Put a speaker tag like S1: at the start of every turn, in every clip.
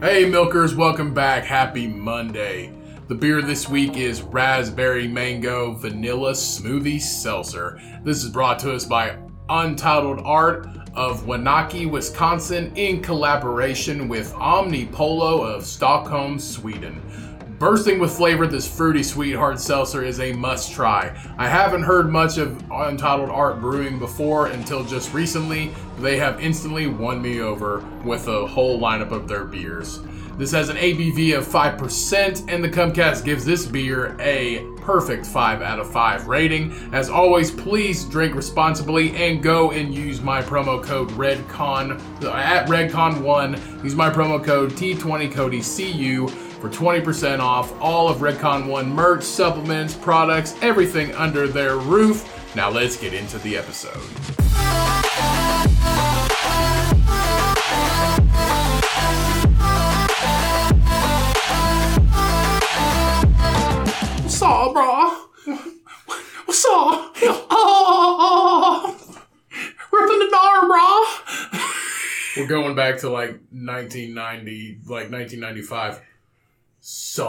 S1: Hey, milkers, welcome back. Happy Monday. The beer this week is Raspberry Mango Vanilla Smoothie Seltzer. This is brought to us by Untitled Art of Wanaki, Wisconsin, in collaboration with Omni Polo of Stockholm, Sweden. Bursting with flavor, this fruity sweetheart seltzer is a must try. I haven't heard much of Untitled Art Brewing before until just recently. They have instantly won me over with a whole lineup of their beers. This has an ABV of 5%, and the Cumcast gives this beer a perfect 5 out of 5 rating. As always, please drink responsibly and go and use my promo code REDCON uh, at RedCon1. Use my promo code T20CODYCU for 20% off all of RedCon1 merch, supplements, products, everything under their roof. Now let's get into the episode. What's up, bro? What's up? Oh, ripping the door, bro. We're going back to like 1990, like 1995. Saw.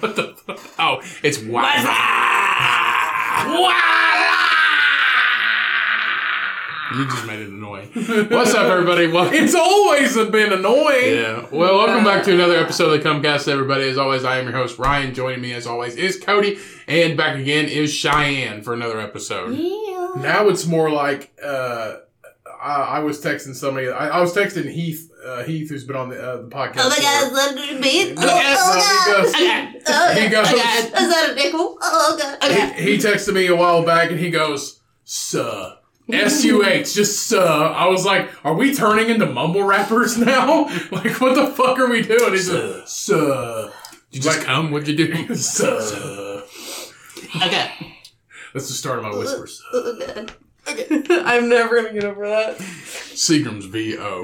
S1: What the? Fuck? Oh, it's wow. You just made it annoying. What's up, everybody? Welcome.
S2: It's always been annoying.
S1: Yeah. Well, welcome back to another episode of the Comcast, everybody. As always, I am your host, Ryan. Joining me, as always, is Cody. And back again is Cheyenne for another episode.
S2: Now it's more like uh, I, I was texting somebody. I, I was texting Heath, uh, Heath, who's been on the, uh, the podcast.
S3: Oh my god, is that a good beat? Oh,
S2: No,
S3: oh god.
S2: he goes-
S3: Oh,
S2: he
S3: god.
S2: goes-
S3: Is that a nickel? Oh god. Okay.
S2: he, he texted me a while back, and he goes, "Suh." S U H, just suh. I was like, are we turning into mumble rappers now? like, what the fuck are we doing? He's like, suh.
S1: Did you just
S2: Like-
S1: come? What'd you do?
S2: Suh.
S3: Okay.
S2: That's the start of my whispers.
S3: Oh god.
S4: I'm never gonna get over that.
S1: Seagram's VO.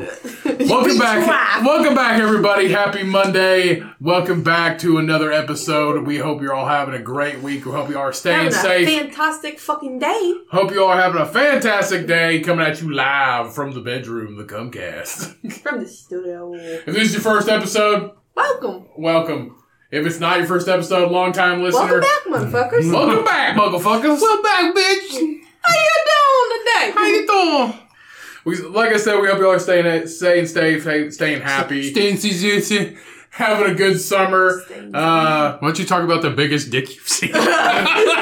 S2: Welcome back.
S3: try.
S2: Welcome back, everybody. Happy Monday. Welcome back to another episode. We hope you're all having a great week. We hope you are
S4: Having
S2: staying safe.
S4: a fantastic fucking day.
S2: Hope you all are having a fantastic day coming at you live from the bedroom, the Comcast.
S4: From the studio.
S2: if this is your first episode,
S4: Welcome.
S2: welcome. If it's not your first episode, long time
S4: Welcome
S2: listener,
S4: back, motherfuckers.
S2: Mm-hmm. welcome back, motherfuckers.
S1: Well, back, bitch.
S4: How you doing today?
S2: How you doing? We, like I said, we hope you all are staying, staying safe, staying happy,
S1: Stancy Zuzi.
S2: having a good summer.
S1: Why
S2: Uh,
S1: don't you talk about the biggest dick you've seen?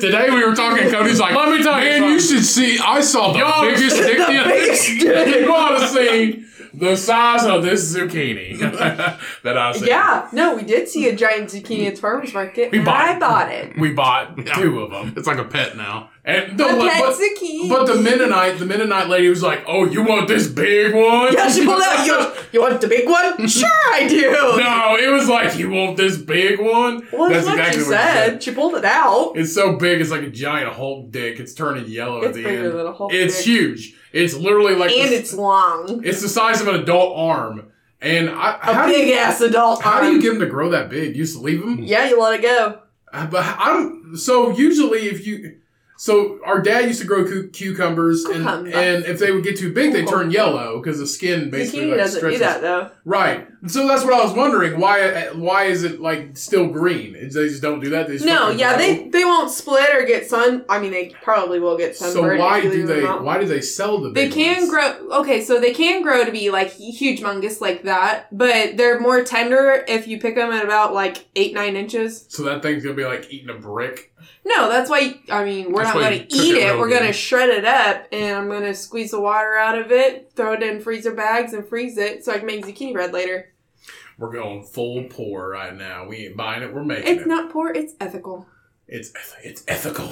S2: today we were talking. Cody's like, "Let me tell you,
S1: Man,
S2: something."
S1: you should see. I saw the
S2: Y'all-
S1: biggest dick the other
S2: you want to see the size of this zucchini that I said.
S4: Yeah, no, we did see a giant zucchini at the farmer's market.
S2: We bought
S4: I
S2: it.
S4: bought it.
S2: We bought two of them.
S1: It's like a pet now.
S2: And
S4: A
S2: the,
S4: pet
S2: but,
S4: zucchini.
S2: but the Mennonite, the Mennonite lady was like, "Oh, you want this big one?"
S4: yeah, she pulled out. You, you want the big one? Sure, I do.
S2: No, it was like, "You want this big one?"
S4: Well, that's, what she said. She pulled it out.
S2: It's so big, it's like a giant Hulk dick. It's turning yellow at
S4: It's
S2: the
S4: bigger
S2: end.
S4: than a Hulk
S2: it's
S4: dick.
S2: huge. It's literally like
S4: And
S2: the,
S4: it's long.
S2: it's the size of an adult arm. And I,
S4: A
S2: how do
S4: big
S2: you,
S4: ass adult.
S2: how do
S4: arm.
S2: you get them to grow that big? You just leave them?
S4: Yeah, you let it go.
S2: Uh, But I'm so usually if you so our dad used to grow cu- cucumbers and,
S4: Cucumber.
S2: and if they would get too big they turn yellow because the skin basically
S4: Zucchini
S2: like
S4: doesn't
S2: stretches
S4: do that though.
S2: right so that's what I was wondering why why is it like still green Is they just don't do that they just
S4: No,
S2: fucking
S4: yeah,
S2: grow?
S4: they they won't split or get sun. I mean, they probably will get
S2: so
S4: sunburned.
S2: why
S4: if you
S2: do
S4: leave them
S2: they
S4: out.
S2: why do they sell the
S4: They
S2: big
S4: can
S2: ones?
S4: grow. Okay, so they can grow to be like huge, humongous like that, but they're more tender if you pick them at about like eight, nine inches.
S2: so that thing's gonna be like eating a brick
S4: No, that's why. I mean, we're
S1: That's
S4: not
S1: why
S4: going
S1: you
S4: to
S1: cook
S4: eat
S1: it
S4: it.
S1: real
S4: We're
S1: good.
S4: going to shred it up, and I'm going to squeeze the water out of it, throw it in freezer bags, and freeze it so I can make zucchini bread later.
S2: we're going full pour right now we ain't buying it we're making
S4: It's
S2: it
S4: not poor. It's ethical.
S2: it's eth- it's ethical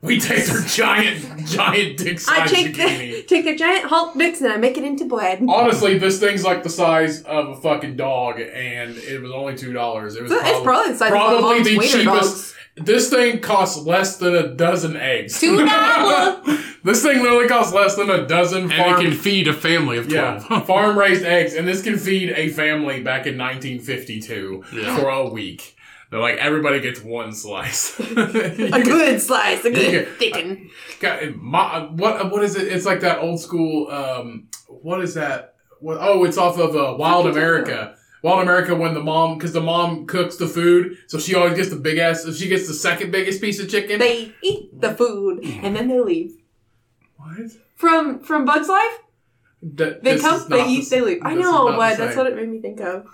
S2: we take their giant giant dick
S4: I
S2: sized
S4: take
S2: zucchini.
S4: the take the giant Hulk mix and I make it into bread.
S1: Oh,
S2: Honestly, this thing's like the size of a fucking dog, and it was only two dollars. It was
S4: So it's
S2: probably,
S4: probably the size
S2: probably
S4: of my mom's
S2: the
S4: wiener
S2: cheapest-
S4: dogs.
S2: this thing costs less than a dozen eggs.
S4: Two dollar.
S2: this thing literally costs less than a dozen
S1: And
S2: farm
S1: it can feed a family of
S2: yeah
S1: 12.
S2: farm raised eggs, and this can feed a family back in 1952
S1: Yeah.
S2: for a week. They're like everybody gets one slice.
S4: a good slice, a
S2: Yeah.
S4: good thicken.
S2: God, my, what what is it? It's like that old school. Um,
S1: what is that? What, oh, it's off of uh, Wild America. Wild America when the mom, because the mom cooks the food, so she always gets the big ass. She gets the second biggest piece of chicken.
S4: They eat the food and then they leave.
S1: what?
S4: From from Bug's Life,
S1: Th-
S4: they
S1: this
S4: come,
S1: is
S4: they
S1: not
S4: eat,
S1: the-
S4: they leave. I
S1: this is
S4: know,
S1: not the
S4: but that's
S1: same.
S4: what it made me think of.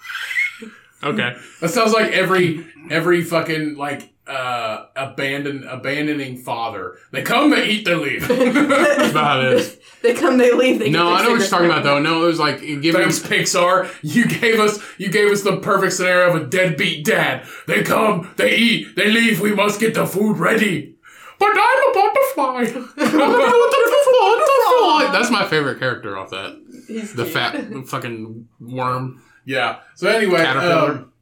S2: Okay.
S1: That sounds like every every fucking like uh abandon abandoning father. They come, they eat, they leave.
S2: That's about how it is.
S4: They come, they leave. They
S2: No,
S4: get
S2: I know
S4: their
S2: what you're
S4: cigarettes
S2: talking
S4: back.
S2: about though. No, it was like giving
S1: Thanks, Pixar. You gave us you gave us the perfect scenario of a deadbeat dad. They come, they eat, they leave. We must get the food ready. But I'm a butterfly.
S2: Oh, That's my favorite character off that.
S4: He's
S2: The
S4: cute.
S2: fat fucking worm.
S1: yeah. So anyway,
S2: Caterpillar.
S1: um,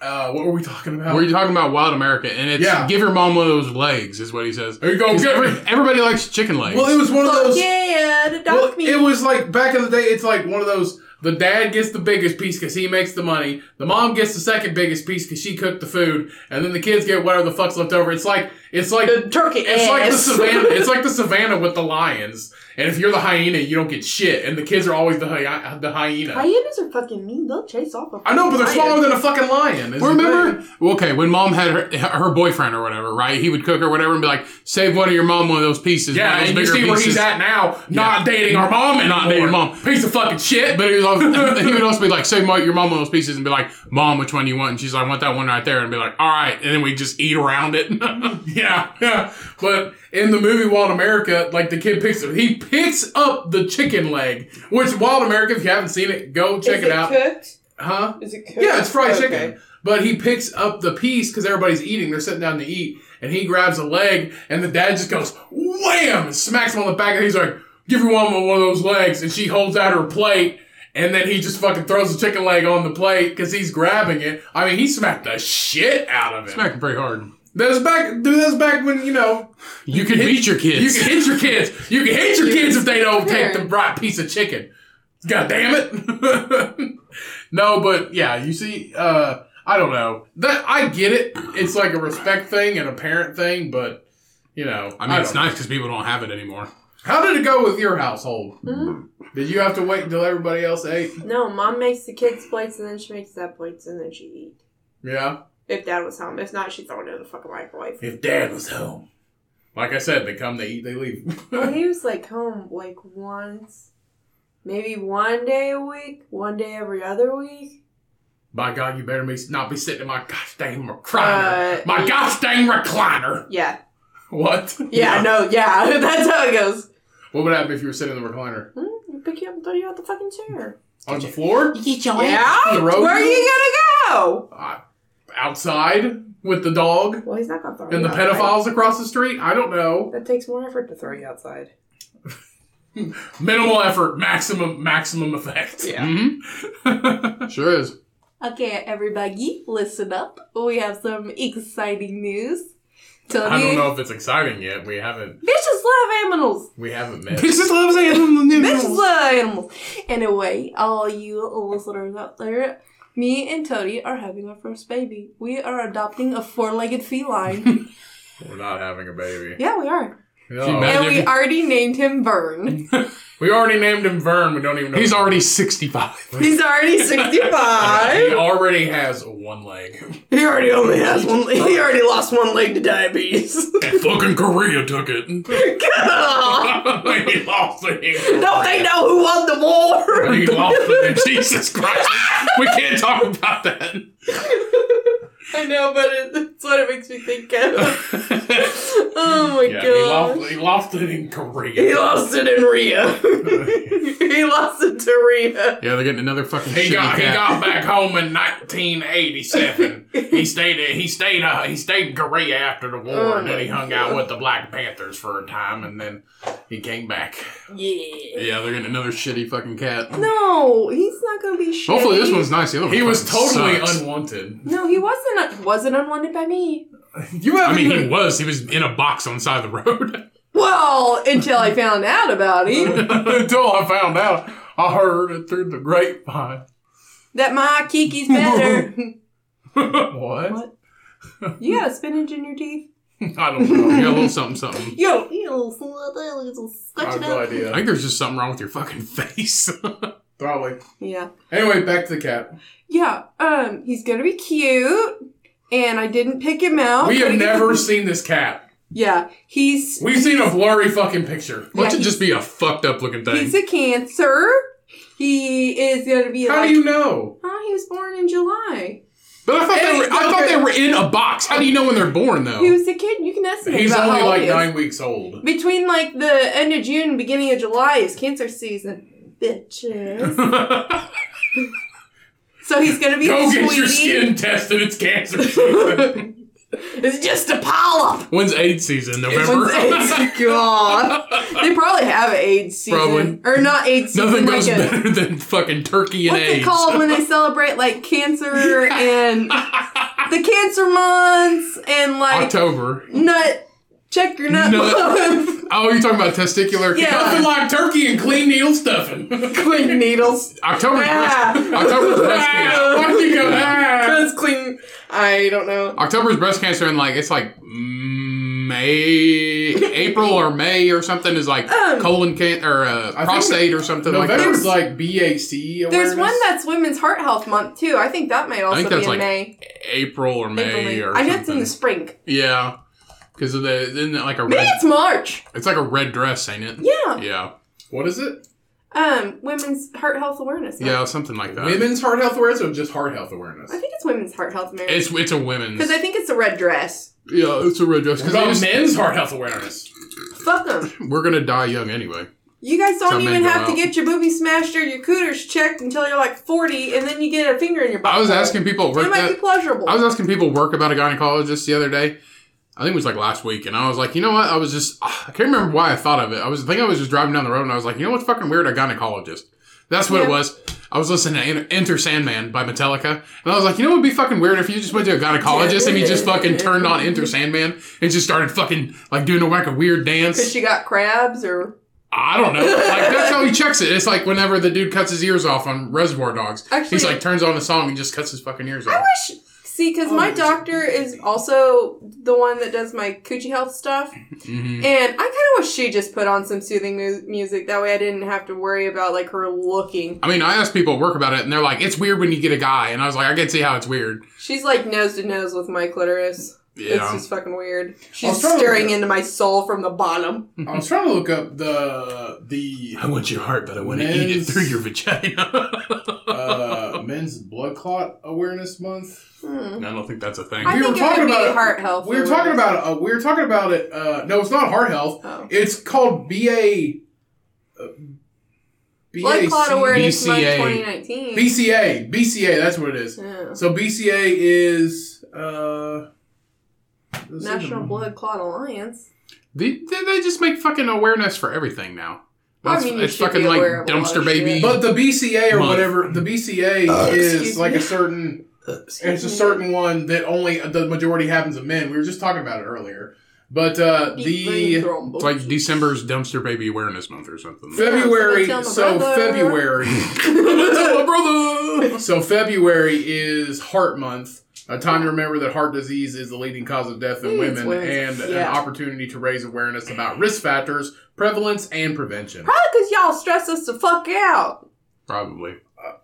S1: uh, what were we talking about?
S2: Where you're talking about Wild America, and it's
S1: Yeah.
S2: give your mom one of those legs, is what he says.
S1: Are you going
S2: 'Cause
S1: get
S2: every-
S1: me?
S2: everybody likes chicken legs.
S1: Well, it was one of
S4: Fuck
S1: those.
S4: yeah, to
S1: Well,
S4: dock me.
S1: It was like back in the day. It's like one of those. The dad gets the biggest piece because he makes the money. The mom gets the second biggest piece because she cooked the food, and then the kids get whatever the fuck's left over. It's like it's like
S4: the turkey
S1: it's
S4: ass.
S1: like the savannah. It's like the savannah with the lions. And if you're the hyena, you don't get shit. And the kids are always the hy- the hyena.
S4: Hyenas are fucking mean. They'll chase off. a
S1: I know, but they're
S4: fucking
S1: smaller
S4: lion.
S1: than a fucking lion. is the
S2: Remember?
S1: thing.
S2: Okay, when mom had her her boyfriend or whatever, right? He would cook or whatever and be like, save one of your mom one of those pieces.
S1: Yeah,
S2: one of
S1: and
S2: those
S1: you see
S2: bigger
S1: where
S2: pieces.
S1: he's at now, not dating our mom and
S2: Not dating mom.
S1: Piece of fucking shit.
S2: But he, was also, he would also be like, save my, your mom one of those pieces and be like, Mom, which one do you want? And she's like, I want that one right there. And be like, All right. And then we just eat around it.
S1: Yeah, yeah. But in the movie Wild America, like the kid picks he picks up the chicken leg, which Wild America, if you haven't seen it, go check
S4: Is
S1: it, out.
S4: Cooked?
S1: Huh?
S4: Is it cooked?
S1: Yeah, it's fried
S4: Okay.
S1: chicken. But he picks up the piece because everybody's eating. They're sitting down to eat, and he grabs a leg, and the dad just goes wham and smacks him on the back, and he's like, "Give your mom one of those legs." And she holds out her plate, and then he just fucking throws the chicken leg on the plate because he's grabbing it. I mean, he smacked the shit out of it.
S2: Smacking pretty hard.
S1: That's back, dude. That's back when you know
S2: You can
S1: hit-
S2: beat your
S1: you
S2: kids.
S1: can hit your kids. You can hit your kids if they don't
S4: Sure.
S1: take the right piece of chicken. God damn it. no, but yeah, you see, uh, I don't know. That I get it. It's like a respect thing and a parent thing, but you know,
S2: I mean, it's
S1: don't know.
S2: nice because people don't have it anymore.
S1: How did it go with your household?
S4: Mhm.
S1: Did you have to wait until everybody else ate?
S4: No, mom makes the kids plates and then she makes that plates and then she eat.
S1: Yeah.
S4: If dad was home, if not, she'd throw it in the fucking microwave.
S1: If Dad was home, like I said, they come, they eat, they leave.
S4: Well, he was like home like once, maybe one day a week, one day every other week.
S1: By God, you better be, not be sitting in my gosh dang recliner.
S4: Uh,
S1: my
S4: yeah.
S1: gosh dang recliner.
S4: Yeah,
S1: What?
S4: yeah, no, yeah, that's how it goes.
S1: What would happen if you were sitting in the recliner?
S4: Hmm, you pick you up and throw you out the fucking chair.
S1: On the floor?
S5: You get your ass.
S4: Yeah,
S1: The road
S4: where are
S1: you-
S4: you gonna go?
S1: Uh, outside? With the dog?
S4: Well, he's not gonna throw
S1: And the
S4: you outside.
S1: pedophiles across the street? I don't know.
S4: That takes more effort to throw you outside.
S1: Minimal effort, maximum maximum effect.
S4: Yeah.
S2: Mm-hmm. sure is.
S1: Mm-hmm.
S5: Okay, everybody, listen up. We have some exciting news. Tell
S1: I
S5: you.
S1: don't know if it's exciting yet. We haven't
S5: Bitches love animals.
S1: we haven't met.
S2: Bitches love
S5: Bitches
S2: animals.
S5: love animals. Anyway, all you listeners out there, me and Tony are having our first baby. We are adopting a four-legged feline.
S1: We're not having a baby.
S5: yeah, we are.
S1: No.
S2: She-
S5: And we already named him Vern.
S1: We already named him Vern. We don't even know.
S2: He's already 65.
S4: He's already
S1: he
S4: 65.
S1: already has one leg.
S4: He already only has one leg. He already lost one leg to diabetes.
S1: and fucking Korea took it.
S4: God.
S1: he lost it.
S4: Don't they know who won the war?
S1: He lost it.
S2: Jesus Christ. we can't talk about that.
S4: I know, but it, it's what it makes me think of. Oh my
S1: Yeah, he
S4: god.
S1: lost, he lost it in Korea.
S4: He lost it in Rio. he lost it to Rio.
S2: Yeah, they're getting another fucking
S1: He
S2: shitty
S1: got he
S2: cat.
S1: got back home in 1987. he stayed he stayed uh, he stayed in Korea after the war, and then he hung out with the Black Panthers for a time, and then he came back.
S4: Yeah.
S2: Yeah, they're getting another shitty fucking cat.
S4: No, he's not gonna be shit.
S2: Hopefully this one's nice. The other one
S1: He was
S2: fucking
S1: totally
S2: sucks.
S1: unwanted.
S4: No, he wasn't. He wasn't unwanted by me.
S1: You
S2: I
S1: haven't.
S2: mean, he
S1: even-
S2: was. He was in a box on the side of the road.
S4: Well, until I found out about him.
S1: until I found out. I heard it through the grapevine.
S4: that my Kiki's better.
S1: what?
S4: What? You got a spinach in your teeth?
S2: I don't know. You got a little something, something.
S3: Yo, you little slut, you little
S1: I
S3: scratch
S1: have
S3: it
S1: no
S3: out.
S2: I
S1: idea.
S2: think there's just something wrong with your fucking face.
S1: Probably.
S4: Yeah.
S1: Anyway, back to the cat.
S4: Yeah. Um, he's gonna be cute. And I didn't pick him out.
S1: we
S4: Gotta
S1: have
S4: get-
S1: never seen this cat.
S4: Yeah. He's
S1: We've seen a blurry fucking picture.
S2: Why don't
S4: Yeah,
S2: it just be a fucked up looking
S4: he's
S2: thing?
S4: a cancer. He is gonna be
S1: How
S4: like
S1: do you know?
S4: Oh, he was born in July.
S2: But I thought they were. I thought they were in a box. How do you know when they're born though?
S4: He was a kid. You can estimate
S1: Oh. He's
S4: about
S1: only
S4: how old
S1: like
S4: he is.
S1: nine weeks old.
S4: Between like the end of June and beginning of July is cancer season, bitches.
S1: Go
S4: So he's gonna be a
S1: get your
S4: sweetie.
S1: skin tested. It's cancer. season.
S4: It's just a polyp.
S2: When's AIDS season? November.
S4: When's AIDS? God, they probably have AIDS season,
S2: Probably.
S4: or not AIDS season.
S2: Nothing
S4: like
S2: goes
S4: a-
S2: better than fucking turkey and
S4: Oh What's
S2: AIDS.
S4: it called when they celebrate like cancer and the cancer months and like
S2: October.
S4: nut check your nut,
S2: Nut.
S4: month.
S2: Oh, you're talking about testicular?
S4: Yeah.
S1: Nothing like turkey and clean needle stuffing.
S4: clean needles.
S2: October.
S4: Ah.
S2: October's breast cancer.
S1: Why do you go ah?
S4: That's clean. I don't know.
S2: October's breast cancer, and like it's like mm, May, April or May or something is like
S4: Um,
S2: colon cancer or uh,
S1: think
S2: prostate or something like that.
S1: November's like BAC. Awareness.
S4: There's one that's Women's Heart Health Month too. I think that might also
S2: think
S4: be
S2: that's
S4: in
S2: like
S4: May.
S2: April or May
S4: April, May.
S2: or
S4: I
S2: something.
S4: know it's in the spring.
S2: yeah, because of the isn't it like a
S4: Maybe
S2: red.
S4: it's March.
S2: It's like a red dress, ain't it?
S4: Yeah.
S2: Yeah,
S1: What is it?
S4: Um, Women's Heart Health Awareness. Month.
S2: yeah, something like that.
S1: Women's heart health awareness or just heart health awareness?
S4: I think it's Women's Heart Health Awareness.
S2: It's it's a women's.
S4: Because I think it's a red dress.
S2: yeah, it's a red dress.
S1: What
S2: Because they
S1: about
S2: just-
S1: men's heart health awareness?
S4: Fuck them.
S2: we're gonna die young anyway.
S4: You guys
S2: Tell
S4: don't
S2: men
S4: even
S2: go
S4: have to
S2: out.
S4: get your boobies smashed or your cooters checked until you're like 40, and then you get a finger in your butt.
S2: I was asking people at
S4: It
S2: work
S4: might
S2: that.
S4: be pleasurable.
S2: I was asking people at work about a gynecologist the other day. I think it was like last week, and I was like, you know what? I was just ah, I can't remember why I thought of it. I was I think I was just driving down the road, and I was like, you know what's fucking weird? A gynecologist. That's what
S4: Yeah.
S2: it was. I was listening to En- Enter Sandman by Metallica, and I was like, you know what would be fucking weird if you just went to a gynecologist and you just fucking turned on Enter Sandman and just started fucking like doing a like a weird
S4: Because
S2: dance.
S4: she got crabs or.
S2: I don't know. Like that's how he checks it. It's like whenever the dude cuts his ears off on Reservoir Dogs,
S4: Actually-
S2: he's like turns on the song and just cuts his fucking ears off.
S4: See, because
S2: "Oh,
S4: my doctor is also the one that does my coochie health stuff.
S2: Mhm.
S4: And I kind of wish she just put on some soothing mu- music. That way, I didn't have to worry about like her looking.
S2: I mean, I asked people at work about it, and they're like, "It's weird when you get a guy," and I was like, "I can see how it's weird."
S4: She's like nose to nose with my clitoris. It's
S2: Yeah,
S4: just fucking weird.
S1: I'll
S4: She's
S1: try to-
S4: staring into my soul from the bottom.
S1: I was trying to look up the the
S2: want your heart, but I
S1: wanna eat it through your
S2: vagina.
S1: uh, men's blood clot awareness month.
S4: Hmm.
S2: I don't think that's a thing.
S4: I
S1: We were
S4: think it
S1: talking
S4: would be
S1: about it.
S4: heart health.
S1: We were talking about uh, we were talking about it. Uh, no, it's not heart health.
S4: Oh.
S1: It's called BA. uh,
S4: Blood clot
S1: BAC
S4: awareness month
S2: BCA.
S4: 2019.
S1: BCA. BCA. That's what it is.
S4: Yeah.
S1: So BCA is uh, let's see
S4: National
S1: the-
S4: Blood Clot Alliance.
S2: They, they, they just make fucking awareness for everything now.
S4: Well, I
S2: That's-
S4: mean, you
S2: it's
S4: should
S2: fucking
S4: be
S2: like
S4: aware of a lot
S2: dumpster
S4: of
S2: baby.
S4: shit.
S1: But the BCA or
S2: Month.
S1: whatever the BCA is
S4: Uh, Excuse
S1: like
S4: me.
S1: a certain it's a certain one that only the majority happens of men. We were just talking about it earlier. But uh, the
S2: It's like December's dumpster baby awareness month or something.
S1: February,
S4: Yeah, so
S1: so
S4: they tell my brother.
S1: February, so February is Heart Month. A time to remember that heart disease is the leading cause of death in
S4: Mm,
S1: women,
S4: it's women's-
S1: and
S4: yeah.
S1: an opportunity to raise awareness about risk factors, prevalence, and prevention.
S4: Probably because y'all stress us the fuck out.
S2: Probably.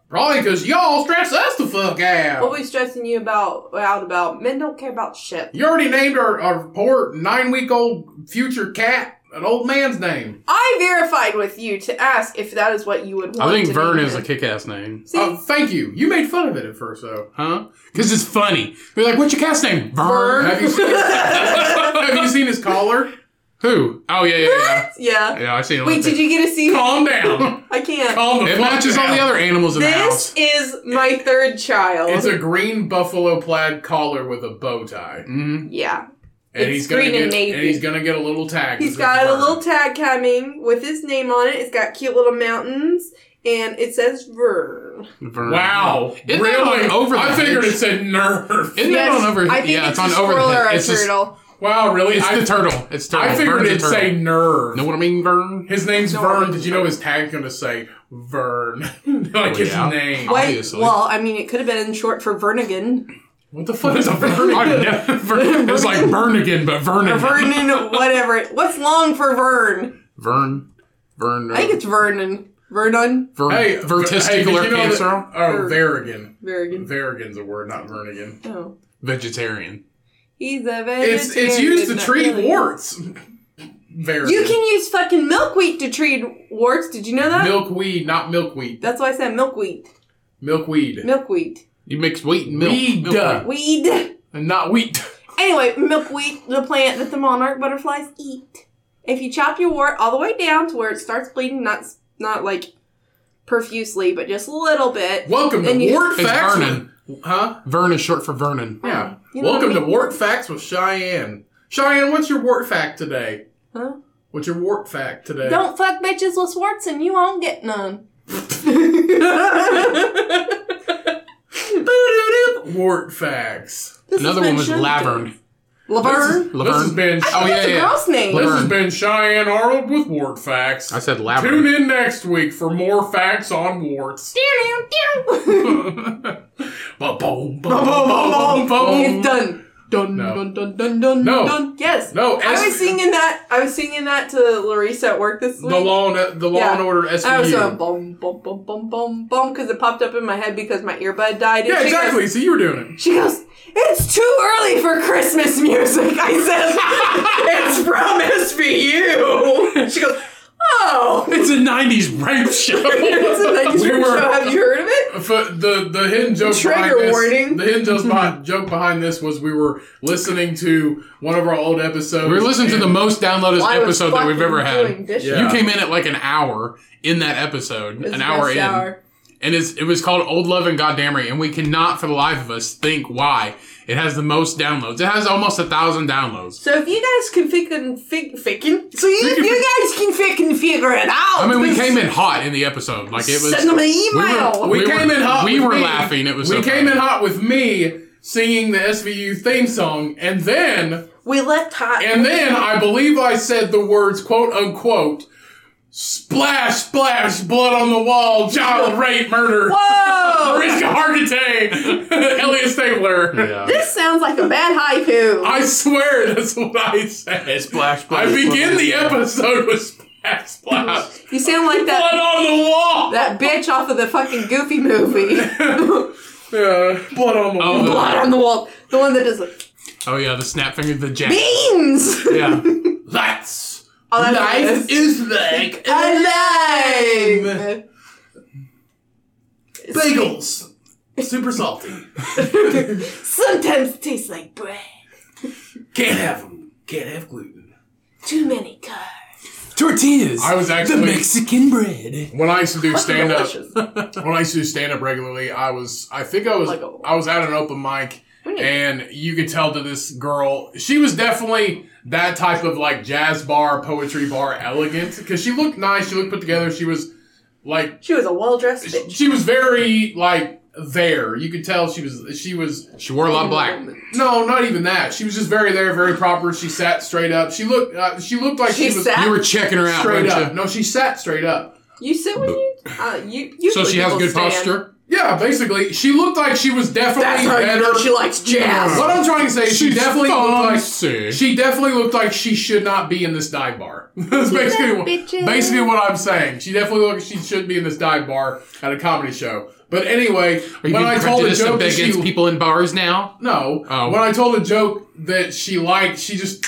S1: Probably because y'all stress us the fuck out.
S4: What we stressing you about out about? Men don't care about shit.
S1: You already named our, our poor nine week old future cat an old man's name.
S4: I verified with you to ask if that is what you would want.
S2: I think
S4: to
S2: Vern
S4: name
S2: is a
S4: it.
S2: kick-ass name,
S4: See,
S1: Uh, thank you. You made fun of it at first, though.
S2: huh? Because it's funny. They're like, "What's your cat's name?" Vern.
S1: Have you seen, have you seen his collar?
S2: Who? Oh yeah, yeah, yeah.
S4: yeah.
S2: yeah, I see. it on
S4: Wait,
S2: the
S4: did you get to see?
S1: Calm down.
S4: I can't.
S1: Calm the
S2: It
S1: fuck
S2: matches all
S1: down.
S2: the other animals in the house.
S4: This is my third child.
S1: It's a green buffalo plaid collar with a bow tie,
S2: Mm-hmm.
S4: yeah.
S1: and
S4: It's
S1: he's gonna
S4: green
S1: get
S4: and navy.
S1: and he's gonna get a little tag.
S4: He's
S1: that
S4: got
S1: says
S4: a
S1: Vern.
S4: little tag coming with his name on it. It's got cute little mountains, and it says Vern.
S1: Wow,
S2: Isn't that
S1: really?
S2: on Over
S1: I
S2: the
S1: figured
S2: Hedge?
S1: it said nerve.
S2: Isn't that on over?
S4: I think
S2: yeah,
S4: it's,
S2: it's, on
S4: a
S2: over the
S4: squirrel or
S2: head.
S4: a
S2: It's, just,
S4: turtle.
S1: wow, really?
S2: it's
S1: I,
S2: the turtle. It's turtle.
S1: I figured
S2: Vern's a
S1: it'd
S2: turtle.
S1: say nerve.
S2: Know what I mean, Vern?
S1: His name's
S4: No,
S1: Vern.
S4: I-
S1: Did you know his tag's gonna say Vern? like
S2: Well,
S1: his
S2: Oh, yeah.
S1: name.
S2: What?
S4: Wait,
S2: Obviously.
S4: well, I mean, it could have been short for Vernigan.
S1: What the fuck is a Vernigan? it's like Vernigan, but Vernigan.
S4: Vernon, whatever. What's long for Vern?
S2: Vern. Vern. uh,
S4: I think it's Vernon. Vernon?
S2: Vern,
S1: Hey,
S2: vertesticular
S1: hey, did you know
S2: cancer.
S1: That, oh,
S4: Ver-
S1: Verigan.
S4: Vergan.
S1: Verigan's a word, not Vernigan.
S4: No.
S2: Vegetarian.
S4: Oh. He's a vegetarian.
S1: It's it's used to
S4: not
S1: treat
S4: really.
S1: warts. Verigan.
S4: You can use fucking milkweed to treat warts. Did you know that?
S1: milkweed, not milkweed.
S4: That's why I said milkweed.
S1: Milkweed.
S4: Milkweed.
S2: You mix wheat and milk.
S1: Weed.
S2: Milkweed.
S4: Weed.
S1: And not wheat.
S4: Anyway, milkweed, the plant that the monarch butterflies eat. If you chop your wart all the way down to where it starts bleeding, not s- not like profusely, but just a little bit.
S1: Welcome to
S4: And you- Oh,
S1: Wart
S2: It's
S1: Facts.
S2: Vernon.
S1: with- Huh?
S2: Vern is short for Vernon.
S1: Yeah.
S4: You know
S1: Welcome
S4: what I
S1: to Wart Facts with Cheyenne. Cheyenne, what's your wart fact today?
S4: Huh?
S1: What's your wart fact today?
S6: Don't fuck bitches with swarts and you won't get none.
S1: Wart facts.
S4: This has
S2: Another
S4: been
S2: one was
S4: Shunta.
S2: Laverne.
S4: Laverne.
S1: This has
S2: Laverne.
S1: been.
S2: Oh yeah,
S4: That's a
S2: yeah.
S4: girl's name.
S2: Laverne.
S1: This has been Cheyenne Arnold with Wart Facts.
S2: I said
S1: Tune
S2: Laverne.
S1: in next week for more facts on warts. Ba-boom, ba-boom, ba-boom,
S4: It's
S1: ba-boom.
S4: done.
S6: Dun
S1: Oh. No.
S6: dun dun dun dun
S1: No.
S6: dun.
S4: Yes.
S1: No,
S4: I was
S1: S-
S4: singing that. I was singing that to Larissa at work this
S1: the
S4: week.
S1: law and, the law
S4: Yeah.
S1: and order
S4: I was going
S1: SVU.
S4: boom, boom, boom, boom, boom, boom, because it popped up in my head because my earbud died.
S1: Yeah,
S4: And she goes,
S1: exactly. So you were doing
S4: She goes, It's too early for Christmas music. I said, It's from SVU. She goes, Oh.
S2: It's a '90s rape show.
S4: It's a nice
S1: We
S4: room
S1: were-
S4: show. Have you heard of it?
S1: it. For the the hidden joke
S4: Trigger
S1: behind this,
S4: warning.
S1: the hidden joke behind, joke behind this was we were listening to one of our old episodes.
S2: We're listening to the
S1: and-
S2: most downloaded
S4: Well, I was
S2: episode that we've
S4: fucking
S2: ever
S4: doing
S2: had.
S4: dishes.
S1: Yeah.
S2: You came in at like an hour in that episode,
S4: It was
S2: an
S4: the
S2: hour
S4: best
S2: in, and it's, it was called "Old Love and Goddamnery," and we cannot for the life of us think why it has the most downloads. It has almost a thousand downloads.
S4: So if you guys can fig- fig- fig- so you, you guys can fig- figure it out.
S2: I mean, we
S4: please
S2: came in hot in the episode, like it was.
S4: Send them an
S2: were-
S4: email.
S1: We,
S2: We
S1: came
S2: were-
S1: in hot.
S2: we
S1: with
S2: were
S1: me.
S2: laughing. It was
S1: We
S2: so
S1: came
S2: funny.
S1: in hot with me singing the SVU theme song, and then
S4: we left hot.
S1: and then I believe I said the words quote unquote. Splash, splash, blood on the wall, child rape, murder,
S4: Whoa!
S1: Mariska Hargitay, Elliot Stabler.
S2: Yeah.
S4: this sounds like a bad haiku.
S1: I swear that's what I said.
S2: Splash,
S1: I begin the episode with splash, splash,
S4: you sound like
S1: blood
S4: that
S1: on the wall.
S4: that bitch off of the fucking Goofy movie.
S1: Yeah, blood on the
S2: Oh,
S1: wall.
S4: Blood on the wall. The one that does like
S2: Oh yeah, the snap finger, the jack.
S4: beans. Oh,
S2: Yeah.
S1: That's
S4: All that
S1: life
S4: matters.
S1: is like
S4: alive.
S1: bagels, super salty.
S4: Sometimes it tastes like bread.
S1: Can't have them. Can't have gluten.
S4: Too many carbs.
S7: Tortillas.
S1: I was actually-
S7: the Mexican bread.
S1: When I used to do stand up,
S4: Delicious.
S1: when I used to do stand up regularly, I was I think I was
S4: Like a-
S1: I was at an open mic and you could tell that this girl she was definitely that type of like jazz bar, poetry bar elegant because she looked nice, she looked put together, she was like
S4: She was a well dressed bitch.
S1: she was very like there. You could tell she was she was
S2: She wore a lot of black.
S1: no, not even that. She was just very there, very proper. She sat straight up. She looked uh, she looked like she,
S4: She
S1: was
S4: sat?
S2: You were checking her out,
S1: straight
S2: weren't
S1: up.
S2: you?
S1: No, she sat straight up.
S4: You sit when you. Uh, you you.
S2: So she has good
S4: stand.
S2: posture.
S1: Yeah, basically, she looked like she was definitely
S4: That's how
S1: better.
S4: you know she likes jazz.
S1: What I'm trying to say is she
S2: She's
S1: definitely looked like
S2: fancy.
S1: she definitely looked like she should not be in this dive bar. That's basically what,
S6: bitches.
S1: basically what I'm saying. She definitely looked like she should be in this dive bar at a comedy show. But anyway,
S2: Are you
S1: when I
S2: being
S1: told a
S2: prejudiced
S1: joke that
S2: against
S1: she
S2: people in bars now?
S1: no,
S2: Oh.
S1: when I told a joke that she liked, she just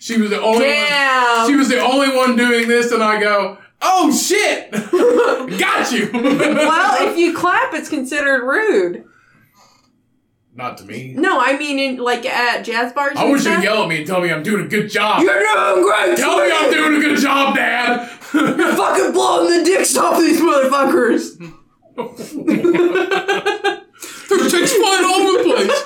S1: she was the only one,
S4: Damn.
S1: she was the only one doing this, and I go, oh shit, got you.
S4: well, if you clap, it's considered rude.
S1: not to me.
S4: No, I mean, in, like at jazz bars.
S1: I
S4: and
S1: want you to
S4: stuff.
S1: yell at me and tell me I'm doing a good job.
S4: You're doing great.
S1: Tell me I'm doing a good job, Dad.
S4: fucking blowing the dicks off these motherfuckers.
S2: There's chicks flying all over the place.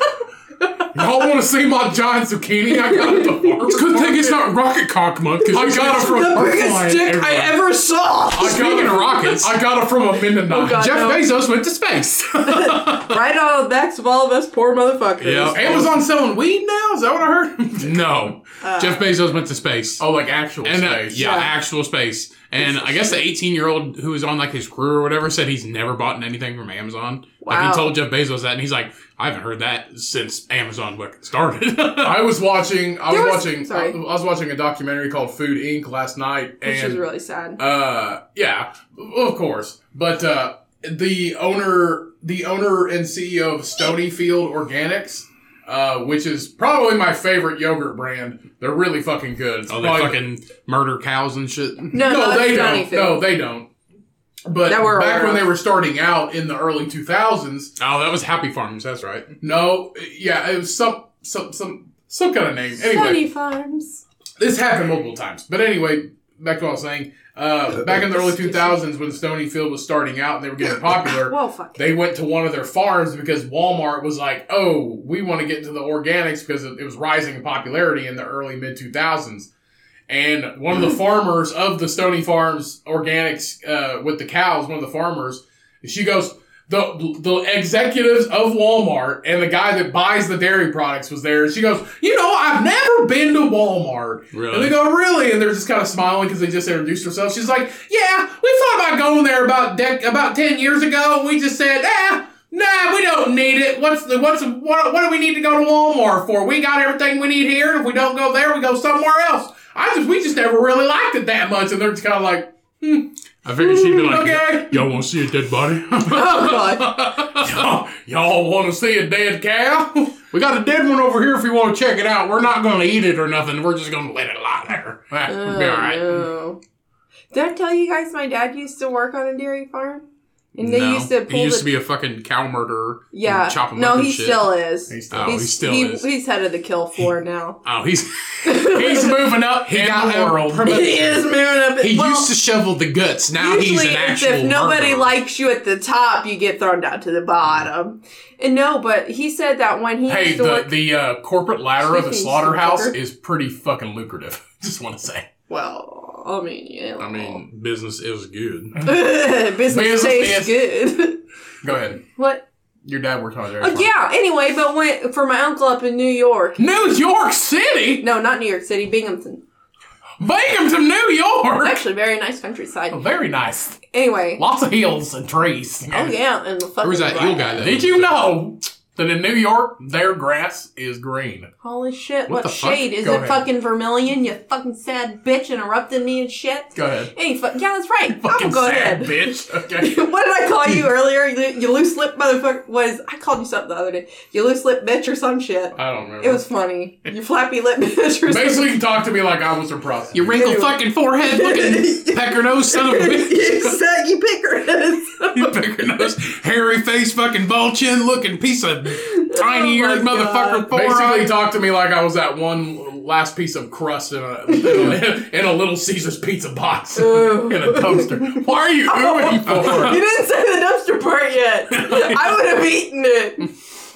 S1: Y'all want to see my giant zucchini? I got it. at the farmer's
S2: It's a good thing it's
S1: market.
S2: not rocket cock month. 'cause
S1: I
S2: you
S1: got it
S2: guys-
S1: from
S4: The
S1: I'm
S4: biggest
S1: flying
S4: dick I
S1: everywhere.
S4: ever saw.
S1: I got
S2: Speaking
S1: it-
S2: of rockets.
S1: I got it from a Mennonite.
S2: Oh,
S4: God,
S1: Jeff
S4: no.
S1: Bezos.
S2: Bezos went to space.
S4: right on the backs of all of us poor motherfuckers.
S2: Yeah.
S1: Amazon selling weed now? Is that what I heard?
S2: no, Jeff Bezos went to space.
S1: oh, like actual
S2: and uh,
S1: space.
S2: yeah, actual space. And I guess the 18 year old who was on like his crew or whatever said he's never bought anything from Amazon. Like
S4: Wow.
S2: he told Jeff Bezos that, and he's like, I haven't heard that since Amazon Wicked started.
S1: I was watching. I was,
S4: There was-
S1: watching.
S4: sorry.
S1: I, I was watching a documentary called Food Inc. last night,
S4: which
S1: and
S4: is really sad.
S1: uh, yeah, of course. But uh, the owner, the owner and CEO of Stonyfield Organics, uh, which is probably my favorite yogurt brand. They're really fucking good. It's
S2: oh, they
S1: probably-
S2: fucking murder cows and shit.
S4: No,
S1: no,
S4: that's
S1: they
S4: Johnny
S1: don't.
S4: Food.
S1: No, they don't. But
S4: That we're
S1: back
S4: aware
S1: when
S4: of.
S1: they were starting out in the early two thousands,
S2: Oh, that was Happy Farms. That's right.
S1: no, yeah, it was some some some some kind of name. Anyway,
S4: Sunny Farms.
S1: this happened multiple times. But anyway, back to what I was saying. Uh, back in the early 2000s, when Stonyfield was starting out and they were getting popular,
S4: Well, fuck.
S1: they went to one of their farms because Walmart was like, "Oh, we want to get into the organics because it it was rising in popularity in the early mid 2000s." And one of the farmers of the Stony Farms organics uh, with the cows, one of the farmers, she goes. The, the executives of Walmart and the guy that buys the dairy products was there. She goes, You know, I've never been to Walmart. And they
S2: Really?
S1: go, really? And they're just kind of smiling because they just introduced herself. She's like, yeah, we thought about going there about dec- about 10 years ago. And we just said, ah, nah, we don't need it. What's the, what's, the- what, what do we need to go to Walmart for? We got everything we need here. And if we don't go there, we go somewhere else. I just, we just never really liked it that much. And they're just kind of like,
S2: I figured she'd be like,
S1: "Hmm, okay. Oh,
S2: "Y'all want to see a dead body?
S1: y'all, y'all want to see a dead cow?
S2: we got a dead one over here. If you want to check it out, we're not going to eat it or nothing. We're just going to let it lie there. Ah, it'll be all right."
S4: Oh, no. Did I tell you guys my dad used to work on a dairy farm? And they
S2: No.
S4: used to pull
S2: He used
S4: the
S2: to be a fucking cow murderer. and
S4: yeah.
S2: chop him
S4: no,
S2: up and
S4: he
S2: shit.
S4: still is.
S1: He's
S2: Oh, he still
S4: he-
S2: is.
S4: He's head of the kill floor now.
S2: Oh, he's
S1: He's moving up he in
S2: got
S1: the world.
S2: him.
S4: he is moving up.
S2: he
S4: well,
S2: used to shovel the guts. Now he's
S4: Usually,
S2: an
S4: it's
S2: actual
S4: if nobody
S2: murderer.
S4: likes you at the top, you get thrown down to the bottom. And no, but he said that when he
S1: Hey,
S4: used to
S1: the,
S4: work,
S1: the uh, corporate ladder of the
S4: Jeez,
S1: slaughterhouse
S4: fucker.
S1: is pretty fucking lucrative. Just want to say.
S4: well, I mean, yeah,
S2: I mean, business is good.
S4: business,
S1: Business
S4: tastes
S1: is-
S4: good.
S1: Go ahead.
S4: what?
S1: Your dad worked on a dairy
S4: Oh,
S1: farm.
S4: yeah. Anyway, but went for my uncle up in New York.
S1: New York City,
S4: No, not New York City, Binghamton.
S1: Binghamton, New York. Oh,
S4: Actually, very nice countryside.
S2: Oh.
S1: Very nice.
S4: Anyway,
S1: Lots of hills and trees.
S4: oh yeah, and the fucking
S2: Where was that heel guy? That
S1: Did you know that in New York their grass is green?
S4: Holy shit!
S2: What
S4: What,
S2: the fuck?
S4: shade is
S1: Go
S4: it?
S1: ahead.
S4: Fucking vermilion, you fucking sad bitch, interrupting me and shit.
S1: Go ahead.
S4: Hey, fuck yeah, that's right. I'll
S1: Fucking
S4: Oh, go
S1: sad
S4: ahead.
S1: bitch. Okay.
S4: what did I call you earlier? You, you loose lip motherfucker. Was I called you something the other day? You loose lip bitch or some shit.
S1: I don't remember.
S4: It was funny. You flappy lip bitch or something.
S1: basically you talked to me like I was a prostitute.
S2: Your wrinkled
S4: Anyway.
S2: fucking forehead, looking pecker nose son of a
S4: you
S2: bitch.
S4: said you pick her.
S2: pecker nose, hairy face, fucking bald chin, looking piece of tiny eared
S4: Oh my God.
S2: motherfucker.
S1: Basically
S2: Forearm.
S1: talked to me like I was that one last piece of crust in a, in a, in a Little Caesars pizza box in
S4: Uh.
S1: a dumpster. Why are you oohing
S4: You
S1: for?
S4: didn't say the dumpster part yet. I would have eaten it.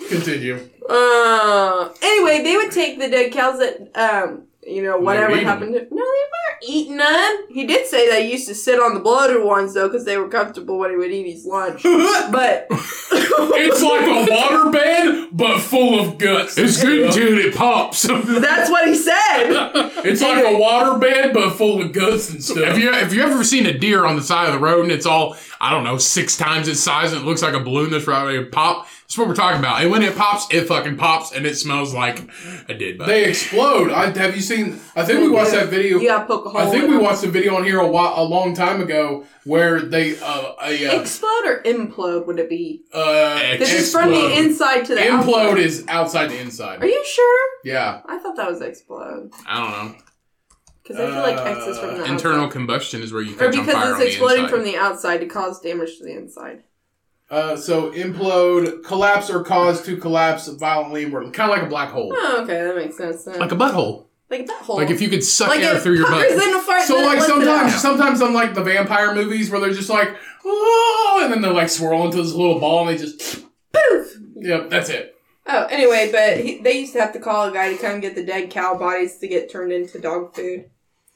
S1: Continue.
S4: Uh, anyway, they would take the dead cows that, um, you know, whatever
S2: eat 'em.
S4: happened to. No, they weren't eating none. He did say they used to sit on the bloated ones, though, because they were comfortable when he would eat his lunch. But.
S1: It's like a water bed, but full of guts.
S2: It's good, dude. It pops. have
S4: That's what he said.
S1: It's like a water bed, but full of guts and stuff.
S2: you have you ever seen a deer on the side of the road and it's all I don't know six times its size and it looks like a balloon that's right ready to pop? That's what we're talking about. And when it pops, it fucking pops and it smells like a dead body.
S1: they explode. I, have you seen? I think we watched that video.
S4: You gotta poke a hole.
S1: I think
S4: in
S1: we
S4: them.
S1: watched a video on here a, while, a long time ago where they uh, a uh,
S4: explode or implode. Would it be?
S1: uh,
S4: This is from the
S1: explode.
S4: inside to the
S1: implode
S4: outside.
S1: is outside to
S4: Are
S1: inside.
S4: you sure?
S1: Yeah,
S4: I thought that was explode
S2: I don't know.
S4: because I feel like X is
S1: Uh,
S4: from the
S2: Internal
S4: outside.
S2: combustion is where you
S4: Or
S2: catch on fire
S4: because
S2: on
S4: it's
S2: the
S4: exploding
S2: inside.
S4: from the outside to cause damage to the inside.
S1: uh, so implode, collapse, or cause to collapse violently, kind of like a black hole.
S4: Oh, okay, that makes sense. Then.
S2: like a butthole.
S4: like that hole.
S2: Like if you could suck
S4: like
S2: air
S4: it
S2: through your butt.
S4: puckers in a fart.
S1: So
S4: then it
S1: like
S4: lets it
S1: sometimes,
S4: out.
S1: sometimes unlike the vampire movies where they're just like, oh, and then they like swirl into this little ball and they just,
S4: Poof!
S1: yep, that's it.
S4: Oh, anyway, but he, they used to have to call a guy to come get the dead cow bodies to get turned into dog food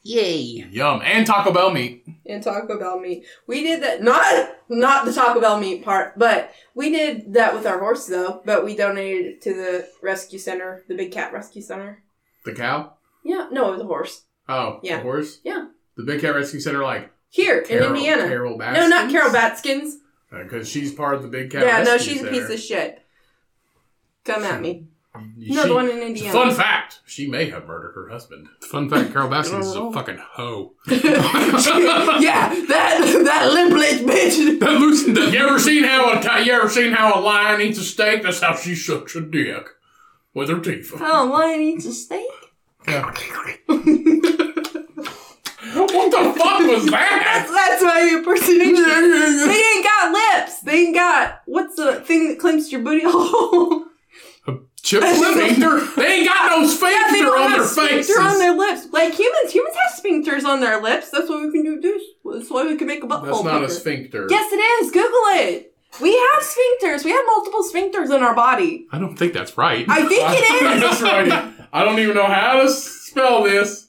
S2: Yay.
S1: Yum, and Taco Bell meat.
S4: and Taco Bell meat. We did that not not the Taco Bell meat part, but we did that with our horse though. But we donated it to the rescue center, the big cat rescue center.
S1: The cow?
S4: Yeah, no, it was a horse.
S1: Oh,
S4: Yeah.
S1: the horse?
S4: Yeah.
S1: The Big Cat Rescue Center, like
S4: Here
S1: Carol,
S4: in Indiana.
S1: Carol Baskins?
S4: no, not Carol Batskins.
S1: Because Uh, she's part of the Big Cat
S4: Yeah, no,
S1: Rescue
S4: she's a
S1: Center.
S4: piece of shit. Come at me.
S1: She,
S4: No, the um, one in
S1: It's a
S4: Indiana.
S1: Fun fact: She may have murdered her husband.
S2: Fun fact: Carol Baskin is a fucking hoe.
S3: yeah, that that limp leg bitch.
S2: That loosened
S1: You ever seen how a ti- you ever seen how a lion eats a steak? That's how she sucks a dick with her teeth.
S3: Oh, lion eats a steak.
S1: Yeah. what the fuck was that?
S4: That's my impersonation. they ain't got lips. They ain't got what's the thing that clamps your booty hole?
S2: Chip
S1: sphincter? They ain't got no
S4: yeah, they
S1: sphincter
S4: don't
S1: on
S4: have
S1: their
S4: sphincter
S1: faces.
S4: on their lips. Like humans, humans have sphincters on their lips. That's why we can do this. That's why we can make a butthole.
S1: That's not a
S4: bigger.
S1: sphincter.
S4: Yes, it is. Google it. We have sphincters. We have multiple sphincters in our body.
S2: I don't think that's right.
S4: I think it is.
S1: That's right. I don't even know how to spell this.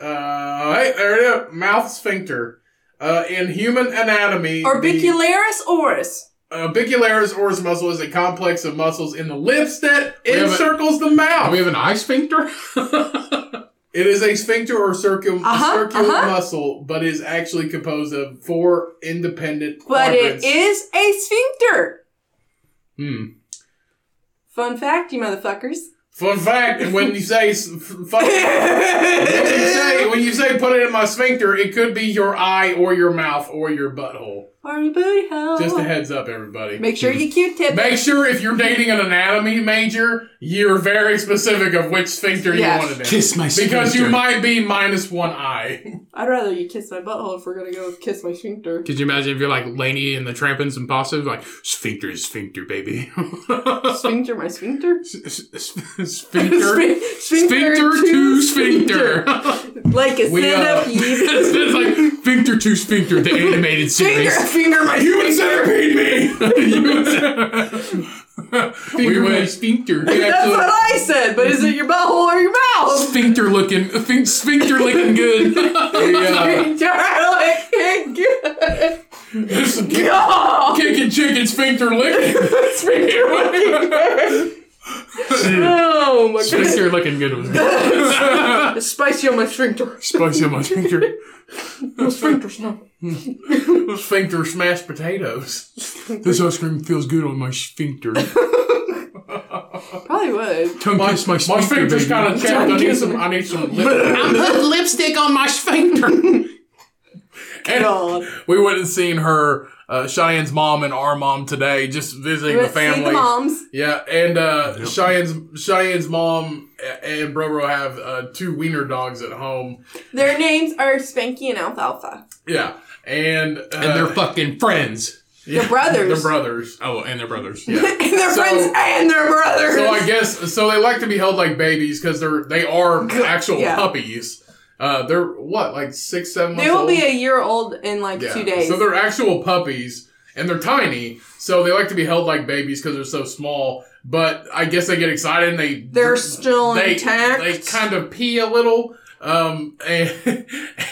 S1: Uh, hey, there it is. Mouth sphincter. Uh, in human anatomy, the
S4: Orbicularis oris.
S1: orbicularis oris Uh, muscle is a complex of muscles in the lips that
S2: We have a-
S1: encircles the
S2: Do
S1: mouth.
S2: we have an eye sphincter?
S1: It is a sphincter or circum-
S4: Uh-huh,
S1: circular
S4: uh-huh.
S1: muscle, but is actually composed of four independent
S4: But it
S1: quadrants.
S4: is a sphincter.
S2: hmm.
S4: Fun fact, you motherfuckers.
S1: Fun fact: and When you say s- f- fuck, when you say when you say put it in my sphincter, it could be your eye or your mouth or your butthole.
S4: Or your booty hole.
S1: Just a heads up, everybody.
S4: Oh. Make sure you Q-tip.
S1: Make sure if you're dating an anatomy major, you're very specific of which sphincter
S4: Yes.
S1: you want to do.
S8: Kiss my
S1: Because
S8: sphincter.
S1: you might be minus one eye.
S4: I'd rather you kiss my butthole if we're gonna go with kiss my sphincter.
S2: Could you imagine if you're like Laney and the Trampins and Passive, like sphincter is sphincter, baby.
S4: Sphincter, my sphincter.
S2: sphincter.
S4: Sphin-
S2: Sphincter to sphincter.
S4: Like a
S1: We,
S4: stand-up
S1: uh,
S4: yeet.
S2: it's like sphincter to sphincter, the animated
S4: Finger,
S2: series.
S4: finger, my
S1: Human
S4: sphincter.
S1: centipede me!
S2: we went
S1: went-
S2: sphincter.
S1: we
S4: That's
S1: actually-
S4: what I said, but is it your butthole or your mouth?
S2: Sphincter looking, sphin- sphincter looking good.
S1: we, uh,
S4: Sphincter,
S1: did some kick-
S4: like
S1: kicking chicken sphincter licking.
S4: Sphincter, like Oh my god.
S2: sphincter looking good was good.
S4: It's spicy on my sphincter.
S2: Spicy on my sphincter.
S4: My sphincter's not.
S1: sphincter smashed potatoes.
S2: This ice cream feels good on my sphincter.
S4: Probably would.
S2: Come
S1: My,
S2: kiss my sphincter.
S1: my sphincter's
S2: baby.
S1: kind of chapped. I need some. I need some. lip-
S2: I put lipstick on my sphincter.
S4: God.
S1: we went and seen her, uh, Cheyenne's mom and our mom today, just visiting the
S4: Let's see the
S1: family.
S4: moms.
S1: Yeah, and uh, Cheyenne's Cheyenne's mom a- and Brobro have uh, two wiener dogs at home.
S4: Their names are Spanky and Alfalfa.
S1: Yeah, and uh,
S2: and they're fucking friends.
S1: yeah,
S4: they're brothers.
S1: They're brothers.
S2: Oh, and they're brothers.
S1: Yeah.
S4: and their
S1: So-
S4: friends and their brothers.
S1: So I guess so. They like to be held like babies because they're they are actual
S4: Yeah.
S1: puppies. Uh, they're what like six, seven.
S4: they
S1: months
S4: will
S1: old?
S4: be a year old in like
S1: Yeah.
S4: two days.
S1: So they're actual puppies and they're tiny, so they like to be held like babies because they're so small. But I guess they get excited and they
S4: They're still
S1: they,
S4: intact.
S1: They kind of pee a little. Um and,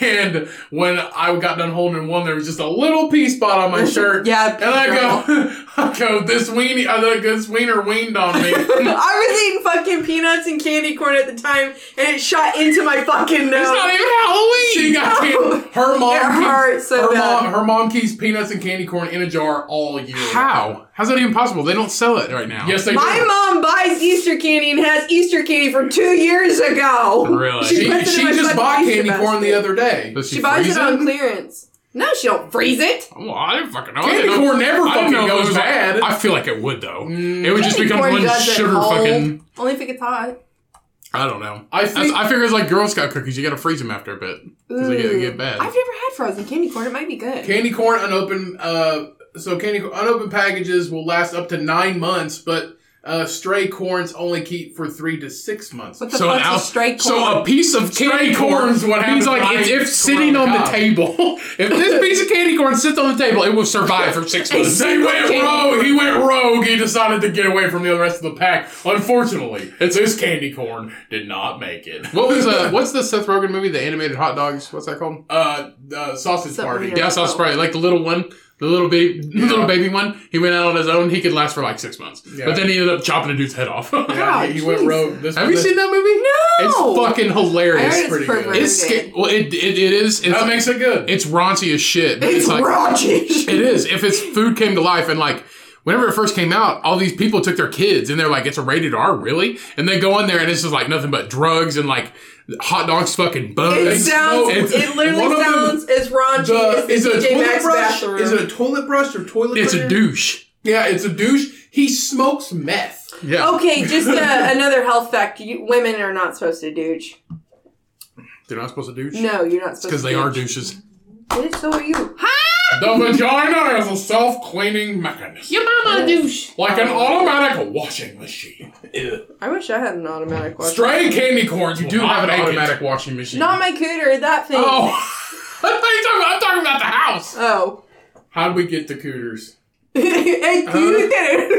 S1: and when I got done holding one, there was just a little pee spot on my shirt.
S4: yeah.
S1: And I go, I go, this weenie, I go, this wiener weaned on me.
S4: I was eating fucking peanuts and candy corn at the time, and it shot into my fucking nose.
S1: It's not even Halloween. She got can- her mom.
S4: It hurts so
S1: her
S4: bad.
S1: mom. Her mom keeps peanuts and candy corn in a jar all year.
S2: How? How's that even possible? They don't sell it right now.
S1: Yes, they
S4: my
S1: do.
S4: mom buys Easter candy and has Easter candy from two years ago.
S2: Really?
S1: She,
S4: She puts it
S1: she
S4: in my
S1: just
S4: fucking
S1: bought
S4: Easter
S1: candy corn the
S4: basket.
S1: other day.
S2: Does
S4: She buys
S2: freeze
S4: it on clearance. No, she don't freeze it.
S2: Well, I didn't fucking know. I
S1: Candy
S2: didn't know-
S1: corn never
S2: I didn't
S1: fucking
S2: know if it
S1: goes
S2: was-
S1: bad.
S2: I feel like it would though. it would just
S4: Candy
S2: become
S4: corn
S2: one
S4: doesn't
S2: sugar
S4: hold.
S2: fucking.
S4: Only if it gets hot.
S2: I don't know.
S1: I
S2: That's,
S1: think
S2: I figure it's like Girl Scout cookies. You gotta freeze them after a bit because they get, they
S4: Ooh.
S2: get bad.
S4: I've never had frozen candy corn. It might be good.
S1: candy corn unopened. Uh, so candy corn unopened packages will last up to nine months, but uh, stray corns only keep for three to six months.
S4: What the
S2: So an
S4: fuck's
S2: ounce-
S4: a straight corn?
S2: So a piece of candy
S1: Stray corn's
S2: corn
S1: what happens
S2: means
S1: when
S2: like
S1: I Oh,
S2: it's,
S1: eat
S2: if sitting
S1: corn
S2: on the
S1: cob.
S2: table, if this piece of candy corn sits on the table, it will survive for six months.
S1: They went rogue. He went rogue. He decided to get away from the rest of the pack. Unfortunately, it's his candy corn did not make it.
S2: What was uh, what's the Seth Rogen movie? The animated hot dogs. What's that called?
S1: Uh, uh sausage
S4: Something
S1: party.
S4: here.
S2: Yeah, I saw Sprite, like the little one, the little baby, little baby one. He went out on his own. He could last for like six months,
S1: Yeah.
S2: but then he ended up chopping a dude's head off.
S1: Yeah, he, he went
S4: jeez.
S1: rogue. This
S2: Have you
S1: this-
S2: seen that movie?
S4: No!
S2: it's fucking
S4: I
S2: hilarious.
S4: heard
S1: pretty
S4: it's
S1: good.
S4: perverted.
S2: It's sca- well, it, it, it is. It's,
S1: That makes it good.
S2: it's raunchy as shit. but
S4: It's
S2: like
S4: raunchy.
S2: it is. If its food came to life and like whenever it first came out, all these people took their kids and they're like, it's a rated R, really? And they go in there and it's just like nothing but drugs and like hot dogs fucking bugs.
S4: It
S2: And
S4: sounds.
S2: smoke.
S4: It
S1: one
S4: literally
S1: of them-
S4: sounds as raunchy
S1: The,
S4: as
S1: is
S4: the
S1: it a
S4: DJ
S1: toilet
S4: Maxx
S1: brush?
S4: bathroom.
S1: Is it a toilet brush or toilet?
S2: it's a
S1: cleaner?
S2: douche.
S1: Yeah, it's a douche. He smokes meth.
S2: Yeah.
S4: okay, just uh, another health fact. You, women are not supposed to douche.
S2: They're not supposed to douche?
S4: No, you're not supposed
S2: Because
S4: to.
S2: they are douches.
S4: Bitch, so are you. Hi,
S1: The vagina is a self-cleaning mechanism,
S4: your mama douche.
S1: like an automatic washing machine.
S4: I wish I had an automatic question.
S1: Stray candy corns. You
S2: You do have an automatic washing machine.
S4: Not my cooter, that thing.
S1: Oh, what are you talking about? I'm talking about the house.
S4: Oh.
S1: How do we get the cooters?
S4: hey, cooter.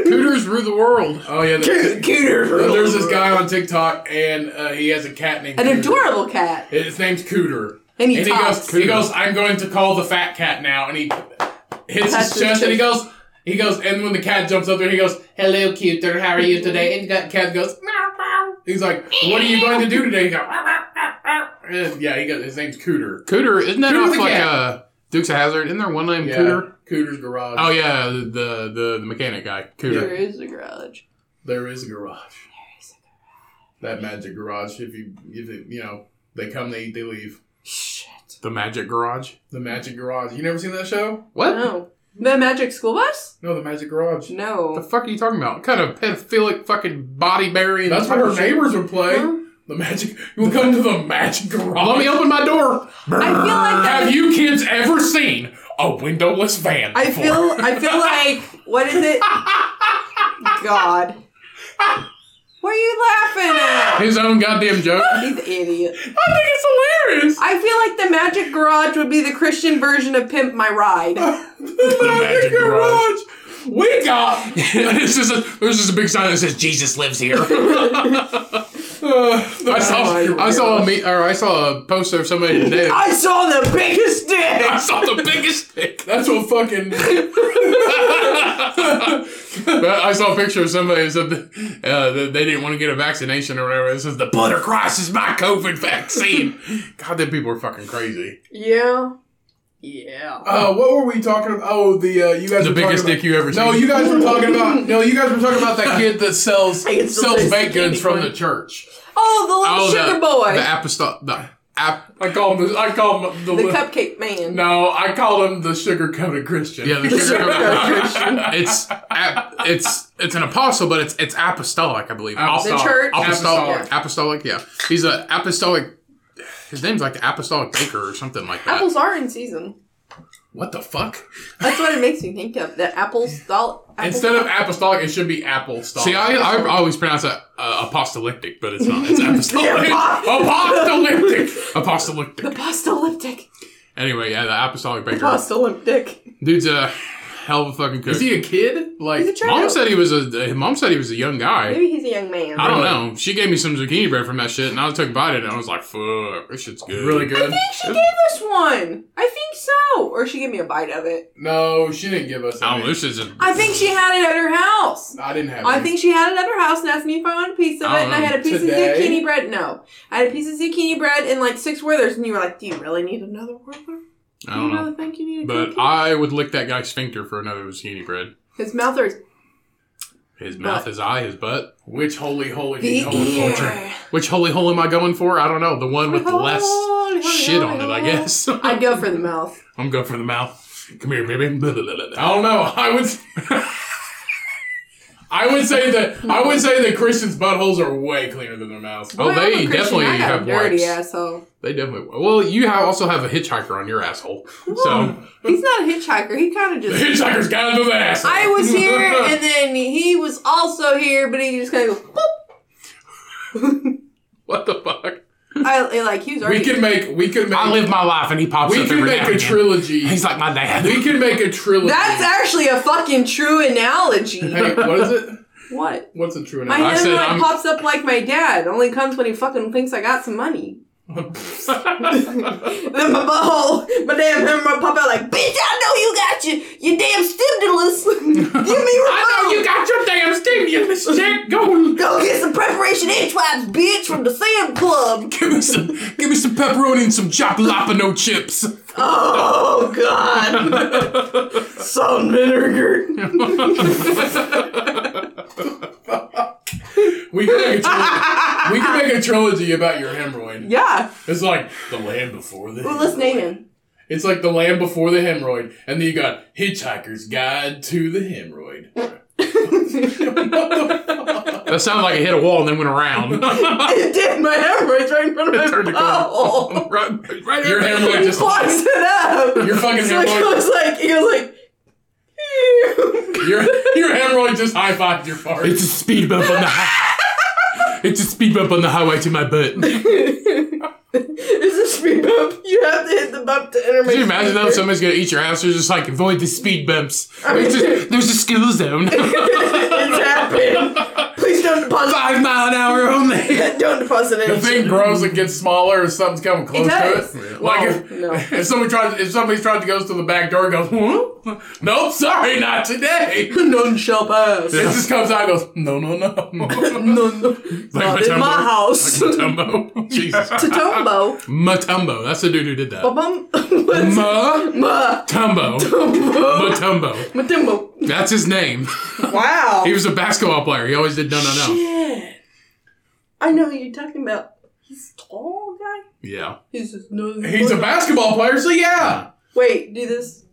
S2: Cooters rule the world.
S1: Oh yeah, there's,
S4: cooter.
S1: there's this guy on TikTok, and uh, he has a cat named
S4: An
S1: Cooter.
S4: adorable cat.
S1: His name's Cooter.
S4: And he
S1: and he
S4: talks.
S1: goes, he goes, I'm going to call the fat cat now, and he hits
S4: That's
S1: his chest,
S4: his
S1: and he goes, he goes, and when the cat jumps up there, he goes, "Hello, Cooter, how are you today?" And the cat goes, meow, meow. He's like, "What are you going to do today?" He goes, meow, meow, meow, meow. And yeah, he goes, his name's Cooter.
S2: Cooter, isn't that
S1: Cooter's
S2: off
S1: a
S2: like
S1: cat.
S2: uh, Dukes of Hazard? Isn't there one named
S1: Yeah,
S2: Cooter?
S1: Cooter's garage.
S2: Oh yeah, the the, the mechanic guy,
S4: There
S2: Cooter.
S4: is a garage.
S1: There is a garage. That magic garage. If you, if it, you know, they come, they eat, they leave.
S2: The Magic Garage.
S1: The magic garage. You never seen that show?
S2: What?
S4: No. The magic school bus?
S1: No, the magic garage.
S2: The
S4: No.
S2: fuck are you talking about? What kind of pedophilic fucking body burying?
S1: That's what her neighbors would play.
S4: Huh?
S1: The magic. You would come to the magic garage.
S2: Let me open my door.
S4: I feel like that
S1: Have you kids ever seen a windowless van?
S4: I
S1: before?
S4: feel I feel like what is it? God. What are you laughing at?
S2: His own goddamn joke.
S4: He's an idiot.
S1: I think it's hilarious.
S4: I feel like the magic garage would be the Christian version of Pimp My Ride.
S1: the magic,
S2: magic
S1: garage. We got.
S2: this is a there's just a big sign that says Jesus lives here.
S1: Uh, the
S2: I saw I saw a me or I saw a poster of somebody today.
S4: I saw the biggest dick!
S2: I saw the biggest dick.
S1: That's what fucking.
S2: But I saw a picture of somebody who said that, uh, that they didn't want to get a vaccination or whatever. It says the butter cross is my COVID vaccine. God, them people are fucking crazy.
S4: Yeah. Yeah.
S1: Uh, what were we talking about? Oh, the uh, you guys.
S2: The
S1: were talking
S2: biggest
S1: about-
S2: dick you ever
S1: No,
S2: seen.
S1: you guys were talking about. No, you guys were talking about that kid that sells
S4: I can
S1: sells
S4: still taste the
S1: baked goods
S4: candy
S1: from
S4: corn.
S1: the church.
S4: Oh, the little
S2: Oh,
S4: sugar
S2: the,
S4: boy.
S2: the apostol, the ap,
S1: I call him. The, I call him the.
S4: the cupcake man.
S1: no, I call him the sugar coated Christian.
S2: yeah, the sugar
S4: Christian.
S2: It's ap, it's it's an apostle, but it's it's apostolic, I believe.
S1: Apostolic.
S4: The church.
S2: Apostolic,
S1: Apostolic.
S2: apostolic, yeah. He's a apostolic. His name's like the apostolic baker or something like that.
S4: Apples are in season.
S2: What the fuck?
S4: That's what it makes me think of. The apples doll. apple-
S1: Instead of apostolic, it should be apple style.
S2: See, I, I always pronounce it uh, apostolic, but it's not. It's apostolic.
S1: apocalyptic.
S2: apostolic.
S4: the apostolyptic.
S2: Anyway, yeah, the apostolic baker.
S4: Apostolyptic.
S2: Dude's a hell of a fucking cook.
S1: Is he a kid?
S4: He's a
S1: Like,
S4: child.
S2: mom said he was a. Mom said he was a young guy.
S4: Maybe he's a young man.
S2: I don't know. She gave me some zucchini bread from that shit, and I took a bite of it, and I was like, "Fuck, this shit's good."
S1: really
S4: I
S1: good?
S4: think she gave us one. I think so. Or she gave me a bite of it.
S1: No, she didn't give us.
S2: I
S1: Any.
S2: don't know. This is. a-
S4: I think she had it at her house.
S1: I didn't have.
S4: I
S1: any.
S4: think she had it at her house and asked me if I wanted a piece of it,
S2: I don't
S4: and I had a piece of
S1: Today?
S4: zucchini bread. No, I had a piece of zucchini bread and like six Werthers, and you were like, "Do you really need another Werther?
S2: I
S4: Do you
S2: don't know.
S4: really think you need a
S2: But
S4: cookie?"
S2: I would lick that guy's sphincter for another zucchini bread.
S4: His mouth hurts.
S2: His mouth, his eye, his butt.
S1: Which holy, holy,
S4: The
S1: holy culture?
S4: ear.
S2: Which holy hole am I going for? I don't know. The one with less
S4: Holy, holy,
S2: shit on
S4: holy,
S2: it, I
S4: holy.
S2: guess.
S4: I'd go for the mouth.
S2: I'm going for the mouth. Come here, baby. Blah, blah, blah, blah, blah.
S1: I don't know. I would. I would say that I would say that Christians' buttholes are way cleaner than their mouths.
S2: Oh,
S4: Boy, I'm a
S2: they
S4: Christian,
S2: definitely
S4: I got a
S2: have
S4: dirty
S2: wipes.
S4: asshole.
S2: They definitely. Well, you have, also have a hitchhiker on your asshole. So
S4: He's not a hitchhiker. He kind of
S1: The
S4: just.
S1: hitchhiker's got into the ass.
S4: I was here, and then he was also here, but he just kind of goes,
S2: what the fuck?
S4: boop. I like he was
S1: we
S4: already.
S1: could make we could make
S2: I live my life, and he pops
S1: we
S2: up
S1: could
S2: every
S1: make a
S2: now and again.
S1: trilogy.
S2: He's like my dad.
S1: we could make a trilogy.
S4: That's actually a fucking true analogy.
S1: hey, what is it?
S4: what?
S1: What's a true
S4: My
S2: I
S1: analogy?
S4: husband
S2: said
S4: like
S2: I'm-
S4: pops up like my dad. Only comes when he fucking thinks I got some money. Then my butthole, my damn him pop out like, bitch. I know you got your your damn stimulus. Give me your
S2: I know you got your damn stimulus check. Go
S4: Go get some preparation inch wipes, bitch, from the sand club.
S2: give me some, give me some pepperoni and some jalapeno chips.
S4: Oh god! Salt and vinegar.
S1: We can, make a trilogy, we can make a trilogy about your hemorrhoid.
S4: Yeah.
S1: It's like the land before the.
S4: Well, let's name him.
S1: It's like the land before the hemorrhoid, and then you got Hitchhiker's Guide to the Hemorrhoid.
S2: That sounded like it hit a wall and then went around.
S4: It did. My hemorrhoid's right in front of my
S2: turned the corner.
S4: butthole.
S2: right, right
S1: Your
S2: here.
S1: hemorrhoid just.
S4: Clogs it up.
S1: Your fucking
S4: So it
S1: hemorrhoid.
S4: goes like it goes like.
S1: Your, your hemorrhoid just high fived your fart.
S2: It's a speed bump on the high. It's a speed bump on the highway to my butt. Could
S4: It's a speed bump. You have to hit the bump to enter.
S2: you imagine though if somebody's gonna eat your ass? They're just like avoid the speed bumps. It's just- there's a skill zone.
S4: it's happening. Please don't deposit.
S2: Five mile an hour only.
S4: Don't deposit
S1: The
S4: anything.
S1: thing grows and gets smaller if something's coming close
S4: does.
S1: to it.
S4: Well,
S1: Like if,
S4: no.
S1: if somebody tries if somebody's trying to go to the back door and goes,
S2: "Hmm?
S1: huh? Nope, sorry, not today.
S4: None shall pass.
S1: It just comes out and goes, no, no, no.
S4: None. Not in my house.
S2: Matumbo. Jesus.
S4: Tumbo.
S2: Matumbo. That's the dude who did that.
S4: Bum. What's
S2: Matumbo.
S4: Ma.
S2: Matumbo.
S4: Matumbo.
S2: That's his name.
S4: Wow.
S2: He was a basketball player. He always did no, no, no.
S4: Shit. I know who you're talking about. He's a tall guy.
S2: Yeah.
S4: He's just no.
S1: He's a basketball player, so yeah.
S4: Wait, do this.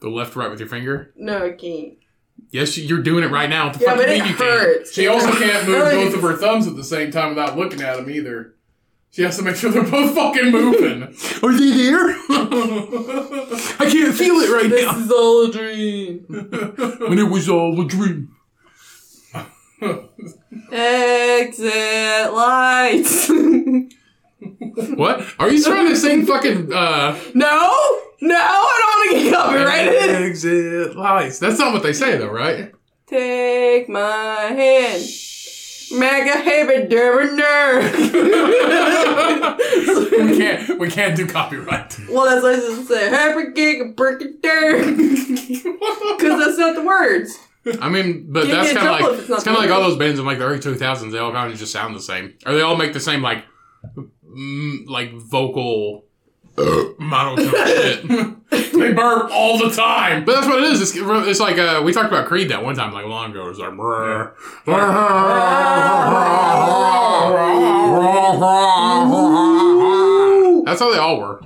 S2: The left, right with your finger.
S4: No, I can't.
S2: Yes, you're doing it right now. What the
S4: Yeah,
S2: fuck
S4: but
S2: do
S4: it
S2: you mean you can't?
S4: hurts.
S1: She also can't move
S4: Really?
S1: both of her thumbs at the same time without looking at them either. She has to make sure they're both fucking moving.
S2: Are they there? I can't feel it right
S4: This is all a dream.
S2: And it was all a dream.
S4: Exit lights.
S2: What? Are you trying to sing fucking uh
S4: No, no, I don't want to get copyrighted.
S2: exit lights? That's not what they say though, right?
S4: Take my hand. Mega haber derber
S1: we can't we can't do copyright.
S4: Well, that's what I was gonna say. Haber gig a brick and dirt. Because that's not the words.
S2: I mean, but
S4: Give me
S2: that's
S4: a
S2: kind of
S4: couple
S2: like
S4: if
S2: it's
S4: it's not
S2: kind of like
S4: the
S2: all those bands in like the early two thousands. They all kind of just sound the same, or they all make the same like mm, like vocal monotone shit.
S1: They burp all the time.
S2: But that's what it is. It's, it's like uh, we talked about Creed that one time, like long ago. It was like, brr, brr. that's how they all were.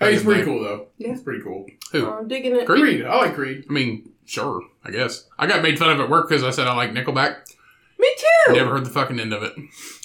S1: Hey, it's pretty cool though.
S4: Yeah.
S1: It's pretty cool.
S2: Who?
S4: I'm digging it.
S2: Creed?
S1: Creed, I like Creed.
S2: I mean, sure, I guess. I got made fun of at work because I said I like Nickelback.
S4: Me too.
S2: Never heard the fucking end of it.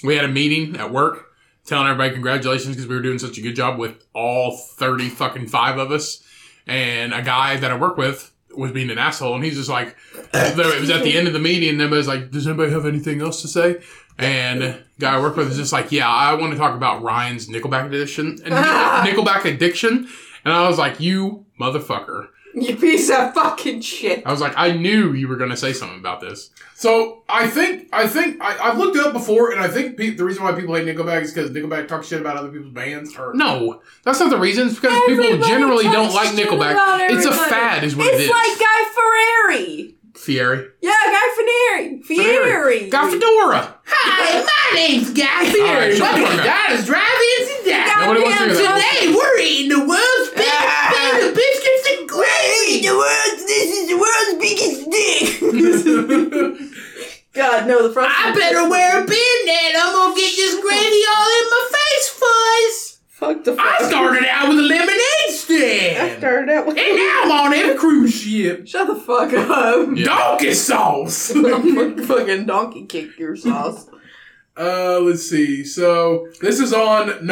S2: We had a meeting at work telling everybody congratulations because we were doing such a good job with all 30 fucking five of us. And a guy that I work with was being an asshole. And he's just like, it was at the end of the meeting. And everybody's like, does anybody have anything else to say? And the guy I work with is just like, yeah, I want to talk about Ryan's Nickelback addiction. And Nickelback addiction. And I was like, you motherfucker.
S4: You piece of fucking shit.
S2: I was like, I knew you were going to say something about this.
S1: So I think I think I, I've looked it up before, and I think pe- the reason why people hate Nickelback is because Nickelback talks shit about other people's bands. Or
S2: No, that's not the reason. It's because people
S4: Everybody
S2: generally don't
S4: talks
S2: like
S4: shit about
S2: Nickelback. It's a
S4: everybody.
S2: fad, is what
S4: it's
S2: it is.
S4: like Guy Fieri.
S2: Fieri.
S4: Yeah, Guy Fieri. Fieri.
S2: Got Fedora.
S9: Hi, my name's Guy
S2: Alright,
S9: Fieri.
S2: shut the fuck up.
S9: God is driving us down.
S2: Nobody wants to hear that.
S9: Today we're eating the world's
S4: Ah.
S9: biggest bag of biscuits and gravy.
S4: The world's, this is the world's biggest dick. God, no, the front.
S9: I better wear a beard net. I'm gonna get this gravy all in my face, fuzz.
S4: Fuck the
S9: I
S4: front.
S9: started out with a lemonade
S4: I
S9: stand,
S4: started out with.
S9: and now I'm on a cruise ship.
S4: Shut the fuck up.
S2: Yeah.
S9: Donkey sauce.
S4: Fuck- fucking donkey kick your sauce.
S1: Uh, let's see. So this is on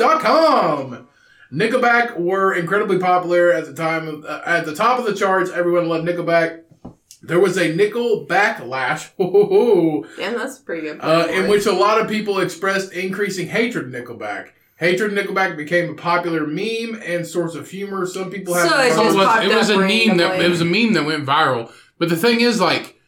S1: NoMoreStuff.com. Nickelback were incredibly popular at the time. Of, uh, at the top of the charts, everyone loved Nickelback. There was a Nickel backlash.
S4: Damn, that's pretty good.
S1: uh, in which a lot of people expressed increasing hatred of Nickelback. Hatred of Nickelback became a popular meme and source of humor. Some people have
S4: So it's
S2: It was,
S4: just popped
S2: it was
S4: up
S2: a meme that
S4: randomly.
S2: it was a meme that went viral. But the thing is, like,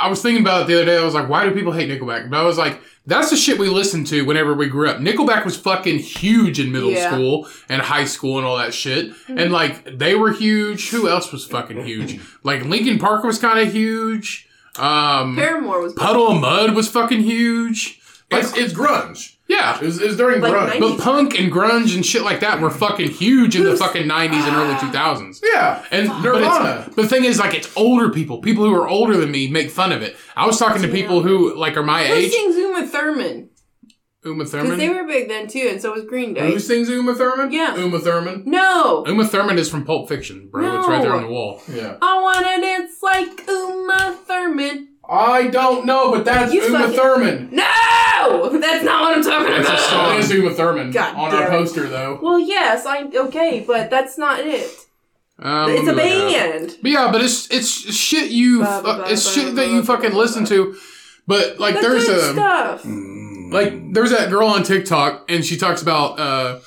S2: I was thinking about it the other day. I was like, why do people hate Nickelback? But I was like, that's the shit we listened to whenever we grew up. Nickelback was fucking huge in middle
S4: Yeah. Mm-hmm.
S2: school and high school and all that shit. And like, they were huge. Who else was fucking huge? like, Linkin Park was kind of huge. Um,
S4: Paramore was
S2: Puddle of Mud was fucking huge. Like,
S1: it's, it's grunge.
S2: Yeah,
S1: It was, it was during
S4: Like
S1: grunge.
S4: 90s.
S2: but punk and grunge and shit like that were fucking huge in the fucking nineties and early two thousands.
S1: yeah,
S2: And but,
S1: Nirvana.
S2: it's, but the thing is, like, it's older people. People who are older than me make fun of it. I was talking to people who like are my
S10: Who
S2: age.
S10: sings Uma Thurman?
S2: Uma
S10: Because they
S2: Thurman.
S10: were big then too, and so was Green Day.
S1: Who sings Uma Thurman?
S10: Yeah.
S1: Uma Thurman.
S10: No,
S2: Uma Thurman is from Pulp Fiction, bro. It's right there on the wall.
S1: Yeah.
S10: I wanna dance like Uma Thurman.
S1: I don't know, but that's
S10: You
S1: Uma
S10: fucking-
S1: Thurman.
S10: No, that's not what I'm talking
S2: That's a
S10: about.
S2: song.
S1: That is Uma Thurman
S4: God
S1: on
S4: damn
S1: our
S4: it.
S1: poster, though.
S10: Well, yes, I okay, but that's not it.
S2: Um,
S4: It's a
S2: let me look it up.
S4: band.
S2: But yeah, but it's it's shit you
S10: Ba, ba,
S2: fu-
S10: ba,
S2: it's
S10: ba,
S2: shit
S10: ba,
S2: that you
S10: ba,
S2: fucking
S10: ba,
S2: listen
S10: ba.
S2: to. But like
S10: The
S2: there's um, Mm,
S10: good
S2: a
S10: stuff.
S2: like there's that girl on TikTok and she talks about uh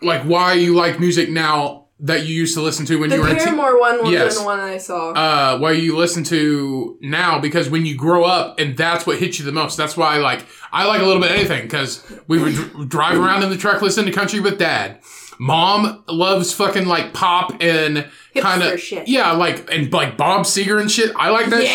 S2: like why you like music now that you used to listen to when
S10: The
S2: you were a teen-
S10: Paramore one was
S2: Yes.
S10: the one I saw.
S2: uh why you listen to now because when you grow up and that's what hits you the most. That's why like I like a little bit of anything cuz we would dr- drive around in the truck listening to country with dad. Mom loves fucking like pop and kind
S4: Hipster
S2: of
S4: shit.
S2: yeah, like and like Bob Seger and shit. I like that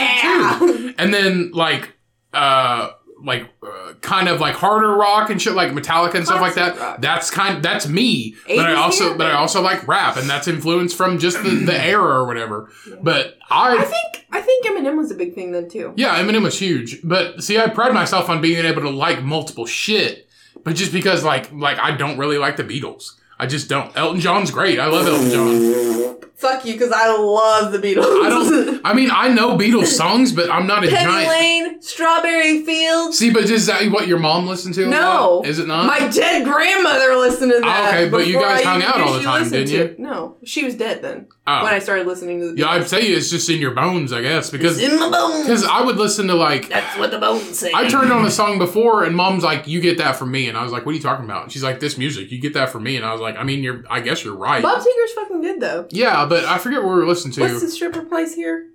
S2: shit too. And then like uh like uh, kind of like harder rock and shit like Metallica and stuff like that. That's kind that's me. But I
S4: 80s
S2: also
S4: hair
S2: but I
S4: band.
S2: also like rap and that's influenced from just the, the era or whatever. But I,
S4: I think I think Eminem was a big thing then too.
S2: yeah, Eminem was huge. But see I pride myself on being able to like multiple shit. But just because like like I don't really like the Beatles. I just don't. Elton John's great. I love Elton John.
S4: Fuck you, because I love the Beatles.
S2: I don't. I mean, I know Beatles songs, but I'm not a
S4: Penny
S2: giant.
S4: Lane, Strawberry Fields.
S2: See, but is that what your mom listened to? a
S4: No.
S2: lot? is it not?
S4: My dead grandmother listened to that.
S2: Oh, okay, but you
S4: before
S2: guys
S4: I
S2: hung
S4: even
S2: out
S4: knew
S2: all the
S4: she
S2: time,
S4: listened
S2: didn't
S4: to
S2: you?
S4: it. No, she was dead then
S2: Oh.
S4: when I started listening to the Beatles.
S2: yeah, I'd say it's just in your bones, I guess, because
S4: in the bones.
S2: because I would listen to like
S4: That's what the bones say.
S2: I turned on a song before, and mom's like, "You get that from me," and I was like, "What are you talking about?" And she's like, "This music, you get that from me," and I was like, "I mean, you're. I guess you're right."
S4: Bob Seger's fucking good though.
S2: yeah, but I forget what we were listening to.
S4: What's the stripper place here?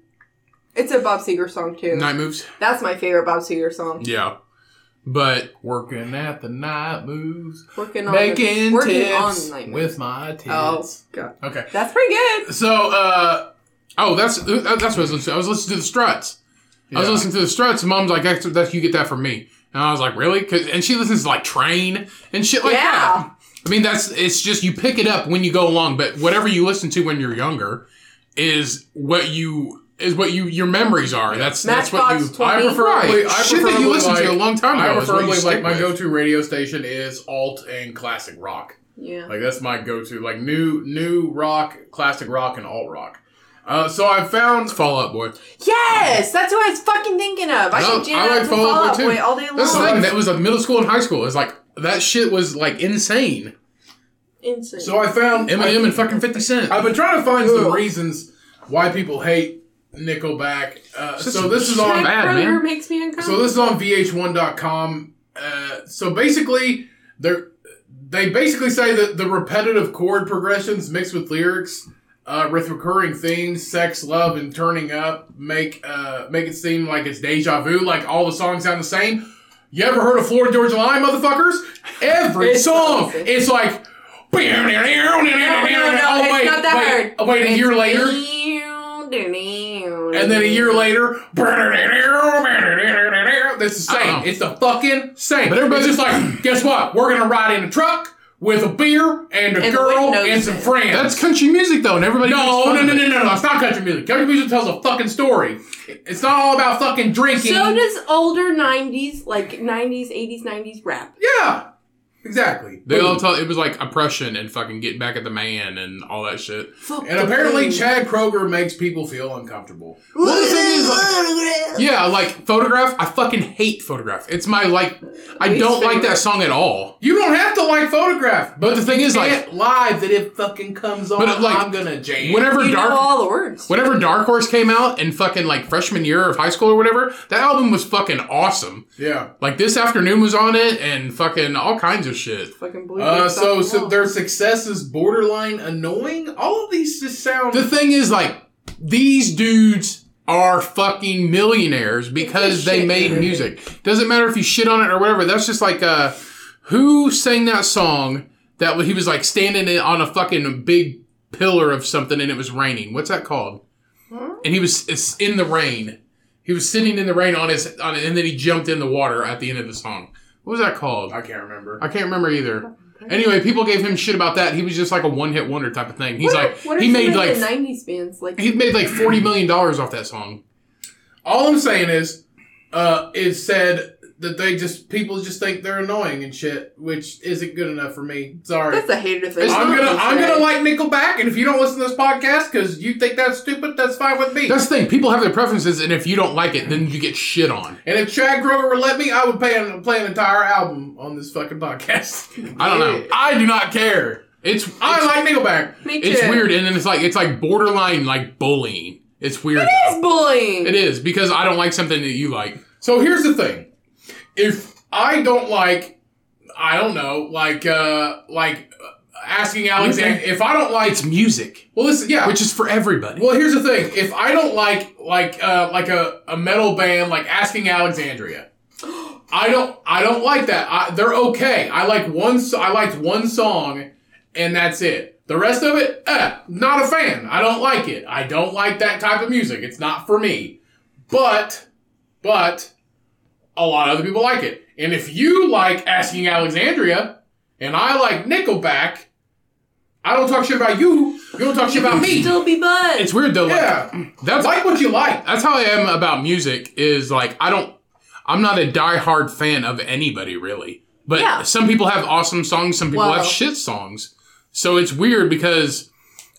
S4: It's a Bob Seger song too.
S2: Night moves.
S4: That's my favorite Bob Seger song.
S2: Yeah, but
S1: Working at the night moves,
S4: Working on
S1: making
S4: the, working
S1: tips
S4: on night
S1: with my tits.
S4: Oh god,
S1: Okay.
S4: that's pretty good.
S2: So, uh, oh, that's that's what I was listening to. I was listening to the Struts. I was
S1: Yeah.
S2: listening to the Struts, and Mom's like, that's, that's you get that from me." And I was like, "Really?" 'Cause- and she listens to like Train and shit like
S4: Yeah.
S2: that. I mean, that's it's just you pick it up when you go along, but whatever you listen to when you're younger is what you is what you your memories are. That's that's what you.
S4: Matchbox 20.
S1: I preferably,
S2: Right.
S1: I
S2: Shit that
S1: preferably
S2: you listened to
S1: like-
S2: a long time
S1: I
S2: ago is what you
S1: preferably
S2: stick
S1: like my
S2: with.
S1: go-to radio station is alt and classic rock.
S4: Yeah.
S1: Like that's my go-to, like new new rock, classic rock, and alt rock. Uh, so I found
S2: Fall Out Boy.
S4: Yes, that's what I was fucking thinking of. I
S2: No,
S4: should jam
S2: I
S4: out
S2: like
S4: to
S2: Fall Out Boy,
S4: Fall Out
S2: too.
S4: Boy all day long.
S2: That's the thing. That was like middle school and high school. It's like that shit was like insane.
S4: Insane.
S1: so I found
S2: Eminem and fucking Fifty Cent.
S1: I've been trying to find some
S4: Ugh.
S1: reasons why people hate Nickelback. Uh,
S2: Such
S1: so
S2: a
S1: this is
S2: shit.
S1: on
S2: bad,
S10: Brother
S2: man.
S10: makes me uncomfortable.
S1: so this is on VH1.com. Uh, so basically, they they basically say that the repetitive chord progressions mixed with lyrics uh, with recurring themes, sex, love, and turning up make uh, make it seem like it's deja vu. Like all the songs sound the same. You ever heard of Florida Georgia Line, motherfuckers? Every
S4: It's
S1: song,
S4: awesome.
S1: it's like. No, no, no,
S4: it's not that
S1: oh, wait, oh, Wait, a year later, and then a year later, that's the same.
S2: Uh-uh.
S1: It's the fucking same.
S2: But
S1: But
S2: everybody's-
S1: everybody's just like, guess what? We're gonna ride in a truck with a beer and a
S4: And
S1: girl
S4: windows
S1: and some
S4: in.
S1: friends.
S2: That's country music though, and everybody. makes
S1: no,
S2: fun
S1: no,
S2: of
S1: no,
S2: it.
S1: no, no, no. It's not country music. Country music tells a fucking story. It's not all about fucking drinking.
S4: So does older '90s, like '90s, '80s, '90s rap.
S1: yeah, exactly.
S2: They all tell it was like oppression and fucking getting back at the man and all that shit.
S4: Fuck
S1: and
S4: the
S1: apparently,
S4: thing.
S1: Chad Kroger makes people feel uncomfortable.
S2: Well, the thing is, like- yeah, like photograph. I fucking hate photograph. It's my like. I
S4: Least
S2: don't like
S4: favorite.
S2: that song at all.
S1: You don't have to like photograph, but
S2: But the thing is, like,
S1: it live that it fucking comes on.
S2: it, like,
S1: I'm gonna jam.
S2: whenever
S4: you know
S2: dark.
S4: all the words.
S2: Whenever Dark Horse came out in fucking like freshman year of high school or whatever, that album was fucking awesome.
S1: yeah.
S2: Like this afternoon was on it and fucking all kinds of shit.
S4: Fucking blue.
S1: Uh,
S4: Dicks
S1: so,
S4: off the
S1: so
S4: wall.
S1: their success is borderline annoying. All of these just sound.
S2: The thing is, like, these dudes are fucking millionaires because they
S4: Shit,
S2: made
S4: dude.
S2: music. Doesn't matter if you shit on it or whatever. That's just like, uh, who sang that song that he was like standing in- on a fucking big pillar of something and it was raining? What's that called? And he was it's in the rain. He was sitting in the rain on his on, and then he jumped in the water at the end of the song. What was that called?
S1: I can't remember.
S2: I can't remember either. Anyway, people gave him shit about that. He was just like a one hit wonder type of thing. He's like
S4: What are some
S2: he made
S4: of
S2: like
S4: the '90s bands like?
S2: he made like forty million dollars off that song.
S1: All I'm saying is, uh, it said that they just people just think they're annoying and shit, which isn't good enough for me. Sorry.
S4: That's a hated thing.
S2: It's
S1: I'm
S2: not
S1: gonna
S2: good
S1: I'm gonna like Nickelback, and if you don't listen to this podcast because you think that's stupid, that's fine with me.
S2: That's the thing. People have their preferences, and if you don't like it, then you get shit on.
S1: and if Chad Kroger would let me, I would pay an, play an entire album on this fucking podcast.
S2: I don't know. I do not care. It's
S1: I
S2: it's-
S1: like Nickelback.
S4: Me too.
S2: It's weird, and then it's like it's like borderline like bullying. It's weird.
S4: It's bullying.
S2: It is because I don't like something that you like.
S1: So here's the thing: if I don't like, I don't know, like uh like uh, asking Alexander, if I don't like,
S2: It's music,
S1: well, listen, yeah,
S2: which is for everybody.
S1: Well, here's the thing: if I don't like like uh, like a, a metal band like Asking Alexandria, I don't I don't like that. I, they're okay. I like one so- I liked one song, and that's it. The rest of it, eh, not a fan. I don't like it. I don't like that type of music. It's not for me. But but a lot of other people like it. And if you like Asking Alexandria, and I like Nickelback. I don't talk shit about you. You don't talk shit about me.
S4: Still be buds.
S2: It's weird though. Like,
S1: Yeah.
S2: That's
S1: Like what you like.
S2: that's how I am about music. Is like I don't. I'm not a diehard fan of anybody really, but
S4: Yeah.
S2: some people have awesome songs. Some people
S4: Wow.
S2: have shit songs. So it's weird because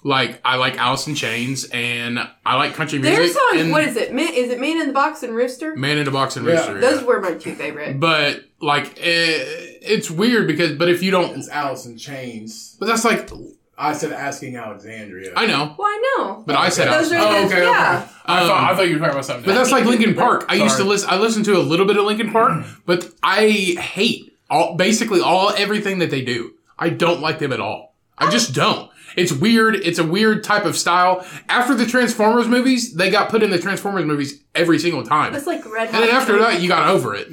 S2: like I like Alice in Chains and I like country music.
S4: Their songs.
S2: and
S4: what is it? Man, is it Man in the Box and Rooster?
S2: Man in a Box and
S1: Yeah.
S2: Rooster? yeah.
S4: Those were my two favorite.
S2: But like, eh, it's weird because but if you don't,
S1: It's Alice in Chains.
S2: but that's like
S1: I said asking Alexandria.
S2: I know,
S4: Well, I know.
S2: but I said
S4: Those
S2: Alice.
S4: are
S1: Oh,
S4: the-
S1: okay,
S4: yeah.
S1: okay. I thought I thought you were talking about something.
S2: But that's like Lincoln Park. I used
S1: Sorry.
S2: to
S1: Mm.
S2: listen. I listened to a little bit of Lincoln Park, but I hate all basically all everything that they do. I don't like them at all. I just don't. It's weird. It's a weird type of style. After the Transformers movies, they got put in the Transformers movies every single time.
S4: That's like Red.
S2: And then
S4: Hot
S2: after
S4: Chili-
S2: that, you got over it.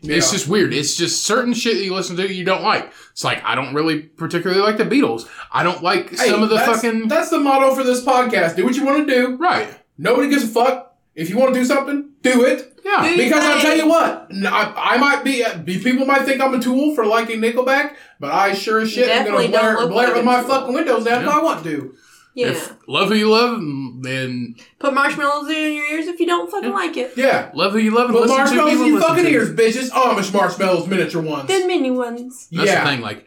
S1: Yeah.
S2: It's just weird. It's just certain shit that you listen to you don't like. It's like I don't really particularly like the Beatles. I don't like
S1: Hey,
S2: some of the
S1: that's-
S2: fucking
S1: That's the motto for this podcast. Do what you want to do.
S2: right.
S1: Nobody gives a fuck. If you want to do something, do it.
S2: Yeah,
S4: Dude.
S1: Because I'll
S4: Right.
S1: tell you what, n- I, I might be, uh, be- people might think I'm a tool for liking Nickelback, but I sure as shit am
S4: Definitely
S1: gonna
S4: don't
S1: blare,
S4: look
S1: blare
S4: like
S1: with
S4: a
S1: my
S4: tool.
S1: fucking windows down
S2: Yeah.
S1: if I want to.
S4: yeah.
S2: If love who you love, then
S4: Put marshmallows in your ears if you don't fucking like it.
S1: Yeah.
S2: love who you love and
S1: But
S2: listen to.
S1: marshmallows
S2: people
S1: in your
S2: listen
S1: fucking
S2: to.
S1: ears, bitches. Amish marshmallows, miniature ones.
S4: Then mini ones.
S2: That's
S1: yeah.
S2: the thing. Like,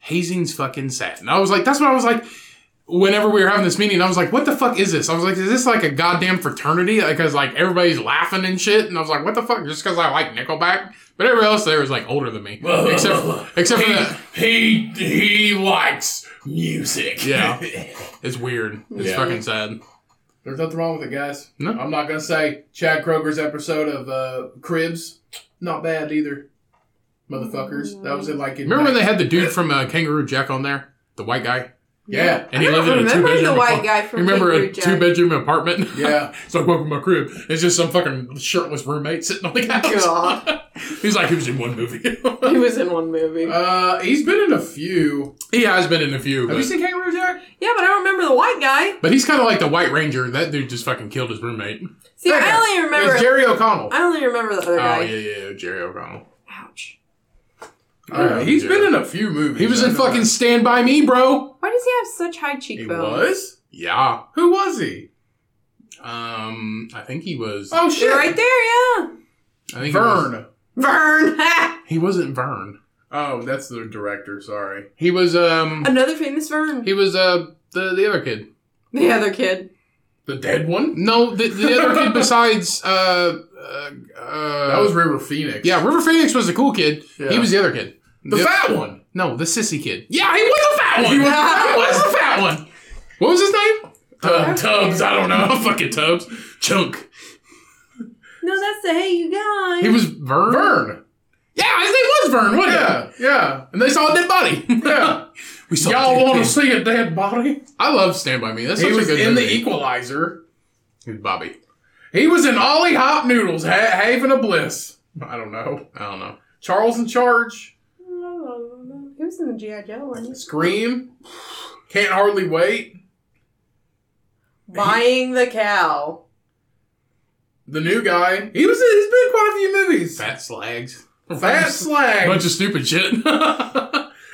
S2: hazing's fucking sad. And I was like, that's what I was like. Whenever we were having this meeting, I was like, what the fuck is this? I was like, is this like a goddamn fraternity? Because like everybody's laughing and shit. And I was like, what the fuck? Just because I like Nickelback? But everybody else there was like older than me. except except for that.
S1: he he likes music.
S2: Yeah. It's weird. It's
S1: Yeah.
S2: fucking sad.
S1: There's nothing wrong with it, guys.
S2: No.
S1: I'm not gonna say Chad Kroger's episode of uh, Cribs, not bad either. Motherfuckers. That was in like in
S2: Remember when they had the dude from uh, Kangaroo Jack on there? The white guy?
S1: Yeah.
S2: And he
S4: I don't
S2: lived in a two
S4: remember
S2: bedroom
S4: the white guy from
S2: Remember
S4: Kangaroo
S2: a
S4: Jack.
S2: two bedroom apartment?
S1: Yeah.
S2: it's like welcome to my crib. It's just some fucking shirtless roommate sitting on the couch.
S4: God.
S2: He's like, he was in one movie.
S4: he was in one movie.
S1: Uh, he's been in a few.
S2: he has been in a few,
S1: Have you
S2: but,
S1: seen Kangaroo Jack?
S4: yeah, but I don't remember the white guy.
S2: but he's kind of like the White Ranger. That dude just fucking killed his roommate.
S4: See,
S1: That guy.
S4: I only remember.
S1: It's Jerry O'Connell.
S4: I only remember the other
S2: Oh yeah,
S4: guy.
S2: yeah, yeah, Jerry O'Connell.
S4: Ouch.
S1: Uh, he's been in a few movies.
S2: He was
S1: I
S2: in
S1: know
S2: fucking Stand by Me, bro.
S4: Why does he have such high
S1: that. He
S4: cheekbones?
S1: was.
S2: Yeah.
S1: Who was he?
S2: Um, I think he was.
S1: Oh shit!
S4: You're right there, yeah.
S2: I think He, was,
S1: Vern.
S4: Vern.
S2: he wasn't Vern.
S1: Oh, that's the director. Sorry.
S2: He was um.
S4: Another famous Vern.
S2: He was uh the the other kid.
S4: The other kid.
S1: The dead one.
S2: No, the, the other kid besides uh, uh uh.
S1: That was River Phoenix.
S2: yeah. River Phoenix was the cool kid. He
S1: Yeah.
S2: was the other kid.
S1: The fat one.
S2: No, the sissy kid. Yeah, he was the fat one.
S1: He was the
S2: He
S1: fat
S2: was the fat one. What was his name? Uh,
S1: Tub-
S2: Tubbs. I don't know. Fucking Tubbs. Chunk.
S4: No, that's the hey you guys.
S2: He was Vern.
S1: Vern.
S2: Yeah, his name was Vern. What?
S1: Yeah, yeah,
S2: And they saw a dead body.
S1: yeah.
S2: we saw. a
S1: Y'all
S2: dead
S1: want to
S2: kid.
S1: see a dead body?
S2: I love Stand by Me. That's
S1: he
S2: such a
S1: was
S2: good
S1: in the
S2: movie.
S1: Equalizer.
S2: He was Bobby.
S1: He was in Ollie Hop Noodles, ha- Haven of Bliss. I don't know.
S2: I don't know.
S1: Charles in Charge.
S4: He was in the G.I. Joe, wasn't he?
S1: Scream. Can't hardly wait.
S4: Buying the cow.
S1: The new guy. He was. In, he's been in quite a few movies.
S2: Fat slags. Fat slang.
S1: bunch of stupid shit.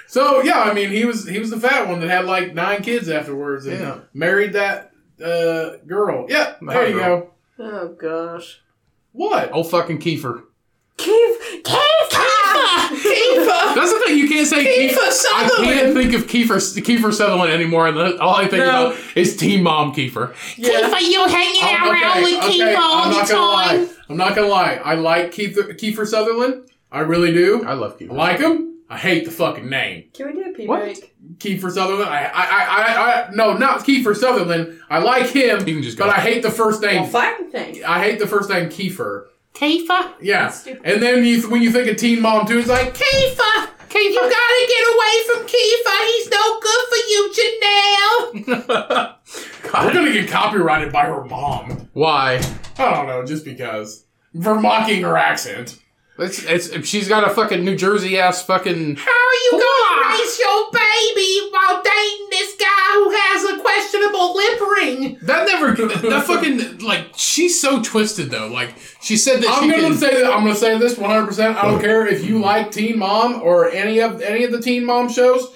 S2: So yeah, I mean, he was he was the fat one that had like nine kids afterwards and
S1: Yeah.
S2: married that uh, girl. Yeah,
S1: The
S2: there
S1: hot
S2: you
S1: girl.
S2: go.
S4: Oh gosh.
S2: What?
S1: Old fucking Kiefer.
S4: Keith Keith
S8: Eva!
S1: That's the thing. You can't say
S8: Kiefer
S1: I can't
S8: Sutherland.
S1: think of Kiefer Kiefer Sutherland anymore. and the- All I think
S4: No.
S1: about is Team Mom Kiefer.
S8: Kiefer, you hanging
S2: Oh,
S8: around with Kiefer all
S2: I'm
S8: the
S2: not gonna lie.
S8: time.
S2: I'm not gonna lie. I like Keith Kiefer Sutherland. I really do.
S1: I love
S2: I
S1: Kiefer.
S2: like him. I hate the fucking name.
S4: Can we do a pee
S1: What?
S4: break?
S2: Kiefer Sutherland. I I I I, I no, not Kiefer Sutherland. I like him,
S1: You can just go.
S2: but I hate the first
S4: Well,
S2: name.
S4: fucking thing.
S2: I hate the first name Kiefer.
S8: Kiefer,
S2: Yeah.
S4: Stupid.
S2: And then you when you think of Teen Mom too, it's like
S8: Kiefer, you gotta get away from Kiefer. He's no good for you, Janelle.
S2: We're gonna get copyrighted by her mom.
S1: Why?
S2: I don't know, just because. For mocking her accent.
S1: It's, it's she's got a fucking New Jersey ass fucking.
S8: How are you gonna raise your baby while dating this guy who has a questionable lip ring?
S1: That never. That fucking like she's so twisted though. Like she said that
S2: I'm
S1: she
S2: gonna
S1: can- Oh.
S2: say that I'm gonna say this 100. percent I don't care if you like Teen Mom or any of any of the Teen Mom shows.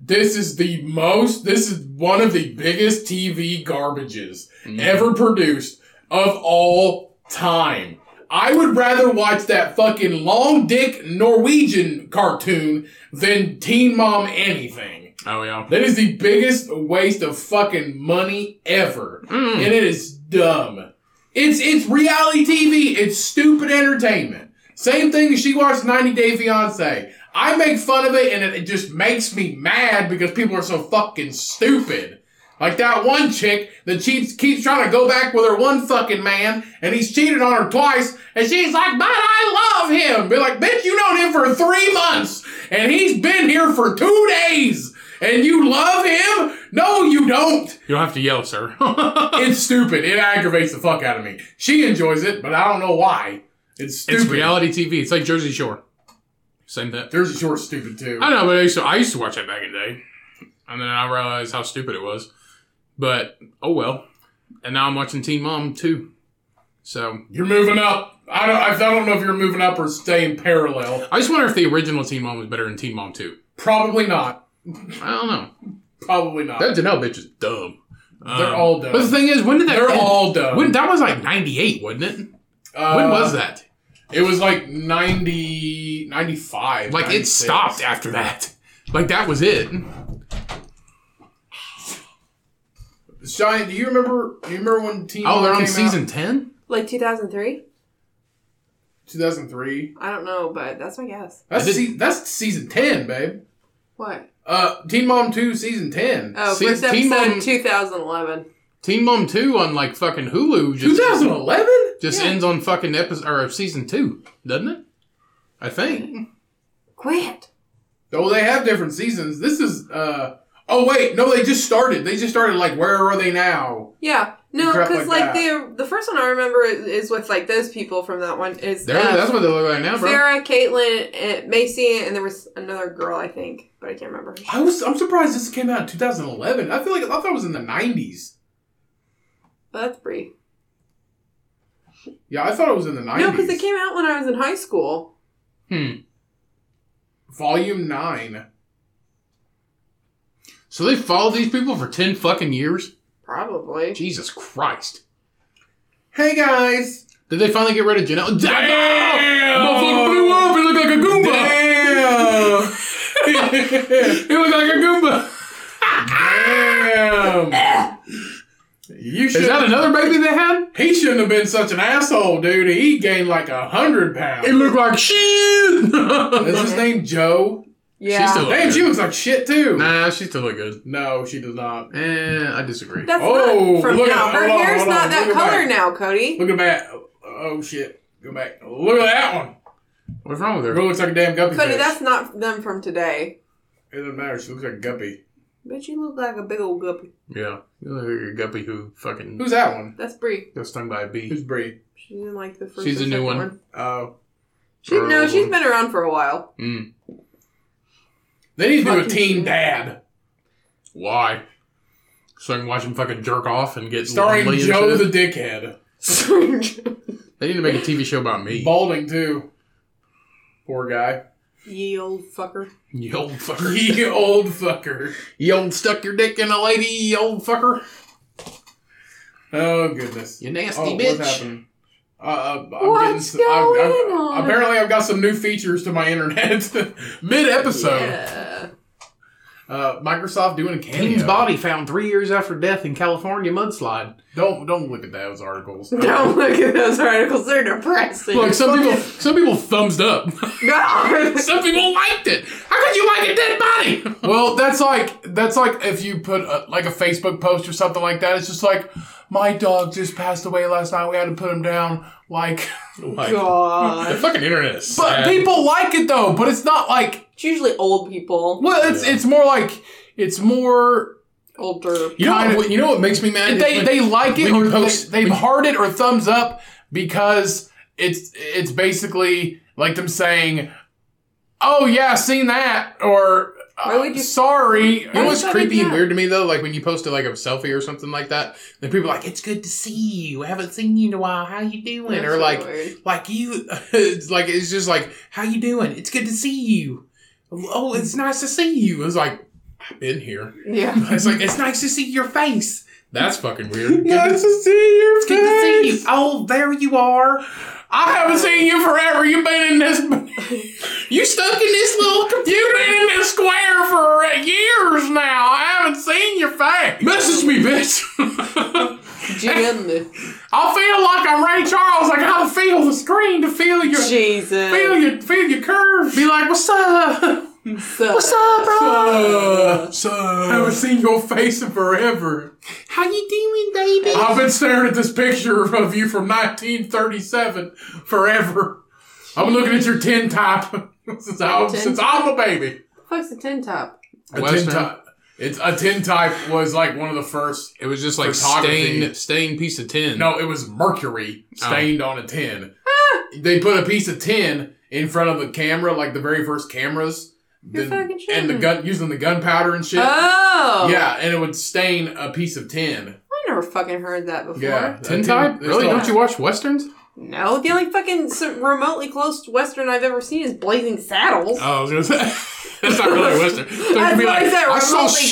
S2: This is the most. This is one of the biggest TV garbages
S1: Mm-hmm.
S2: ever produced of all time. I would rather watch that fucking long dick Norwegian cartoon than Teen Mom anything.
S1: Oh yeah.
S2: That is the biggest waste of fucking money ever.
S1: Mm.
S2: And it is dumb. It's it's reality TV. It's stupid entertainment. Same thing as she watched 90 Day Fiance. I make fun of it and it, it just makes me mad because people are so fucking stupid. Like that one chick that keeps keeps trying to go back with her one fucking man and he's cheated on her twice and she's like, but I love him. Be like, bitch, you known him for three months and he's been here for two days and you love him? No, you don't
S1: You don't have to yell, sir.
S2: it's stupid. It aggravates the fuck out of me. She enjoys it, but I don't know why. It's stupid.
S1: it's reality TV. It's like Jersey Shore. Same thing.
S2: Jersey Shore's stupid too.
S1: I know, but I used to I used to watch that back in the day, and then I realized how stupid it was. But oh well. And now I'm watching Teen Mom too. So
S2: You're moving up. I don't. I don't know if you're moving up or staying parallel.
S1: I just wonder if the original Teen Mom was better than Teen Mom two.
S2: Probably not.
S1: I don't know.
S2: Probably not.
S1: That Janelle bitch is dumb. Um,
S2: They're all dumb.
S1: Uh, But the thing is, when did that?
S2: They're
S1: end?
S2: all dumb.
S1: When that was like '98, wasn't it?
S2: Uh,
S1: when was that?
S2: It was like 90, 95.
S1: Like it
S2: 96.
S1: stopped after that. Like that was it.
S2: Giant. Do you remember? Do you remember when Teen?
S1: Oh, they're on
S2: came
S1: season ten.
S4: Like 2003?
S2: Two thousand three.
S4: I don't know, but that's my guess.
S2: That's
S1: I did-
S2: se- that's season ten, babe.
S4: What?
S2: Uh, Teen Mom two, season ten.
S4: Oh,
S1: See,
S4: first
S1: Teen
S4: episode
S1: Mom-
S4: 2011.
S1: Teen Mom two on like fucking Hulu. Just
S2: 2011.
S1: just ends on fucking episode or season two, doesn't it? I think.
S4: Quit.
S2: Oh, they have different seasons. This is uh oh wait, no, they just started. They just started like where are they now?
S4: Yeah. No,
S2: Crap
S4: because
S2: like
S4: like, the the first one I remember is, is with like those people from that one is
S1: There,
S4: uh,
S1: that's what they look like now, bro.
S4: Sarah, Caitlin, and Macy, and there was another girl I think, but I can't remember.
S2: I was I'm surprised this came out in 2011. I feel like I thought it was in the 90s.
S4: But that's Brie.
S2: Yeah, I thought it was in the 90s.
S4: No, because it came out when I was in high school.
S1: Hmm.
S2: Volume 9.
S1: So they followed these people for ten fucking years.
S4: Probably.
S1: Jesus Christ!
S2: Hey guys.
S1: Did they finally get rid of Janelle?
S2: Damn!
S1: Motherfucker blew up. He looked like a Goomba.
S2: Damn.
S1: He looked like a Goomba.
S2: Damn. You should
S1: Is that another baby they had?
S2: He shouldn't have been such an asshole, dude. He gained like a hundred pounds.
S1: It looked like shit.
S2: Is his name Joe?
S4: Yeah.
S1: She's still
S2: Damn, she looks like shit too.
S1: Nah, she still look good.
S2: No, she does not.
S1: Eh, I disagree.
S4: that's
S2: Oh,
S4: not from
S2: look at-
S4: now. Her
S2: hold on,
S4: hair's
S2: hold
S4: not
S2: on,
S4: that
S2: look at
S4: color
S2: that.
S4: now, Cody.
S2: Look at that. Oh shit. Go back. Look at that one.
S1: What's wrong with
S2: Girl looks like a damn guppy.
S4: Cody,
S2: fish.
S4: that's not them from today.
S2: It doesn't matter. She looks like a guppy.
S4: But you look like a big old guppy.
S1: Yeah, you look like a guppy who fucking
S2: Who's that one?
S4: That's Brie.
S1: got stung by a bee.
S2: Who's Bree?
S4: She's in like the first.
S1: She's
S4: or
S1: a new
S4: second
S1: one.
S2: Oh,
S4: She,
S1: Or
S4: no,
S1: old
S4: she's
S1: one.
S4: been around for a while.
S1: Mm.
S2: they need to do a
S4: Fucking
S2: Teen
S4: shit.
S2: Dad
S1: Why? So I can watch him fucking jerk off and get
S2: starring
S1: lonely and
S2: Joe
S1: shit?
S2: the Dickhead,
S1: They need to make a TV show about me.
S2: balding too. Poor guy.
S4: Ye old fucker.
S2: You old fucker.
S1: You old fucker.
S2: you old stuck your dick in a lady, you old fucker.
S1: Oh goodness.
S2: You nasty
S1: Oh,
S2: bitch.
S1: what's happening? Uh, uh, I'm getting
S3: What's
S1: some, I've- I've-
S3: going on?
S1: Apparently, I've got some new features to my internet mid episode.
S4: Yeah.
S1: Uh, Microsoft doing a
S2: Teen's
S1: cameo.
S2: body found three years after death in California mudslide.
S1: Don't don't look at those articles.
S4: Don't look at those articles. They're depressing.
S1: Look, some people some people thumbs up.
S4: No.
S1: some people liked it.
S2: How could you like a dead body?
S1: Well, that's like that's like if you put a, like a Facebook post or something like that. It's just like my dog just passed away last night. We had to put him down. Like,
S2: Like,
S4: God.
S2: Oh the fucking internet is
S1: but
S2: sad.
S1: people like it though. But it's not like
S4: It's usually old people.
S1: well, it's
S2: Yeah.
S1: it's more like it's more
S4: Older.
S2: you know,
S1: kinda-
S2: what, you know what makes me mad? is
S1: they
S2: when-
S1: they like it
S2: when
S1: or
S2: you post-
S1: they, they
S2: when-
S1: heart it or thumbs up because it's it's basically like them saying, "Oh yeah, seen that," or
S4: Why would
S1: uh,
S4: you-
S1: "Sorry."
S2: You know
S1: It
S2: what's
S1: was
S2: creepy and weird to me though? Like when you posted like a selfie or something like that, then people are like, "It's good to see you. I haven't seen you in a while. How you doing?"
S4: That's
S2: or
S4: so
S2: like,
S4: weird.
S2: like you, it's like it's just like, "How you doing? It's good to see you. Oh, it's nice to see you." It's like, I've been here.
S4: Yeah.
S2: It's like it's nice to see your face. That's fucking weird.
S1: Nice to see your
S2: It's good to see you. Oh, there you are.
S1: I haven't seen you forever. You've been in this.
S2: You stuck in this little
S1: You've
S2: computer.
S1: been in this square for years now. I haven't seen your face.
S2: Message me, bitch.
S4: Jim.
S1: I feel like I'm Ray Charles. I gotta feel the screen to feel your
S4: Jesus.
S1: feel your feel your curves. Be like, what's up?
S4: What's
S1: Uh, I haven't seen your face in forever.
S2: How you doing, baby?
S1: I've been staring at this picture of you from 1937 forever. I'm looking at your tin top since I'm since I'm a baby.
S4: Fuck's a tin top.
S1: A tin
S2: Western?
S1: type. It's a tin type was like one of the first.
S2: It was just like
S1: Photography.
S2: stained, stained piece of tin.
S1: No, it was mercury
S2: Oh.
S1: stained on a tin.
S2: Ah.
S1: They put a piece of tin in front of the camera, like the very first cameras,
S4: You're
S1: then-
S4: fucking
S1: and the
S4: shitting.
S1: gun using the gunpowder and shit.
S4: Oh.
S1: Yeah, and it would stain a piece of tin.
S4: I never fucking heard that before.
S1: Yeah,
S2: tin
S1: A
S2: type.
S1: they
S2: Really?
S1: still-
S2: Don't you watch westerns?
S4: No, the only fucking s- remotely close Western I've ever seen is Blazing Saddles.
S2: Oh, I was gonna say that's not really a western. So
S4: That's
S2: you'd be
S4: why I
S2: like,
S4: said
S2: I saw
S4: remotely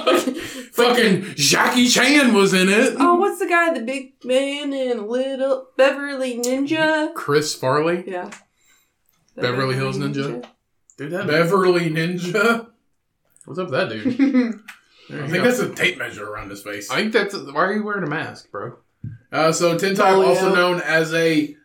S2: Shanghai
S4: close."
S2: Noon. Fucking Jackie Chan was in it.
S4: Oh, what's the guy, the big man in Little Beverly Ninja?
S2: Chris Farley.
S4: Yeah. The
S2: Beverly Hills Ninja? Dude, that
S1: Beverly Ninja.
S2: what's up with that dude?
S4: Ninja.
S2: There
S1: I
S2: you
S1: think
S2: go.
S1: that's a tape measure around his face.
S2: I think that's why are you wearing a mask, bro?
S1: Uh, so tin type,
S4: Oh, yeah.
S1: also known as a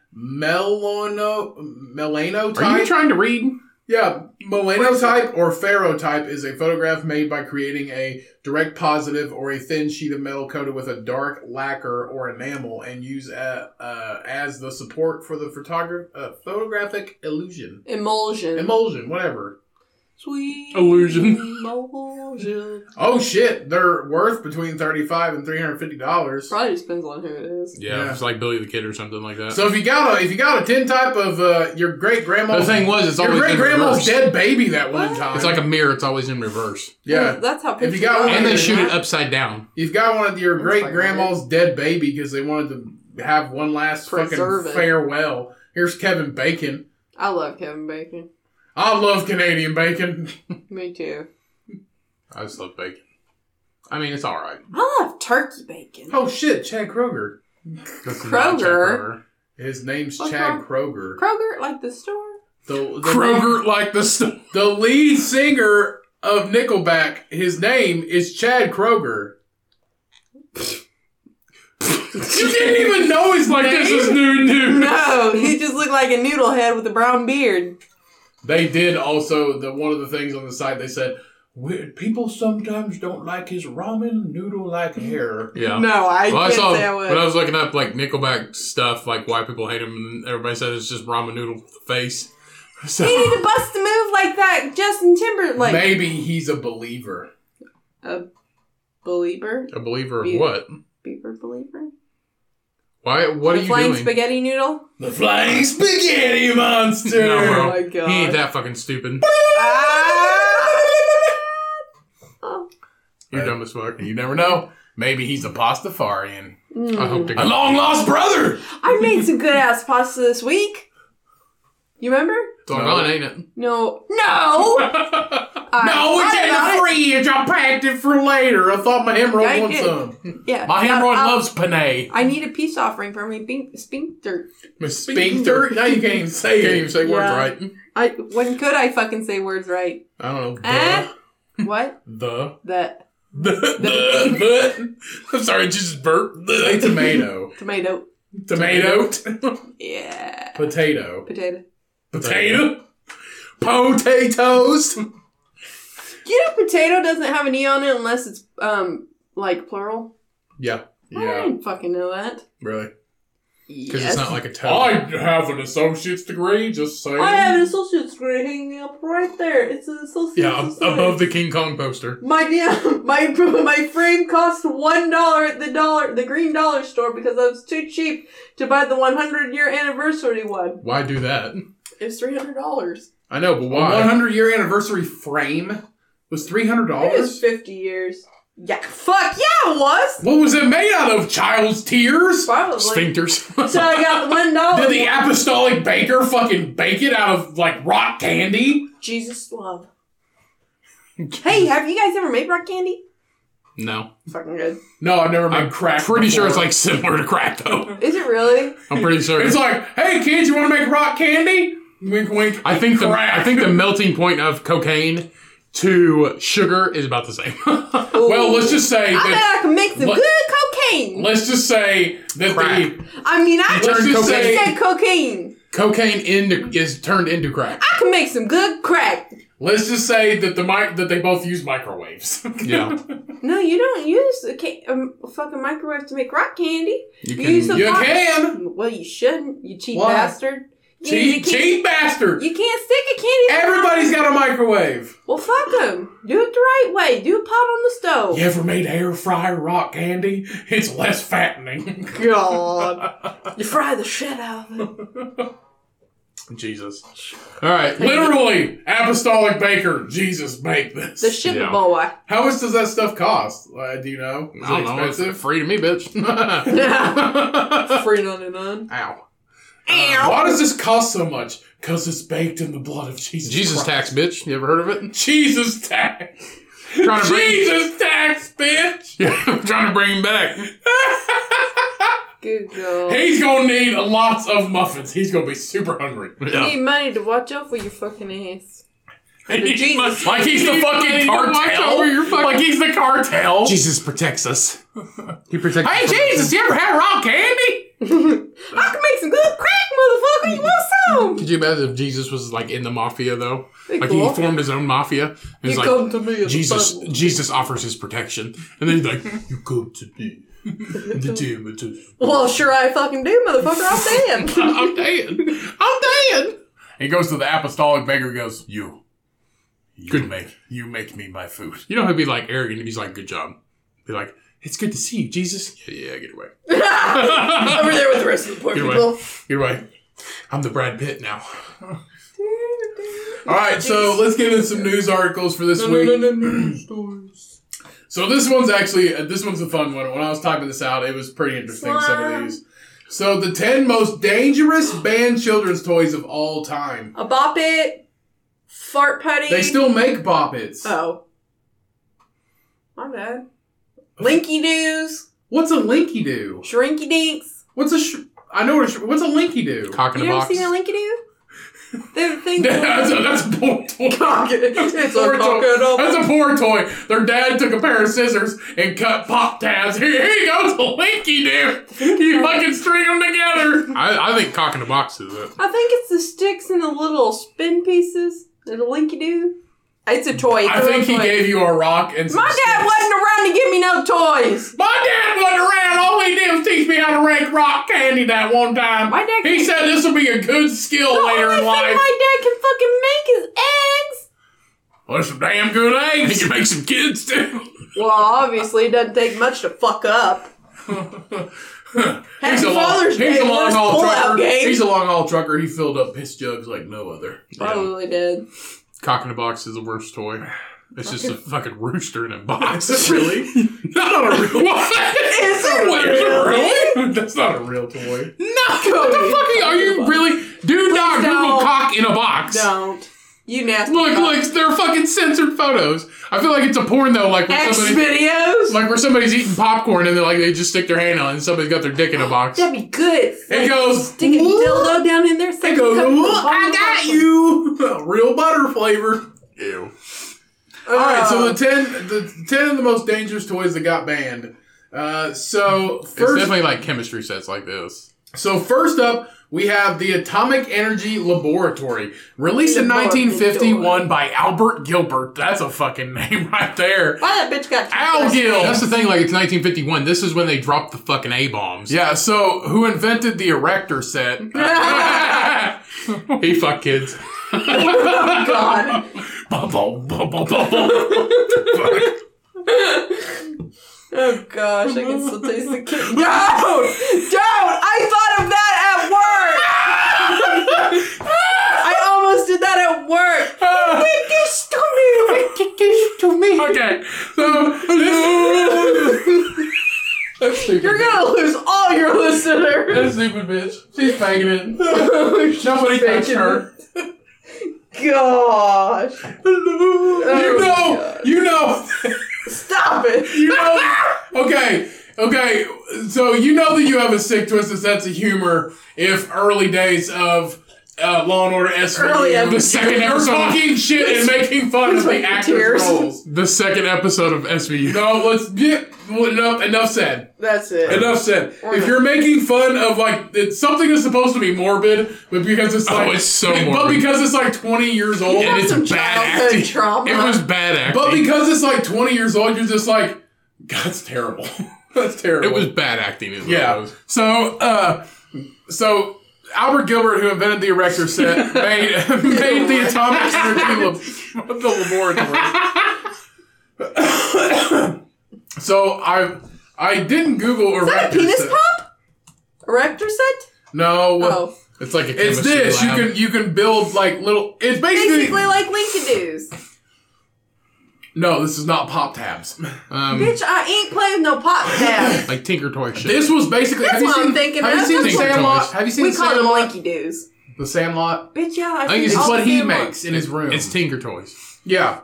S1: melano melano
S2: Are you
S1: type.
S2: trying to read?
S1: Yeah, melanotype or ferrotype is a photograph made by creating a direct positive or a thin sheet of metal coated with a dark lacquer or enamel and used uh, uh, as the support for the photograph uh, photographic illusion.
S4: Emulsion.
S1: Emulsion, whatever.
S4: Sweet.
S2: Illusion.
S4: Emulsion.
S1: Oh shit, they're worth between 35 and $350.
S4: Probably just depends on who it is.
S1: Yeah.
S2: it's like Billy the Kid or something like that.
S1: So if you got a if you got a tin type of uh, your great
S2: the
S1: grandma's
S2: thing was, it's
S1: your
S2: always
S1: great
S2: in
S1: grandma's
S2: reverse.
S1: dead baby that one
S4: What?
S1: time.
S2: It's like a mirror. It's always in reverse,
S1: yeah.
S4: That's how
S1: If you
S4: pictures
S1: got
S4: are.
S1: one,
S2: and they
S1: Yeah.
S2: shoot it upside down.
S1: You've got one of your
S4: Looks
S1: great
S4: like
S1: grandma's dead baby because they wanted to have one last
S4: Preserve
S1: fucking
S4: it.
S1: farewell. Here's Kevin Bacon.
S4: I love Kevin Bacon.
S1: I love Canadian bacon.
S4: Me too.
S2: I just love bacon. I mean, it's all right.
S4: I love turkey bacon.
S1: Oh shit, Chad Kroger.
S2: This is
S4: Kroger.
S2: not Jack Kroger.
S1: His name's
S4: What's
S1: Chad
S4: wrong?
S1: Kroger.
S4: Kroger, like the store.
S1: The, the,
S2: Kroger like the st-
S1: The lead singer of Nickelback. His name is Chad Kroger. you didn't even know he's like this is new news.
S4: No, he just looked like a noodle head with a brown beard.
S1: They did also the one of the things on the site they said "We- people sometimes don't like his ramen noodle like hair.
S2: Yeah.
S4: No, I
S2: well, I
S4: can't
S2: saw
S4: say I would.
S2: when I was looking up like Nickelback stuff, like why people hate him, and everybody said it's just ramen noodle face. So
S4: He need to bust a move like that, Justin Timberlake.
S1: Maybe he's a believer.
S4: Believer,
S2: a believer of
S4: Yeah.
S2: what?
S4: Beaver believer.
S2: Why? What
S4: the
S2: are you
S4: flying
S2: doing?
S4: spaghetti noodle.
S1: The flying spaghetti monster.
S2: No, bro.
S4: Oh my god.
S2: He ain't that fucking stupid.
S4: Ah! Oh.
S2: You're dumb as fuck.
S1: You never know. Maybe he's a pastafarian.
S4: Mm.
S2: I hope to
S1: A
S2: God.
S1: long lost brother.
S4: I made some good ass pasta this week. You remember?
S1: It's all
S2: No.
S1: gone, ain't it?
S4: No. No! I
S1: no, it's
S4: thought
S1: in
S4: about
S1: the
S4: it.
S1: fridge. I packed it for later. I thought my hemorrhoid
S4: Yeah,
S1: wants
S4: you
S1: some.
S4: Yeah.
S2: My
S4: now,
S2: hemorrhoid
S4: I'll-
S2: loves Panay.
S4: I need a peace offering for my bink- sphincter.
S1: My sphincter. Now you can't even say
S2: Can't
S1: it.
S2: even say words
S4: Yeah.
S2: right.
S4: I when could I fucking say words right?
S1: I don't know. The,
S4: Eh? what?
S1: the,
S4: The
S1: the, the, the. I'm sorry, just burp.
S2: Say
S1: The.
S2: tomato.
S4: tomato.
S1: Tomato.
S4: Yeah.
S1: Potato.
S4: Potato.
S1: Potato. Potatoes.
S4: You know, potato doesn't have an e on it unless it's um like plural.
S1: Yeah.
S4: I
S1: Yeah.
S4: didn't fucking know that.
S1: Really. Because
S4: Yes.
S1: it's not like a toe.
S2: I have an associate's degree, just saying.
S4: I have an associate's degree hanging up right there. It's an associate's
S1: yeah, ab-
S4: degree.
S1: above the King Kong poster.
S4: My damn, my my frame cost one dollar at the dollar the green dollar store because I was too cheap to buy the one hundred year anniversary one.
S1: Why do that?
S4: It was three hundred dollars.
S1: I know, but why?
S2: 100 year anniversary frame was
S4: It was
S2: $300.
S4: fifty years. Yeah, fuck yeah, it was
S2: What was it made out of? Child's tears?
S4: probably.
S1: Sphincters.
S4: So I got the one dollar.
S2: Did the apostolic baker fucking bake it out of like rock candy?
S4: Jesus love. hey, have you guys ever made rock candy?
S1: no.
S4: Fucking good.
S2: No, I've never made
S1: I'm
S2: crack.
S1: pretty sure it's
S2: before.
S1: like similar to crack though.
S4: Is it really?
S1: I'm pretty sure.
S2: It's like, hey kids, you want to make rock candy? Wink, wink.
S1: I think the
S2: crack.
S1: I think the melting point of cocaine to sugar is about the same.
S2: Well, let's just say
S4: I
S2: that.
S4: bet I can make some
S2: let-
S4: good cocaine.
S2: Let's just say that
S1: Crack.
S2: the
S4: I mean, I
S2: Let's just
S4: just
S2: say-
S4: said cocaine.
S1: cocaine into is turned into crack.
S4: I can make some good crack.
S2: let's just say that the mic that they both use microwaves.
S1: Yeah,
S4: No, you don't use a, ca- um, a fucking microwave to make rock candy.
S1: you
S4: You use
S1: can.
S4: the
S2: you
S4: box-
S2: can.
S4: Well, you shouldn't. You cheap
S2: Why?
S4: bastard. You- you
S2: Cheap,
S4: can't-
S2: cheap bastard.
S4: You can't stick a candy. to-
S2: Everybody's got a microwave.
S4: Well, fuck them. Do it the right way. Do a pot on the stove.
S2: You ever made air fry rock candy? It's less fattening.
S4: God, you fry the shit out of it.
S1: Jesus. All right.
S2: Literally, apostolic baker. Jesus, make this.
S4: The shit
S1: Yeah.
S4: boy.
S2: How much does that stuff cost? Uh, do you know? Is
S1: I
S2: it
S1: don't know. It's
S2: expensive?
S1: free to me, bitch.
S4: Free none and none.
S1: Ow.
S2: Why does this cost so much? Because it's baked in the blood of Jesus.
S1: Jesus tax,
S2: Christ.
S1: bitch. You ever heard of it?
S2: Jesus tax.
S1: Trying to bring,
S2: Jesus tax, bitch.
S1: yeah, trying to bring him back.
S4: Good girl.
S2: He's gonna need lots of muffins. He's gonna be super hungry.
S4: You
S1: Yeah.
S4: need money to watch out for your fucking ass. Jesus.
S2: Like he's the fucking
S1: Watch over
S2: cartel.
S1: your fucking-
S2: Like he's the cartel.
S1: Jesus protects us. He protects.
S2: Hey
S1: us.
S2: Jesus, you ever had raw candy?
S4: I can make some good crack, motherfucker. You want some?
S1: Could you imagine if Jesus was like in the mafia though?
S4: Be
S1: Like
S4: cool.
S1: he formed his own mafia. And he's
S4: You
S1: like,
S4: come to me. as a
S1: Jesus,
S4: son.
S1: Jesus offers his protection, and then he's like, "You come to me, the demon to
S4: Well, sure I fucking do, motherfucker. I'm dead.
S1: I'm dead. I'm dead.
S2: He goes to the apostolic baker. and Goes you. You make you make me my food.
S1: You know he'd be like arrogant. He's like, "Good job." Be like, "It's good to see you, Jesus." Yeah, yeah, get away,
S4: Over there with the rest of the poor
S1: Get away.
S4: people.
S1: get away. I'm the Brad Pitt now.
S2: All right, so let's get in some news articles for this week. So this one's actually uh, this one's a fun one. When I was typing this out, it was pretty interesting. Some of
S4: Slime.
S2: these. So the ten most dangerous banned children's toys of all time.
S4: A bop it, fart putty.
S2: They still make boppets.
S4: Oh, my bad. Linky doos,
S2: What's a linky do?
S4: shrinky dinks.
S2: What's a sh- I know what a sh- what's a linky do?
S1: Cock in
S4: You
S1: a
S4: ever
S1: box.
S4: seen a linky doo? They're things.
S2: that's a that's a poor toy.
S4: it's
S2: Poor
S4: a
S2: toy.
S4: cock
S2: That's a poor toy. Their dad took a pair of scissors and cut pop tabs. Here, here you go, it's a linky do. You fucking string them together.
S1: I, I think cock in a box is it.
S4: I think it's the sticks and the little spin pieces. They're the linky doo. It's a toy. It's
S2: I
S4: a
S2: think he
S4: toy.
S2: gave you a rock and some
S4: My dad
S2: sticks.
S4: wasn't around to give me no toys.
S2: My dad wasn't around. All he did was teach me how to rake rock candy that one time.
S4: My dad
S2: he said this will be a good skill
S4: The
S2: later
S4: only
S2: in
S4: thing
S2: life.
S4: my dad can fucking make is eggs.
S2: Well, there's some damn good
S1: He
S2: eggs.
S1: can make some kids too.
S4: Well, obviously, it doesn't take much to fuck up.
S2: He's
S4: Happy
S2: a long-
S4: Father's Day
S2: he's a long
S4: worst
S2: haul
S4: pullout
S2: trucker.
S4: game.
S2: He's a long haul trucker. He
S11: Um,
S2: filled up piss jugs like no other.
S1: Yeah.
S4: Probably did.
S1: Cock in a box is the worst toy. It's just a fucking rooster in a box. really? not a real what?
S11: Is it
S1: Wait, is it really? That's not a real toy. No, what
S11: Cody.
S1: the fuck are you really? Do not Google
S11: don't.
S1: cock in a box.
S11: Don't. You nasty.
S1: Look, look, they're fucking censored photos. I feel like it's a porn though, like when
S11: X
S1: somebody,
S11: videos.
S1: like where somebody's eating popcorn and they like they just stick their hand on it and somebody's got their dick in a box.
S11: That'd be good.
S1: It goes.
S11: Stick a
S1: "Whoa."
S11: dildo down in there. Say
S1: It goes.
S11: come
S1: "Whoa,
S11: on,
S1: I
S11: come
S1: got
S11: on."
S1: you. Real butter flavor. Ew. All right,
S4: Oh.
S1: so
S2: Uh,
S1: the ten, the ten of the most dangerous toys that got banned. Uh, so
S2: It's
S1: first,
S2: definitely like chemistry sets like this.
S1: so first up, we have the Atomic Energy Laboratory, released in
S11: Laboratory.
S1: 1951 by Albert Gilbert. That's a fucking name right there.
S4: Why that bitch got
S1: Al
S2: That's
S1: Gil.
S2: the thing. Like it's 1951. This is when they dropped the fucking a bombs.
S1: Yeah. So who invented the erector set?
S2: he fuck kids.
S11: God.
S1: Bubble, bubble, bubble.
S11: Oh gosh, I can still taste the kid. Don't! Don't! I thought of that at work! I almost did that at work! This to me! This to me!
S1: okay. So
S2: That's stupid.
S11: You're gonna lose all your listeners!
S1: this stupid bitch. She's faking it. Nobody touched
S11: faking
S1: her.
S11: Gosh! Oh.
S1: You know, you know,
S11: Stop it!
S1: you know. Okay, okay. So you know that you have a sick, twisted sense of humor if early days of uh, Law and Order
S11: Early
S1: SVU, the
S11: episodes.
S1: second episode, talking shit and making fun of the
S11: like
S1: actors'
S11: tears.
S1: roles.
S2: The second episode of SVU.
S1: No, let's get well, enough. Enough said.
S11: That's it.
S1: Enough said. If you're making fun of like it's, something that's supposed to be morbid, but because it's
S2: Oh,
S1: like
S2: it's so
S1: but
S2: morbid.
S1: because it's like 20 years old,
S2: and it's
S11: some
S2: bad
S11: childhood
S2: acting.
S11: trauma.
S2: It was bad acting.
S1: but because it's like 20 years old, you're just like, that's terrible. that's terrible.
S2: it was bad acting. Is what It
S1: Yeah.
S2: was.
S1: So, uh, so Albert Gilbert, who invented the erector set, made, made the atomic energy lab- the laboratory. so I I didn't Google erector
S11: penis
S1: set.
S11: pop? Erector set?
S1: No,
S11: Oh.
S2: It's like a
S1: it's
S2: chemistry
S1: this.
S2: lab.
S1: You can you can build like little. It's basically,
S4: basically like Lincoln Do's.
S1: no. This is not pop tabs.
S2: um,
S4: Bitch, I ain't playing no pop tab.
S2: like Tinker Toy shit.
S1: This was basically. have you
S4: what I'm
S1: seen,
S4: thinking
S1: Have you
S4: of.
S1: seen the
S2: Tinker
S1: Sandlot?
S2: Toys.
S1: Have you seen
S4: we
S1: the
S4: call them
S1: Sandlot?
S4: Linky Do's.
S1: The Sandlot.
S4: Bitch, yeah, I,
S2: I think
S4: see
S2: it's
S4: all
S1: what
S4: the
S1: he
S4: damn ones.
S1: makes in his room.
S2: it's Tinker Toys.
S1: Yeah.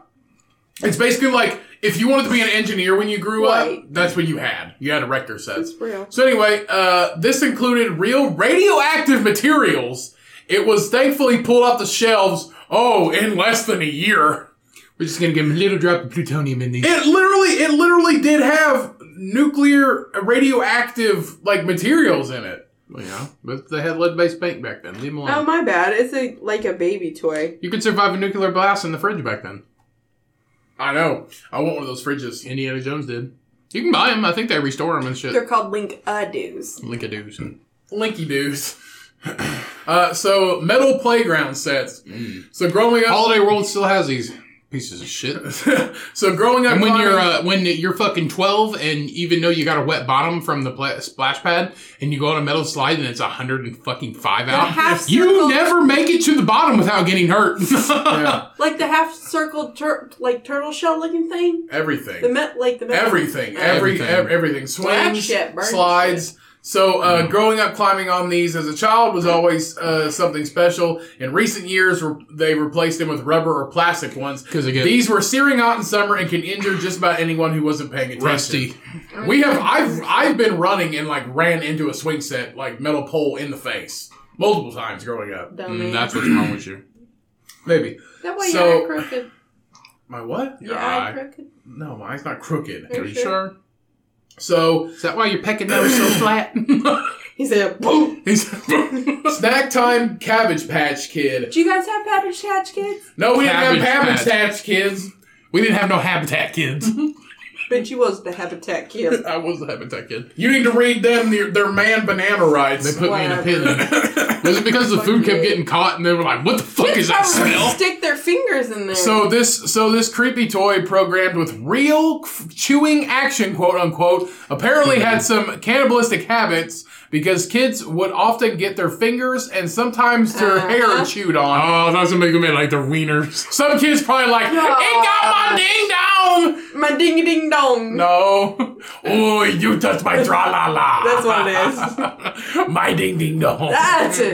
S1: It's basically like if you wanted to be an engineer when you grew up,
S4: Right.
S1: that's what you had. You had erector sets.
S4: It's real.
S1: So anyway, uh, this included real radioactive materials. It was thankfully pulled off the shelves. Oh, in less than a year,
S2: We're just gonna give him a little drop of plutonium in these.
S1: it literally, it literally did have nuclear radioactive like materials in it.
S2: Well, yeah, but they had lead-based paint back then. Leave them alone.
S4: Oh my bad. It's a like a baby toy.
S2: you could survive a nuclear blast in the fridge back then.
S1: I know. I want one of those fridges.
S2: Indiana Jones did. You can buy them. I think they restore them and shit.
S4: They're called Link A Do's.
S2: Linkadoos.
S1: Linky dudes. uh, so metal playground sets.
S2: Mm.
S1: So growing up,
S2: Holiday World still has these pieces of shit.
S1: so growing up,
S2: And when
S1: climbing-
S2: you're uh, when you're fucking 12 and even though you got a wet bottom from the pla- splash pad and you go on a metal slide and it's a hundred and fucking five out,
S4: half
S2: you
S4: circle-
S2: never make it to the bottom without getting hurt.
S1: yeah,
S4: Like the half circle tur- like turtle shell looking thing.
S2: uh,
S4: The
S1: everything,
S4: met like the met-
S1: everything, every
S2: Everything. Mm-hmm.
S1: ev- everything, swings,
S4: shit, bird
S1: slides. So uh, growing up, climbing on these as a child was always uh, something special. In recent years, re- they replaced them with rubber or plastic ones.
S2: 'Cause they get-
S1: these were searing hot in summer and can injure just about anyone who wasn't paying attention.
S2: Rusty.
S1: We have I've I've been running and like ran into a swing set like metal pole in the face multiple times growing up.
S4: Dummy.
S2: Mm, that's what's wrong with you.
S1: Maybe
S4: that way
S1: so-
S4: you're crooked.
S1: my what?
S4: Your
S2: eye.
S4: eye crooked.
S1: No, my eye's not crooked.
S2: Are you sure?
S1: So
S2: Is that why your pecking nose so flat?
S4: He said, "Boom."
S1: he's snack time cabbage patch kid.
S4: Do you guys have Patterson Hatch kids?
S1: No, we didn't have
S2: Cabbage
S1: cabbage patch kids.
S2: we didn't have no habitat kids.
S4: But you was the habitat kid.
S2: I was a habitat kid.
S1: You need to read them their, their man banana
S2: They
S1: rides.
S2: put me in a
S4: Whatever.
S2: pit. Was it because the food kept getting caught and they were like, "What the fuck is that smell?"
S4: Stick their fingers in there.
S1: So this so this creepy toy programmed with real f- chewing action quote unquote apparently had some cannibalistic habits because kids would often get their fingers and sometimes their
S4: Uh-huh.
S1: hair chewed on.
S2: Oh, that's gonna make them in like their wieners.
S1: Some kids probably like, it got my ding dong!
S4: My ding ding dong.
S1: No. Oh, you touched my tra la la.
S4: That's what it Ah.
S1: is. my ding ding dong.
S4: That's it.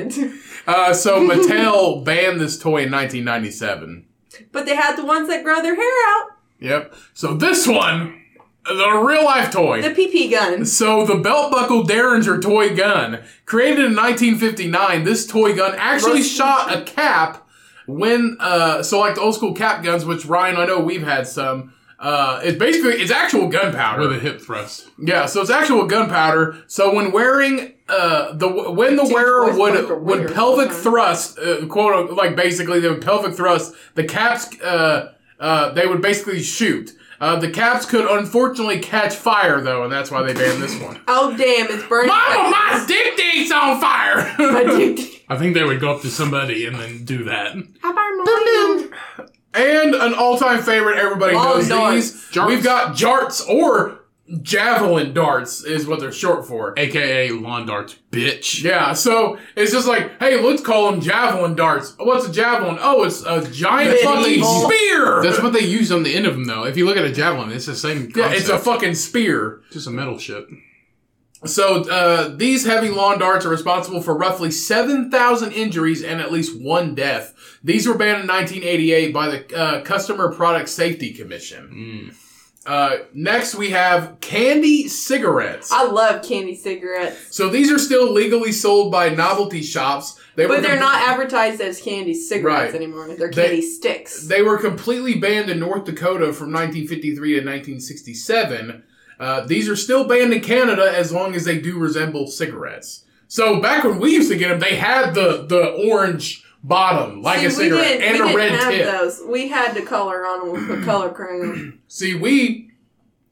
S1: Uh, so Mattel banned this toy in 1997.
S4: But they had the ones that grow their hair out.
S1: Yep. So this one, the real life toy.
S4: The PP gun.
S1: So the belt buckle Derringer toy gun, created in 1959, this toy gun actually shot a cap when uh so like the old school cap guns, which Ryan I know we've had some. Uh, it's basically it's actual gunpowder.
S2: With a hip thrust.
S1: Yeah, so it's actual gunpowder. So when wearing uh the when the wearer
S4: voice like a
S1: would would
S4: weird
S1: pelvic
S4: sometimes.
S1: thrust uh, quote like basically they would pelvic thrust the caps uh uh they would basically shoot. Uh, the caps could unfortunately catch fire though, and that's why they banned this one.
S4: Oh damn, it's burning.
S1: Mama, my dick ding's on fire.
S4: My ding ding.
S2: I think they would go up to somebody and then do that.
S1: and an all-time favorite, everybody
S4: Long
S1: knows
S4: darts.
S1: these. We've got jarts or javelin darts is what they're short for.
S2: AKA lawn darts, bitch.
S1: Yeah, so it's just like, hey, let's call them javelin darts. What's a javelin? Oh, it's a giant fucking
S4: Medieval.
S1: spear.
S2: That's what they use on the end of them, though. If you look at a javelin, it's the same. Concept.
S1: yeah, it's a fucking spear.
S2: just a metal ship.
S1: So uh, these heavy lawn darts are responsible for roughly seven thousand injuries and at least one death. These were banned in 1988 by the uh, Customer Product Safety Commission.
S2: Mm.
S1: Uh, next, we have candy cigarettes.
S4: I love candy cigarettes,
S1: so these are still legally sold by novelty shops. They were
S4: but they're
S1: com-
S4: not advertised as candy cigarettes
S1: Right.
S4: anymore. They're
S1: They-
S4: candy sticks.
S1: They were completely banned in North Dakota from 1953 to 1967. Uh, these are still banned in Canada as long as they do resemble cigarettes. So back when we used to get them, they had the the orange bottom like
S4: See,
S1: a cigarette and a red
S4: have
S1: tip.
S4: those. We had to color on them with a color crayon.
S1: See, we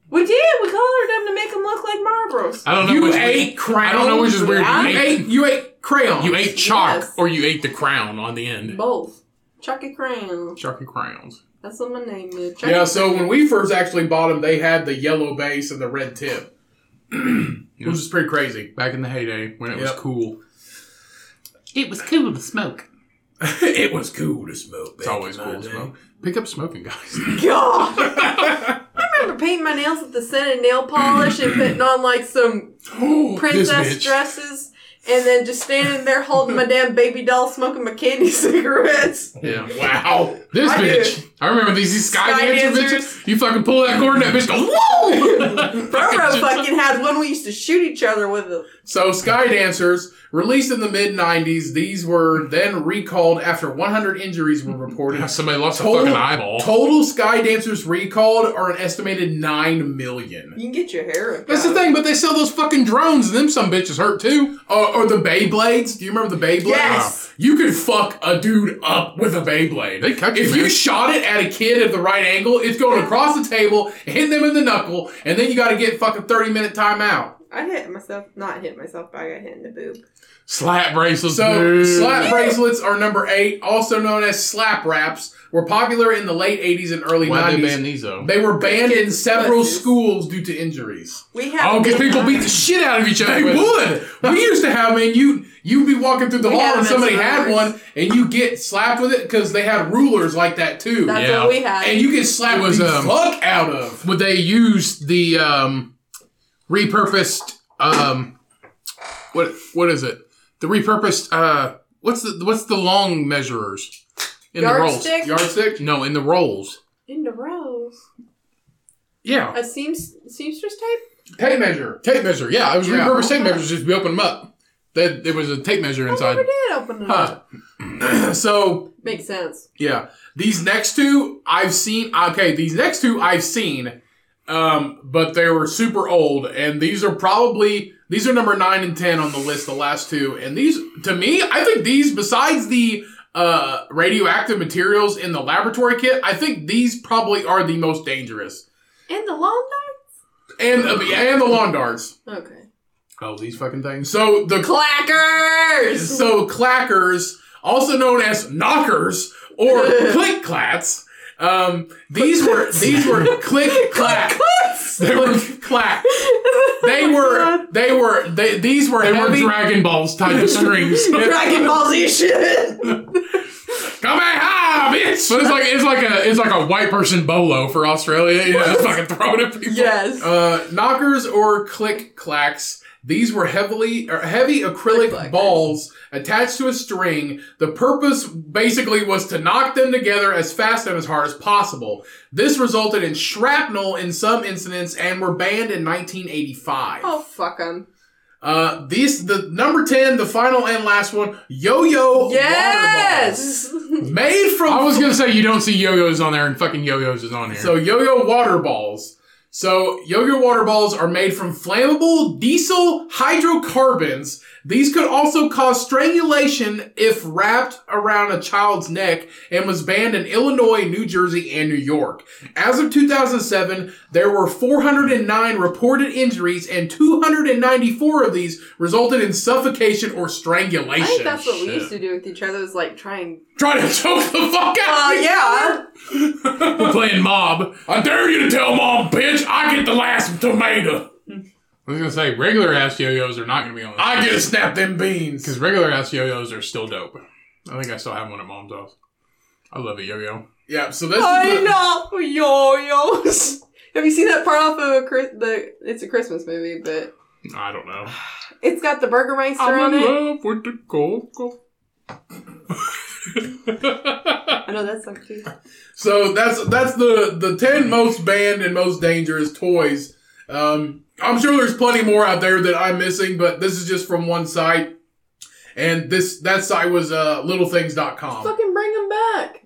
S4: We did. We colored them to make them look like Marlboros.
S2: I don't know.
S1: you
S2: which
S1: ate crown.
S2: I don't know which is weird.
S1: You
S4: I-
S1: ate you ate crayons.
S2: You ate chalk
S4: Yes.
S2: or you ate the crown on the end.
S4: Both. Chuck and crayon.
S2: Chalk and crowns.
S4: That's what my name is. Chuck E.
S1: Yeah.
S4: and
S1: So when we first actually bought them, they had the yellow base and the red tip, which is pretty crazy.
S2: Back in the heyday when it
S1: Yep.
S2: was cool.
S8: It was cool to smoke.
S1: it was cool to smoke.
S2: It's always cool to smoke. Pick up smoking, guys.
S4: God. I remember painting my nails with the scented nail polish and putting on like some princess
S2: bitch.
S4: dresses and then just standing there holding my damn baby doll smoking my candy cigarettes.
S2: Yeah.
S1: Wow.
S2: This
S4: I
S2: bitch.
S4: did.
S2: I remember these, these sky,
S4: Sky
S2: dancers.
S4: dancers.
S2: bitches. You fucking pull that cord and that bitch goes, whoa!
S4: Burro fucking had one we used to shoot each other with it.
S1: So Sky Dancers, released in the mid 90s, these were then recalled after 100 injuries were reported.
S2: Somebody lost a
S1: Total,
S2: fucking eyeball.
S1: total Sky Dancers recalled are an estimated 9 million.
S4: You can get your hair up.
S2: That's the thing, but they sell those fucking drones and them some bitches hurt too.
S1: Uh, Or, or the Beyblades. Do you remember the Beyblades?
S4: Yes.
S1: You could fuck a dude up with a Beyblade.
S2: They cut you,
S1: if
S2: man.
S1: you shot it at a kid at the right angle, it's going across the table, hitting them in the knuckle, and then you got to get fucking 30 minute timeout.
S4: I hit myself, not hit myself, but I got hit in the boob.
S2: Slap bracelets.
S1: So,
S2: dude.
S1: slap bracelets are number eight, also known as slap wraps, were popular in the late 80s and early
S2: Why'd
S1: 90s.
S2: they ban these though?
S1: They were banned in several
S4: Pussies.
S1: schools due to injuries.
S4: We had.
S2: Oh, because people beat the shit out of each other.
S1: They
S2: with it.
S1: would. We used to have, man. You you'd be walking through the
S4: We
S1: hall
S4: had
S1: and
S4: them as
S1: somebody had
S4: rulers.
S1: one, and you get slapped with it because they had rulers like that too.
S4: That's
S2: Yeah.
S4: what we had.
S1: And you get slapped
S2: It was,
S1: the
S2: um,
S1: fuck out of.
S2: Would they use the um, repurposed um, what what is it? The repurposed uh, what's the what's the long measurers in the
S4: Yardstick?
S2: rolls? Yardstick? No, in the rolls.
S4: in the rows.
S2: Yeah,
S4: A seams, seamstress tape?
S1: Tape measure.
S2: tape measure. Yeah, it was
S1: Yeah.
S2: repurposed tape measures. Just we open them up. That there was a tape measure
S4: I
S2: inside.
S4: never did open them
S1: Huh.
S4: up.
S1: So
S4: Makes sense.
S1: Yeah. These next two I've seen. Okay, these next two I've seen, um, but they were super old, and these are probably these are number nine and ten on the list. The last two, and these to me, I think these besides the uh, radioactive materials in the laboratory kit, I think these probably are the most dangerous.
S4: And the long
S1: And uh, and the lawn darts.
S4: dart? Okay.
S2: Oh, these fucking things.
S1: So the
S4: Clackers!
S1: So clackers, also known as knockers or click clats, um, these were these were click clats. They were clack. They were, they were, they, these were
S2: They were
S1: heavy.
S2: Dragon Balls tied to strings.
S4: Dragon Ball Z shit.
S1: Come back, ah, bitch!
S2: But it's like it's like a it's like a white person bolo for Australia. You know, just fucking throwing at people.
S3: Yes.
S1: Uh, knockers or click clacks. These were heavily or heavy acrylic
S3: Click-clackers.
S1: balls attached to a string. The purpose basically was to knock them together as fast and as hard as possible. This resulted in shrapnel in some incidents and were banned in 1985.
S4: Oh fuck 'em.
S1: Uh, these the number ten, the final and last one, yo-yo
S3: yes.
S1: water balls made from.
S2: I was gonna say you don't see yo-yos on there, and fucking yo-yos is on here.
S1: So yo-yo water balls. So yo-yo water balls are made from flammable diesel hydrocarbons. These could also cause strangulation if wrapped around a child's neck and was banned in Illinois, New Jersey, and New York. As of 2007, there were 409 reported injuries and 294 of these resulted in suffocation or strangulation.
S4: I think that's what we
S2: shit.
S4: used to do with each other. Was like trying.
S1: Trying to choke the fuck out
S4: Oh
S1: of me.
S4: yeah.
S2: we're playing mob.
S1: I dare you to tell mom, bitch, I get the last tomato.
S2: I was gonna say regular ass yo-yos are not gonna be on.
S1: I get to snap them beans.
S2: because regular ass yo-yos are still dope. I think I still have one at mom's house. I love a yo-yo.
S1: Yeah, so this is
S4: Oh, I
S1: the-
S4: know yo-yos. Have you seen that part off of a Chris- the? It's a Christmas movie, but
S2: I don't know.
S4: it's got the Burgermeister on it.
S2: love with the cocoa.
S4: I know that sucks too.
S1: so that's that's the the ten most banned and most dangerous toys. Um, I'm sure there's plenty more out there that I'm missing, but this is just from one site, and this that site was uh, littlethings.com.
S3: Fucking bring them back.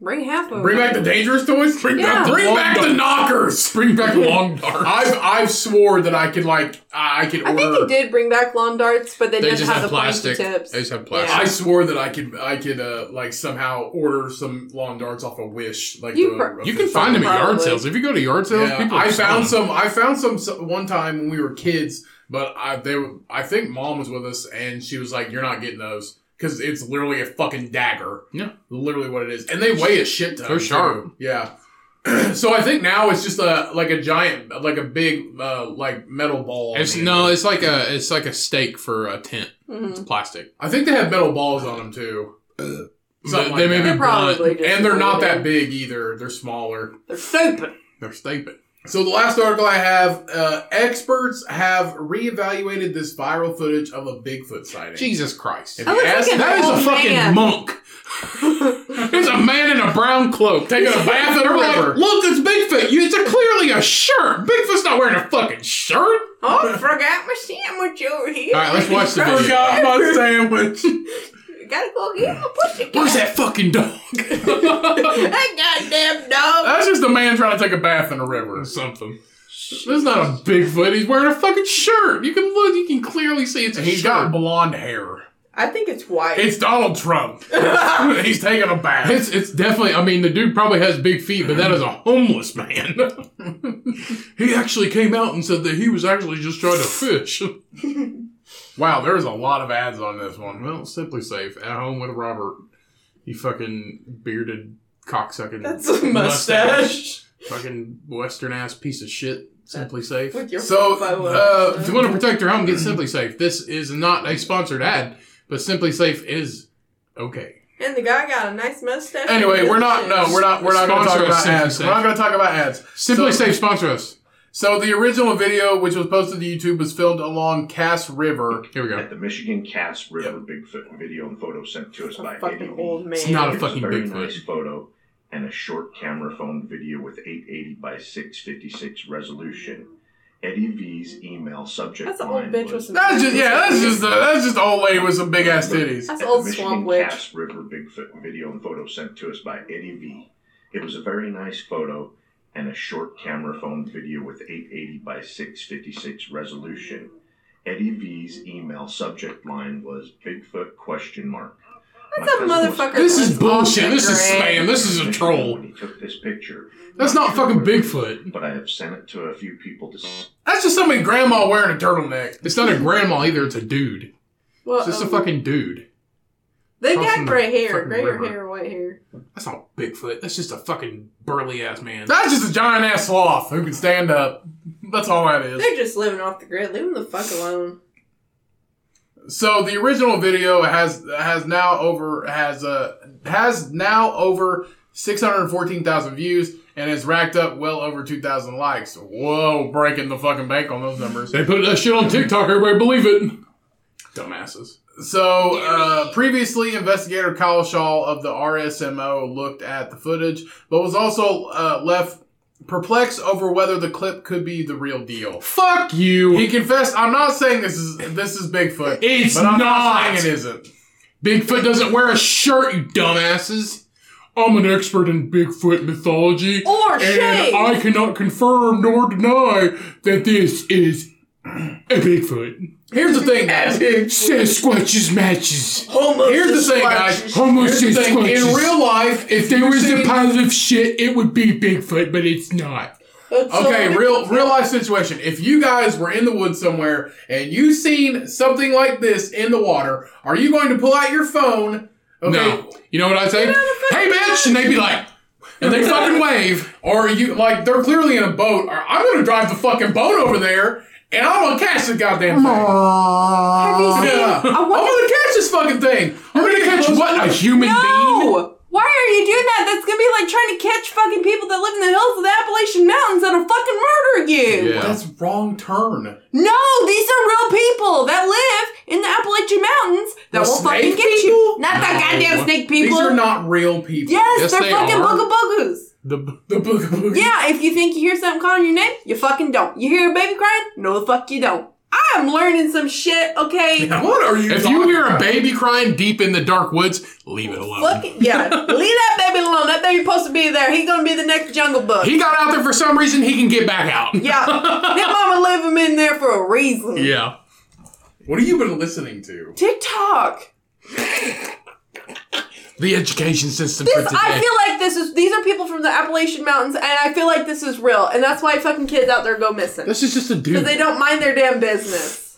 S4: Bring half of
S1: Bring
S4: them.
S1: back the dangerous toys. Bring
S4: Yeah.
S1: back, bring
S2: Oh
S1: back the knockers.
S2: Bring back long darts.
S1: I've I've swore that I could like I I could
S4: I
S1: order.
S4: think they did bring back lawn darts, but they,
S2: they
S4: didn't
S2: just
S4: have
S2: have
S4: the
S2: plastic.
S4: pointy tips.
S2: They just have
S4: Yeah.
S2: plastic.
S1: I swore that I could I could uh, like somehow order some lawn darts off a wish like
S4: You
S1: the,
S4: per-
S2: You can find them at yard
S4: Probably.
S2: sales. If you go to yard sales,
S1: Yeah,
S2: people.
S1: I
S2: are
S1: found
S2: selling
S1: some. I found some s- one time when we were kids, but I they were, I think mom was with us and she was like, "You're not getting those because it's literally a fucking dagger."
S2: Yeah.
S1: literally what it is, and they weigh a shit ton.
S2: They're sharp.
S1: too. Yeah. so I think now it's just a like a giant, like a big, uh, like metal ball.
S2: them. It's,
S1: on the
S2: no,
S1: end.
S2: it's like a it's like a stake for a tent.
S4: Mhm.
S2: It's plastic.
S1: I think they have metal balls on them too, Something
S2: But Uh, they
S1: like
S2: may
S1: that.
S2: be
S4: They're
S2: blunt.
S4: probably just
S1: and they're not that big either. They're smaller.
S4: They're stupid.
S2: They're stupid.
S1: So the last article I have, uh, experts have reevaluated this viral footage of a Bigfoot sighting.
S2: Jesus Christ!
S1: If
S4: I
S1: you
S4: was
S1: ask-
S4: thinking
S2: That is
S4: Oh,
S2: a fucking
S4: man.
S2: monk. There's a man in a brown cloak taking a bath in a
S1: They're like,
S2: river. Look, it's Bigfoot. You, it's a, clearly a shirt. Bigfoot's not wearing a fucking shirt.
S4: Oh, I forgot my sandwich over here.
S2: All right, let's watch the
S1: I
S2: video.
S1: forgot my sandwich.
S4: Gotta go get my pussy.
S2: Where's that fucking dog?
S4: That goddamn dog.
S1: That's just a man trying to take a bath in a river.
S2: or something. That's not a Bigfoot. He's wearing a fucking shirt. You can look. You can clearly see it's a
S1: And He's
S2: shirt.
S1: got blonde hair.
S4: I think it's white.
S1: It's Donald Trump. He's taking a bath.
S2: It's it's definitely. I mean, the dude probably has big feet, but that is a homeless man. he actually came out and said that he was actually just trying to fish.
S1: wow, there's a lot of ads on this one.
S2: well, simply safe at home with Robert. You fucking bearded cocksucking.
S4: That's a mustache.
S2: Fucking western ass piece of shit. Simply safe.
S4: With your
S1: So,
S4: photo.
S1: uh,
S2: If you want to protect your home, get Simply Safe. This is not a sponsored ad, but Simply Safe is okay.
S4: and the guy got a nice mustache.
S1: Anyway, we're not. No, we're not. We're not going to talk
S2: Sponsor
S1: about
S2: us, Simply
S1: ads. We're not
S2: Safe.
S1: going to talk about ads.
S2: Simply
S1: So-
S2: Safe sponsor us.
S1: So the original video, which was posted to YouTube, was filmed along Cass River.
S2: Here we go.
S12: At the Michigan Cass River Bigfoot video and photo sent to us by
S4: A fucking
S12: Haiti.
S4: old man.
S2: It's not a
S12: It was
S2: fucking
S12: very
S2: Bigfoot.
S12: nice photo and a short camera phone video with 880 by 656 resolution. Eddie V's email subject
S4: That's an old
S12: line
S4: bitch with
S12: was,
S4: some.
S1: That's just yeah. That's just uh, that's just old lady with some big ass titties.
S4: That's
S12: At
S4: old
S12: the Michigan
S4: swamp witch.
S12: Cass River Bigfoot video and photo sent to us by Eddie V. It was a very nice photo and a short camera phone video with 880 by 656 resolution. Eddie V's email subject line was Bigfoot question mark.
S4: That's a motherfucker.
S2: This is
S4: that's
S2: bullshit.
S4: off
S2: This is
S4: the
S2: spam.
S4: grid.
S2: This is a troll.
S12: When he took this picture.
S2: That's not fucking Bigfoot.
S12: But I have sent it to a few people to see.
S1: That's just somebody grandma wearing a turtleneck.
S2: It's not a grandma either. It's a dude.
S4: Well,
S2: It's just a
S4: um,
S2: fucking dude.
S4: They
S2: crossing
S4: got
S2: the
S4: gray hair,
S2: fucking
S4: grayer
S2: river.
S4: hair, white hair.
S2: That's not Bigfoot. That's just a fucking burly ass man.
S1: That's just a giant ass sloth who can stand up. That's all that is.
S4: They're just living off the grid. Leave them the fuck alone.
S1: So the original video has has now over has uh has now over six hundred fourteen thousand views and has racked up well over two thousand likes. Whoa, breaking the fucking bank on those numbers.
S2: They put that shit on TikTok. Everybody believe it. Dumbasses.
S1: So uh, previously, investigator Kyle Shaw of the RSMO looked at the footage, but was also uh, left perplexed over whether the clip could be the real deal.
S2: Fuck you.
S1: He confessed, "I'm not saying this is this is Bigfoot.
S2: It's
S1: but I'm
S2: not.
S1: saying it isn't."
S2: Bigfoot doesn't wear a shirt, you dumbasses. I'm an expert in Bigfoot mythology.
S4: Or shade.
S2: And I cannot confirm nor deny that this is a Bigfoot.
S1: Here's the thing, guys.
S2: Sasquatches matches.
S1: Here's the thing, guys.
S2: Homo
S1: Here's the thing.
S2: Sasquatches.
S1: In real life,
S2: if there was a pile of shit, it would be Bigfoot, but it's not.
S1: okay, real real life situation. If you guys were in the woods somewhere and you seen something like this in the water, are you going to pull out your phone? Okay,
S2: No. You know what I'd say? Hey, bitch! And they'd be like,
S1: and they fucking wave, or you like they're clearly in a boat. Or I'm going to drive the fucking boat over there and I'm going to catch the goddamn thing. Yeah.
S4: I
S1: I'm
S4: wonder-
S1: going to catch this fucking thing. I'm
S2: I'm
S1: going
S2: gonna
S1: to
S2: catch what? A human being?
S4: No! Why are you doing that? That's gonna be like trying to catch fucking people that live in the hills of the Appalachian Mountains that'll fucking murder you.
S2: Yeah.
S1: That's wrong turn.
S4: No, these are real people that live in the Appalachian Mountains that
S1: The
S4: will fucking
S1: snake
S4: get you.
S1: people?
S4: Not the goddamn snake people.
S1: These are not real people.
S4: yes,
S2: Yes,
S4: they're
S2: they
S4: fucking
S2: are.
S4: boogaboos.
S2: The,
S1: The book.
S4: Yeah, if you think you hear something calling your name, you fucking don't. You hear a baby crying? No, the fuck you don't. I'm learning some shit, okay?
S1: What are you?
S2: if you
S1: talking
S2: hear a
S1: about?
S2: baby crying deep in the dark woods, leave it alone.
S4: Fucking yeah, leave that baby alone. That baby's supposed to be there. He's gonna be the next Jungle Book.
S2: He got out there for some reason. He can get back out.
S4: yeah, that mama leave him in there for a reason.
S2: Yeah.
S1: What have you been listening to?
S4: TikTok.
S2: The education system for
S4: This,
S2: today.
S4: I feel like this is these are people from the Appalachian Mountains, and I feel like this is real, and that's why fucking kids out there go missing because
S2: this is just a dude.
S4: they don't mind their damn business.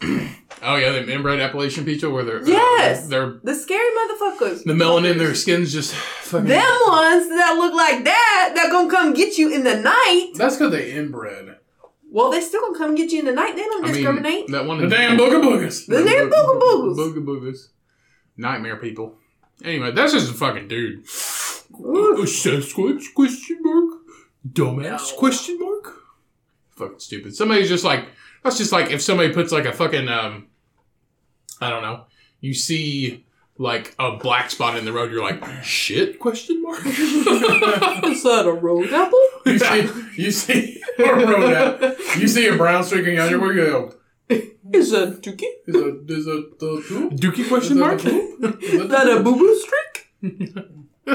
S2: oh yeah, the inbred Appalachian people where they're uh,
S4: Yes.
S2: they're
S4: The scary motherfuckers.
S2: the melanin in their skin's just fucking.
S4: Them ones that look like that that gonna come get you in the night.
S1: That's because they inbred.
S4: Well, they still gonna come get you in the night. They don't
S2: I mean,
S4: discriminate.
S2: that one.
S1: The damn boogaboogers.
S4: They're damn boogaboos.
S2: Boogaboos. Nightmare people. Anyway, that's just a fucking dude.
S4: Ooh.
S2: Sasquatch question mark? Dumbass question mark? Fucking stupid. Somebody's just like that's just like if somebody puts like a fucking um I don't know. You see like a black spot in the road, you're like, shit question mark?
S4: Is that a road apple?
S1: You see, you see, or road app. you see a brown streak in your underwear. You go,
S4: Is that dookie?
S1: is a is a the poop?
S2: Dookie question mark?
S1: Is
S4: That a boo boo streak?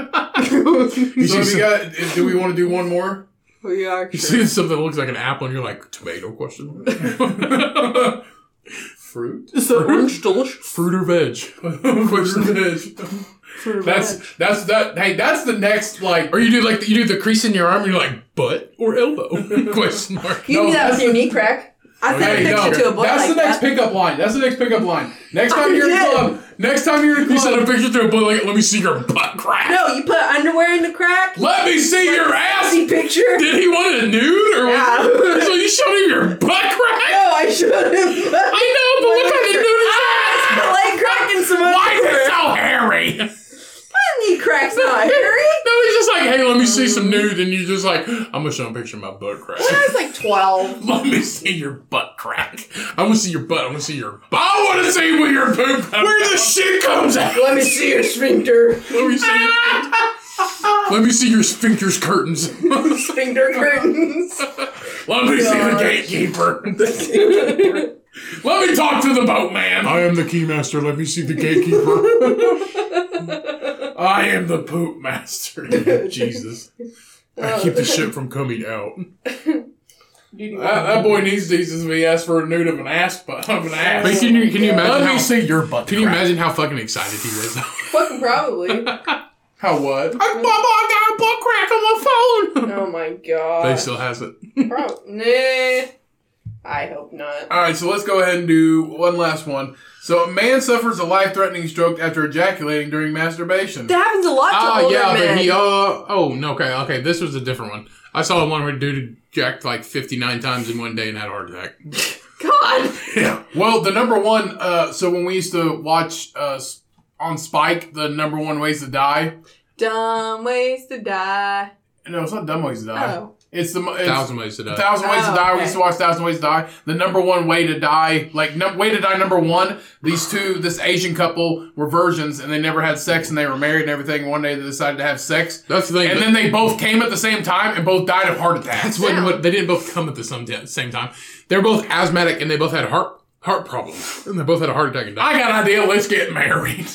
S1: So if you got, if- do we want to do one more?
S4: Oh, yeah,
S2: You
S4: actually.
S2: see something that looks like an apple and you're like, tomato question mark?
S1: Fruit.
S4: Is that orange delish?
S2: Fruit or veg?
S1: Question. that's that's that. Hey, that's the next like.
S2: Or you do like you do the crease in your arm, you're like, butt or elbow? question mark.
S4: You
S1: No,
S4: knew that was
S1: that's
S4: your knee crack. I sent
S1: Hey,
S4: a
S1: no,
S4: picture to a boy
S1: that's
S4: like
S1: the next
S4: that.
S1: pickup line. That's the next pickup line. Next time
S4: I
S1: you're in
S4: did.
S1: a club, next time you're in a
S2: You
S1: club,
S2: sent a picture to a boy like, let me see your butt crack.
S4: No, you put underwear in the crack.
S2: Let me see your ass.
S4: See picture.
S2: Did he want a nude or what?
S4: Yeah.
S2: so you showed him your butt crack?
S4: No, I should have. I
S2: I know, but look at the nude
S4: leg
S2: is.
S4: crack and some
S2: Why is
S4: underwear.
S2: it so hairy?
S4: My knee crack's not hairy.
S2: No, he's just like, hey, let me see some nude, and you're just like, I'm gonna show him a picture of my butt crack.
S4: I was like 12.
S2: Let me see your butt crack. I want to see your butt. I want to see your. I want to see where your poop. Comes where the shit comes out.
S4: Let me see your sphincter.
S2: Let me see. Your, let me see your sphincter's curtains.
S4: Sphincter curtains.
S2: Let me see the gatekeeper. Let me talk to the boatman. I am the keymaster. Let me see the gatekeeper. I am the poop master. Jesus. I keep the shit from coming out.
S1: that, that boy needs Jesus if he asks for a nude of an ass, but of an ass.
S2: But can you can you imagine?
S1: Let
S2: how,
S1: me see your butt.
S2: Can you imagine how fucking excited he was?
S4: Fucking probably.
S1: How what?
S2: Mama, I got a butt crack
S4: Oh
S2: on my phone.
S4: my
S2: They
S4: god.
S2: still has it.
S4: Bro, nah. I hope not.
S1: All right, so let's go ahead and do one last one. So, a man suffers a life-threatening stroke after ejaculating during masturbation.
S4: That happens a lot to
S2: Ah,
S4: older
S2: yeah,
S4: men.
S2: but he. Uh, oh, no, okay, okay. This was a different one. I saw one where dude jacked like 59 times in one day and had a heart attack.
S4: God.
S1: Yeah. Well, the number one. Uh, so when we used to watch uh, s- on Spike, the number one ways to die.
S4: Dumb ways to die.
S1: No, it's not dumb ways to
S2: Ah.
S1: die.
S4: Oh.
S1: It's the mo- it's
S2: Thousand ways to die.
S1: Thousand ways
S4: Oh,
S1: to die. We
S4: okay.
S1: used to watch Thousand Ways to Die. The number one way to die, like num- way to die number one. These two, this Asian couple, were virgins and they never had sex and they were married and everything. One day they decided to have sex
S2: That's the thing.
S1: and
S2: but-
S1: then they both came at the same time and both died of heart attacks.
S2: That's when what, they didn't both come at the same, t- same time. They were both asthmatic and they both had heart heart problems. And they both had a heart attack and died.
S1: I got an idea. Let's get married.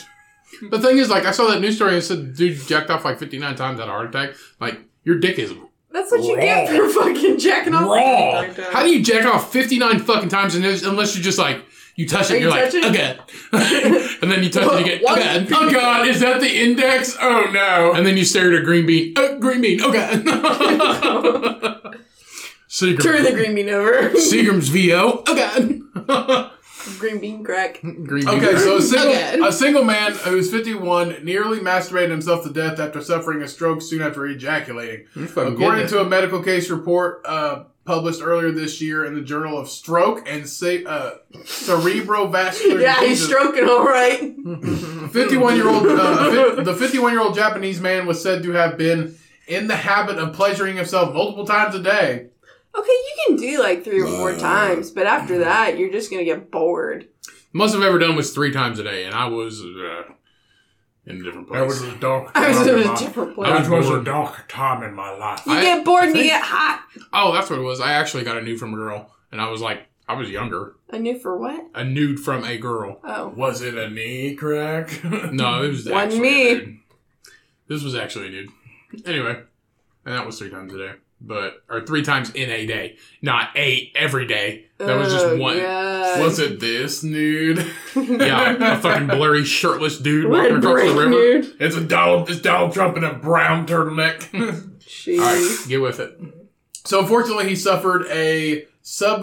S2: the thing is, like, I saw that news story and it said dude jacked off like 59 times had a heart attack. Like, your dick is
S1: Uh,
S4: That's what you get for fucking jacking off.
S2: raw. How do you jack off 59 fucking times in this, unless you just like, you touch it
S4: Are
S2: and you're
S4: you
S2: like,
S4: touching?
S2: okay. and then you touch it again,
S4: What?
S2: okay.
S1: Oh God, is that the index? Oh no.
S2: And then you stare at a green bean, uh, green bean, okay. Seagram.
S4: Turn the green bean over.
S2: Seagram's VO, okay.
S4: green bean crack.
S2: green bean.
S1: Okay, so a single,
S4: Again.
S1: a single man who's 51 nearly masturbated himself to death after suffering a stroke soon after ejaculating. According to a medical case report uh, published earlier this year in the Journal of Stroke and Sa- uh, Cerebrovascular
S4: Yeah, he's
S1: Diseases,
S4: stroking all right.
S1: 51 year old uh, fi- the 51 year old Japanese man was said to have been in the habit of pleasuring himself multiple times a day.
S4: Okay, you can do like three or four times, but after that, you're just gonna get bored.
S2: Most I've ever done was three times a day, and I was uh, in a different place.
S1: dark.
S4: I was in a different place.
S2: That was a
S1: dark time in my life.
S4: You
S2: I-
S4: get bored and you
S2: think-
S4: get hot.
S2: oh, that's what it was. I actually got a nude from a girl, and I was like, I was younger.
S4: A new for what?
S2: A nude from a girl.
S4: Oh,
S1: Was it a knee crack?
S2: No, it was
S4: Wasn't
S2: actually
S4: me.
S2: a nude. This was actually a nude. Anyway, and that was three times a day, but or three times in a day, not eight every day. That was just
S4: Oh,
S2: one. Yeah,
S4: God.
S1: Was it this nude?
S2: Uh, a fucking blurry, shirtless dude
S4: Red
S2: walking across the
S4: brick,
S2: river.
S4: dude.
S1: It's a Donald. It's Donald Trump in a brown turtleneck.
S4: Jeez.
S2: All right, get with it.
S1: so unfortunately, he suffered a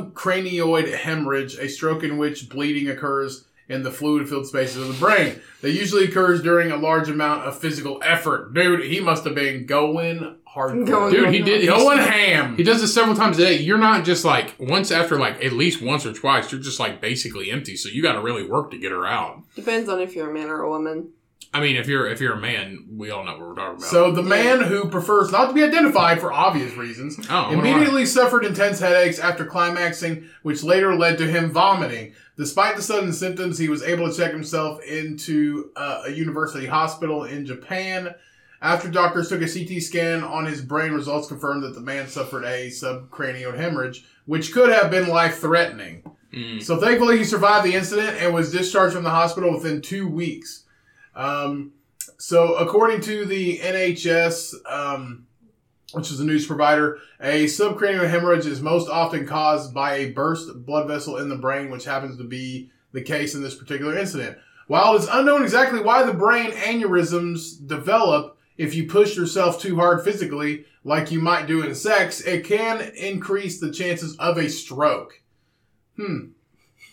S1: subcranioid hemorrhage, a stroke in which bleeding occurs in the fluid-filled spaces of the brain. That usually occurs during a large amount of physical effort. Dude, he must have been going hard.
S4: Going-
S1: Dude,
S2: Dude, he did. he
S1: going ham.
S2: He does this several times a day. You're not just like once after like at least once or twice. You're just like basically empty. So you got to really work to get her out.
S4: Depends on if you're a man or a woman.
S2: I mean, if you're if you're a man, we all know what we're talking about.
S1: So the man who prefers not to be identified for obvious reasons
S2: oh, immediately.
S1: Immediately suffered intense headaches after climaxing, which later led to him vomiting. Despite the sudden symptoms, he was able to check himself into uh, a university hospital in Japan. After doctors took a CT scan on his brain, results confirmed that the man suffered a subcranial hemorrhage, which could have been life threatening.
S2: Mm.
S1: So thankfully, he survived the incident and was discharged from the hospital within two weeks. Um, so, according to the NHS, um, which is a news provider, a subcranial hemorrhage is most often caused by a burst blood vessel in the brain, which happens to be the case in this particular incident. While it's unknown exactly why the brain aneurysms develop if you push yourself too hard physically, like you might do in sex, it can increase the chances of a stroke. Hmm.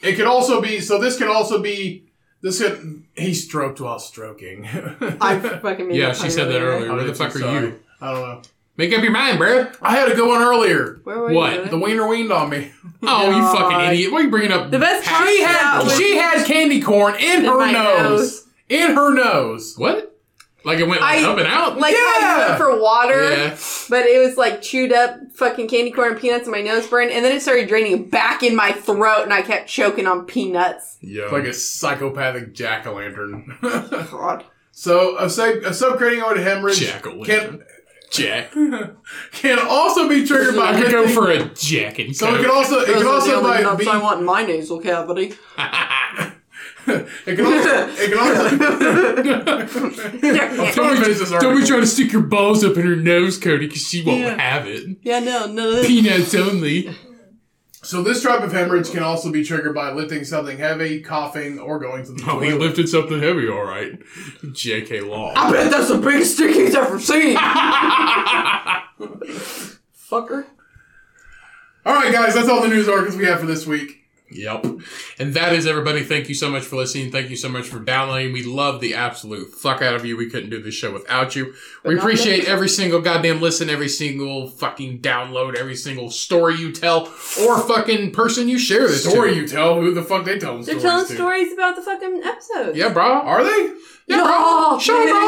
S1: It could also be so. This could also be this. Could, he stroked while stroking.
S4: I fucking made
S2: Yeah,
S4: that
S2: she
S4: pun
S2: said that earlier.
S1: I'm
S2: Where the
S1: so
S2: fuck are
S1: sorry.
S2: you?
S1: I don't know.
S2: Make up your mind, bro.
S1: I had a good one earlier.
S4: Where were
S2: What?
S4: you?
S1: The wiener weaned on me.
S2: Oh, you
S4: God.
S2: fucking idiot! Why are you bringing up
S4: The best
S2: past-
S4: part
S1: She had
S4: was-
S1: she had candy corn in,
S4: In
S1: her
S4: my
S1: nose. In her nose.
S2: What? Like it went
S4: I-
S2: up and out.
S4: Like how you
S1: Yeah!
S4: went for water,
S2: yeah.
S4: but it was like chewed up fucking candy corn and peanuts, and my nose burned, and then it started draining back in my throat, and I kept choking on peanuts.
S2: Yeah.
S1: Like a psychopathic jack o' lantern.
S4: God.
S1: so a, sub- a subcranial hemorrhage
S2: jackal.
S1: can
S2: jack.
S1: can also be triggered by
S2: I could go
S1: lifting-
S2: for a jack and
S1: So it can also it can
S4: Those are the
S1: also
S4: only
S1: like,
S4: nuts
S1: be
S4: I want in my nasal cavity.
S1: it can also it can also
S2: Don't be,
S1: faces are-
S2: don't be trying to stick your balls up in her nose, Cody, because she won't have it.
S4: yeah, no, no.
S2: Peanuts only.
S1: So this type of hemorrhage can also be triggered by lifting something heavy, coughing, or going to the
S2: Oh, he
S1: toilet.
S2: lifted something heavy, all right. J.K. Law.
S4: I bet that's the biggest dick he's ever seen. Fucker.
S2: All right, guys, that's all the news articles we have for this week.
S1: Yep. And that is everybody. Thank you so much for listening. Thank you so much for downloading. We love the absolute fuck out of you. We couldn't do this show without you. we appreciate every single goddamn listen, every single fucking download, every single story you tell, or fucking person you share this
S2: Story
S1: to.
S2: you tell who the fuck they tell them
S4: They're
S2: stories
S4: telling
S2: to.
S4: stories about the fucking episodes.
S1: Yeah, bro.
S2: Are they?
S1: Yeah,
S3: No.
S1: bro. Sure, bro.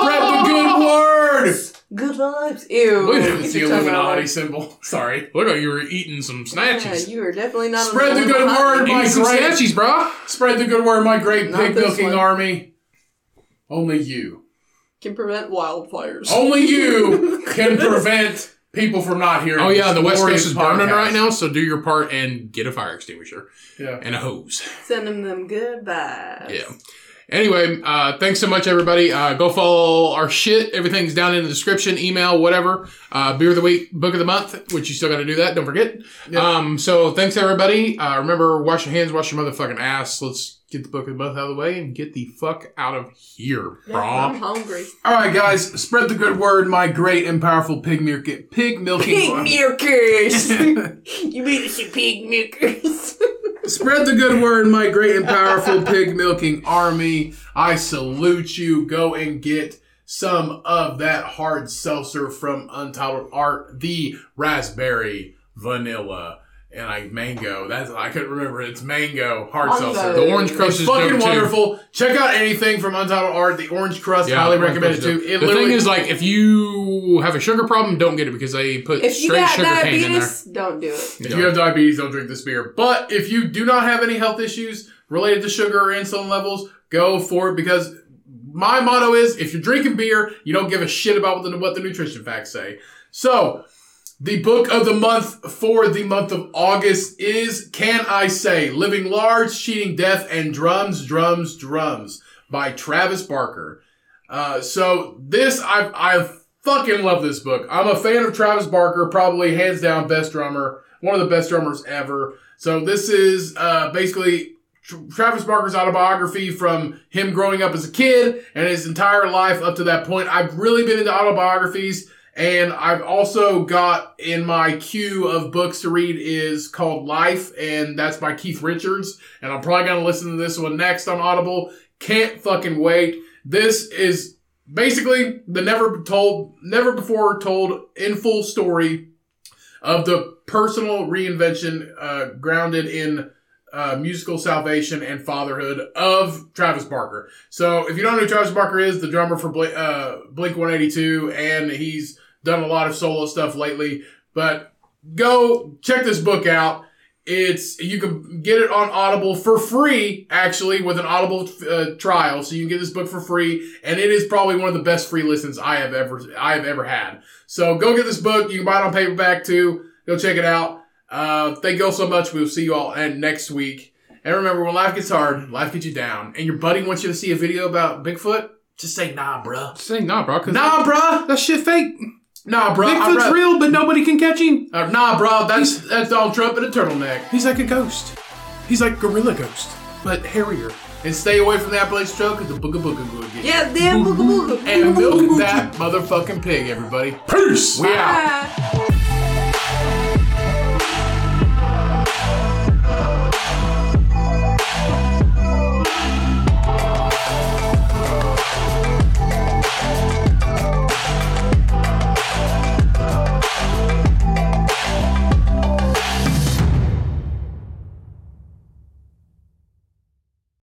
S2: Spread the good word.
S3: Good vibes. Ew.
S2: Look at the
S3: You took
S2: Illuminati
S3: it
S2: symbol. Sorry.
S1: Look, at you were eating some
S4: Yeah,
S1: snatches.
S4: you are definitely not. on
S2: Spread the
S4: one
S2: good
S4: behind
S2: word,
S4: me.
S1: eating
S2: my
S1: some
S2: great-
S1: snatches, bro.
S2: Spread the good word, my great
S4: Not
S2: pig
S4: this
S2: milking
S4: one.
S2: army. Only you.
S4: Can prevent wildfires.
S2: Only you can prevent people from not hearing.
S1: Oh yeah, the
S2: this
S1: West
S2: glorious
S1: Coast is burning
S2: podcast.
S1: right now, so do your part and get a fire extinguisher
S2: Yeah.
S1: and a hose.
S4: Send them them goodbyes.
S1: Yeah. Anyway, uh, thanks so much, everybody. Uh, go follow our shit. Everything's down in the description, email, whatever. Uh, beer of the week, book of the month, which you still got to do that. Don't forget. Um, so thanks, everybody. Uh, remember, wash your hands, wash your motherfucking ass. Let's get the book of the month out of the way and get the fuck out of here,
S4: I'm
S1: bro.
S4: hungry.
S2: All right, guys, spread the good word, my great and powerful pig milking pig milking
S4: Pig
S2: army.
S4: milkers. you mean it's your pig milkers.
S2: Spread the good word, my great and powerful pig milking army. I salute you. Go and get some of that hard seltzer from Untitled Art, the raspberry vanilla. And I mango. That's I couldn't remember. It's mango hard
S3: Mango.
S2: seltzer.
S1: The orange crust is
S2: fucking
S1: dope, too.
S2: wonderful. Check out anything from Untitled Art. The Orange Crust,
S1: Yeah,
S2: highly
S1: the orange
S2: recommend it
S1: crust
S2: too.
S1: dope.
S2: It
S1: the thing
S2: literally
S1: is, like, if you have a sugar problem, don't get it because they put
S4: If you
S1: straight
S4: got
S1: sugar cane in there.
S4: diabetes, don't do it.
S2: if
S1: Yeah.
S2: you have diabetes, don't drink this beer. But if you do not have any health issues related to sugar or insulin levels, go for it because my motto is: if you're drinking beer, you don't give a shit about what the, what the nutrition facts say. So. The book of the month for the month of August is Can I Say Living Large, Cheating Death, and Drums, Drums, Drums by Travis Barker. Uh, so this I I fucking love this book. I'm a fan of Travis Barker, probably hands down best drummer, one of the best drummers ever. So this is uh, basically Tr- Travis Barker's autobiography from him growing up as a kid and his entire life up to that point. I've really been into autobiographies. And I've also got in my queue of books to read is called Life, and that's by Keith Richards. And I'm probably gonna listen to this one next on Audible. Can't fucking wait. This is basically the never told, never before told in full story of the personal reinvention uh, grounded in uh, musical salvation and fatherhood of Travis Barker. So, if you don't know who Travis Barker is, the drummer for Bla- uh, Blink 182, and he's done a lot of solo stuff lately. But go check this book out. It's you can get it on Audible for free, actually, with an Audible uh, trial. So you can get this book for free, and it is probably one of the best free listens I have ever I have ever had. So go get this book. You can buy it on paperback too. Go check it out. Uh, thank you all so much. We'll see you all and next week. And remember, when life gets hard, life gets you down, and your buddy wants you to see a video about Bigfoot, just say nah, bruh.
S1: Say nah, bro. 'cause
S2: Nah, bruh.
S1: that shit fake.
S2: Nah, bruh. I'd
S1: Bigfoot's
S2: rather-
S1: real, but nobody can catch him.
S2: Uh, nah, bruh. That's that's Donald Trump in a turtleneck.
S1: He's like a ghost. He's like gorilla ghost, but hairier.
S2: And stay away from the Appalachian Trail because the booga booga will get you.
S4: Yeah, damn booga booga.
S2: And milk that motherfucking pig, everybody.
S1: Peace.
S2: We out.
S4: Bye.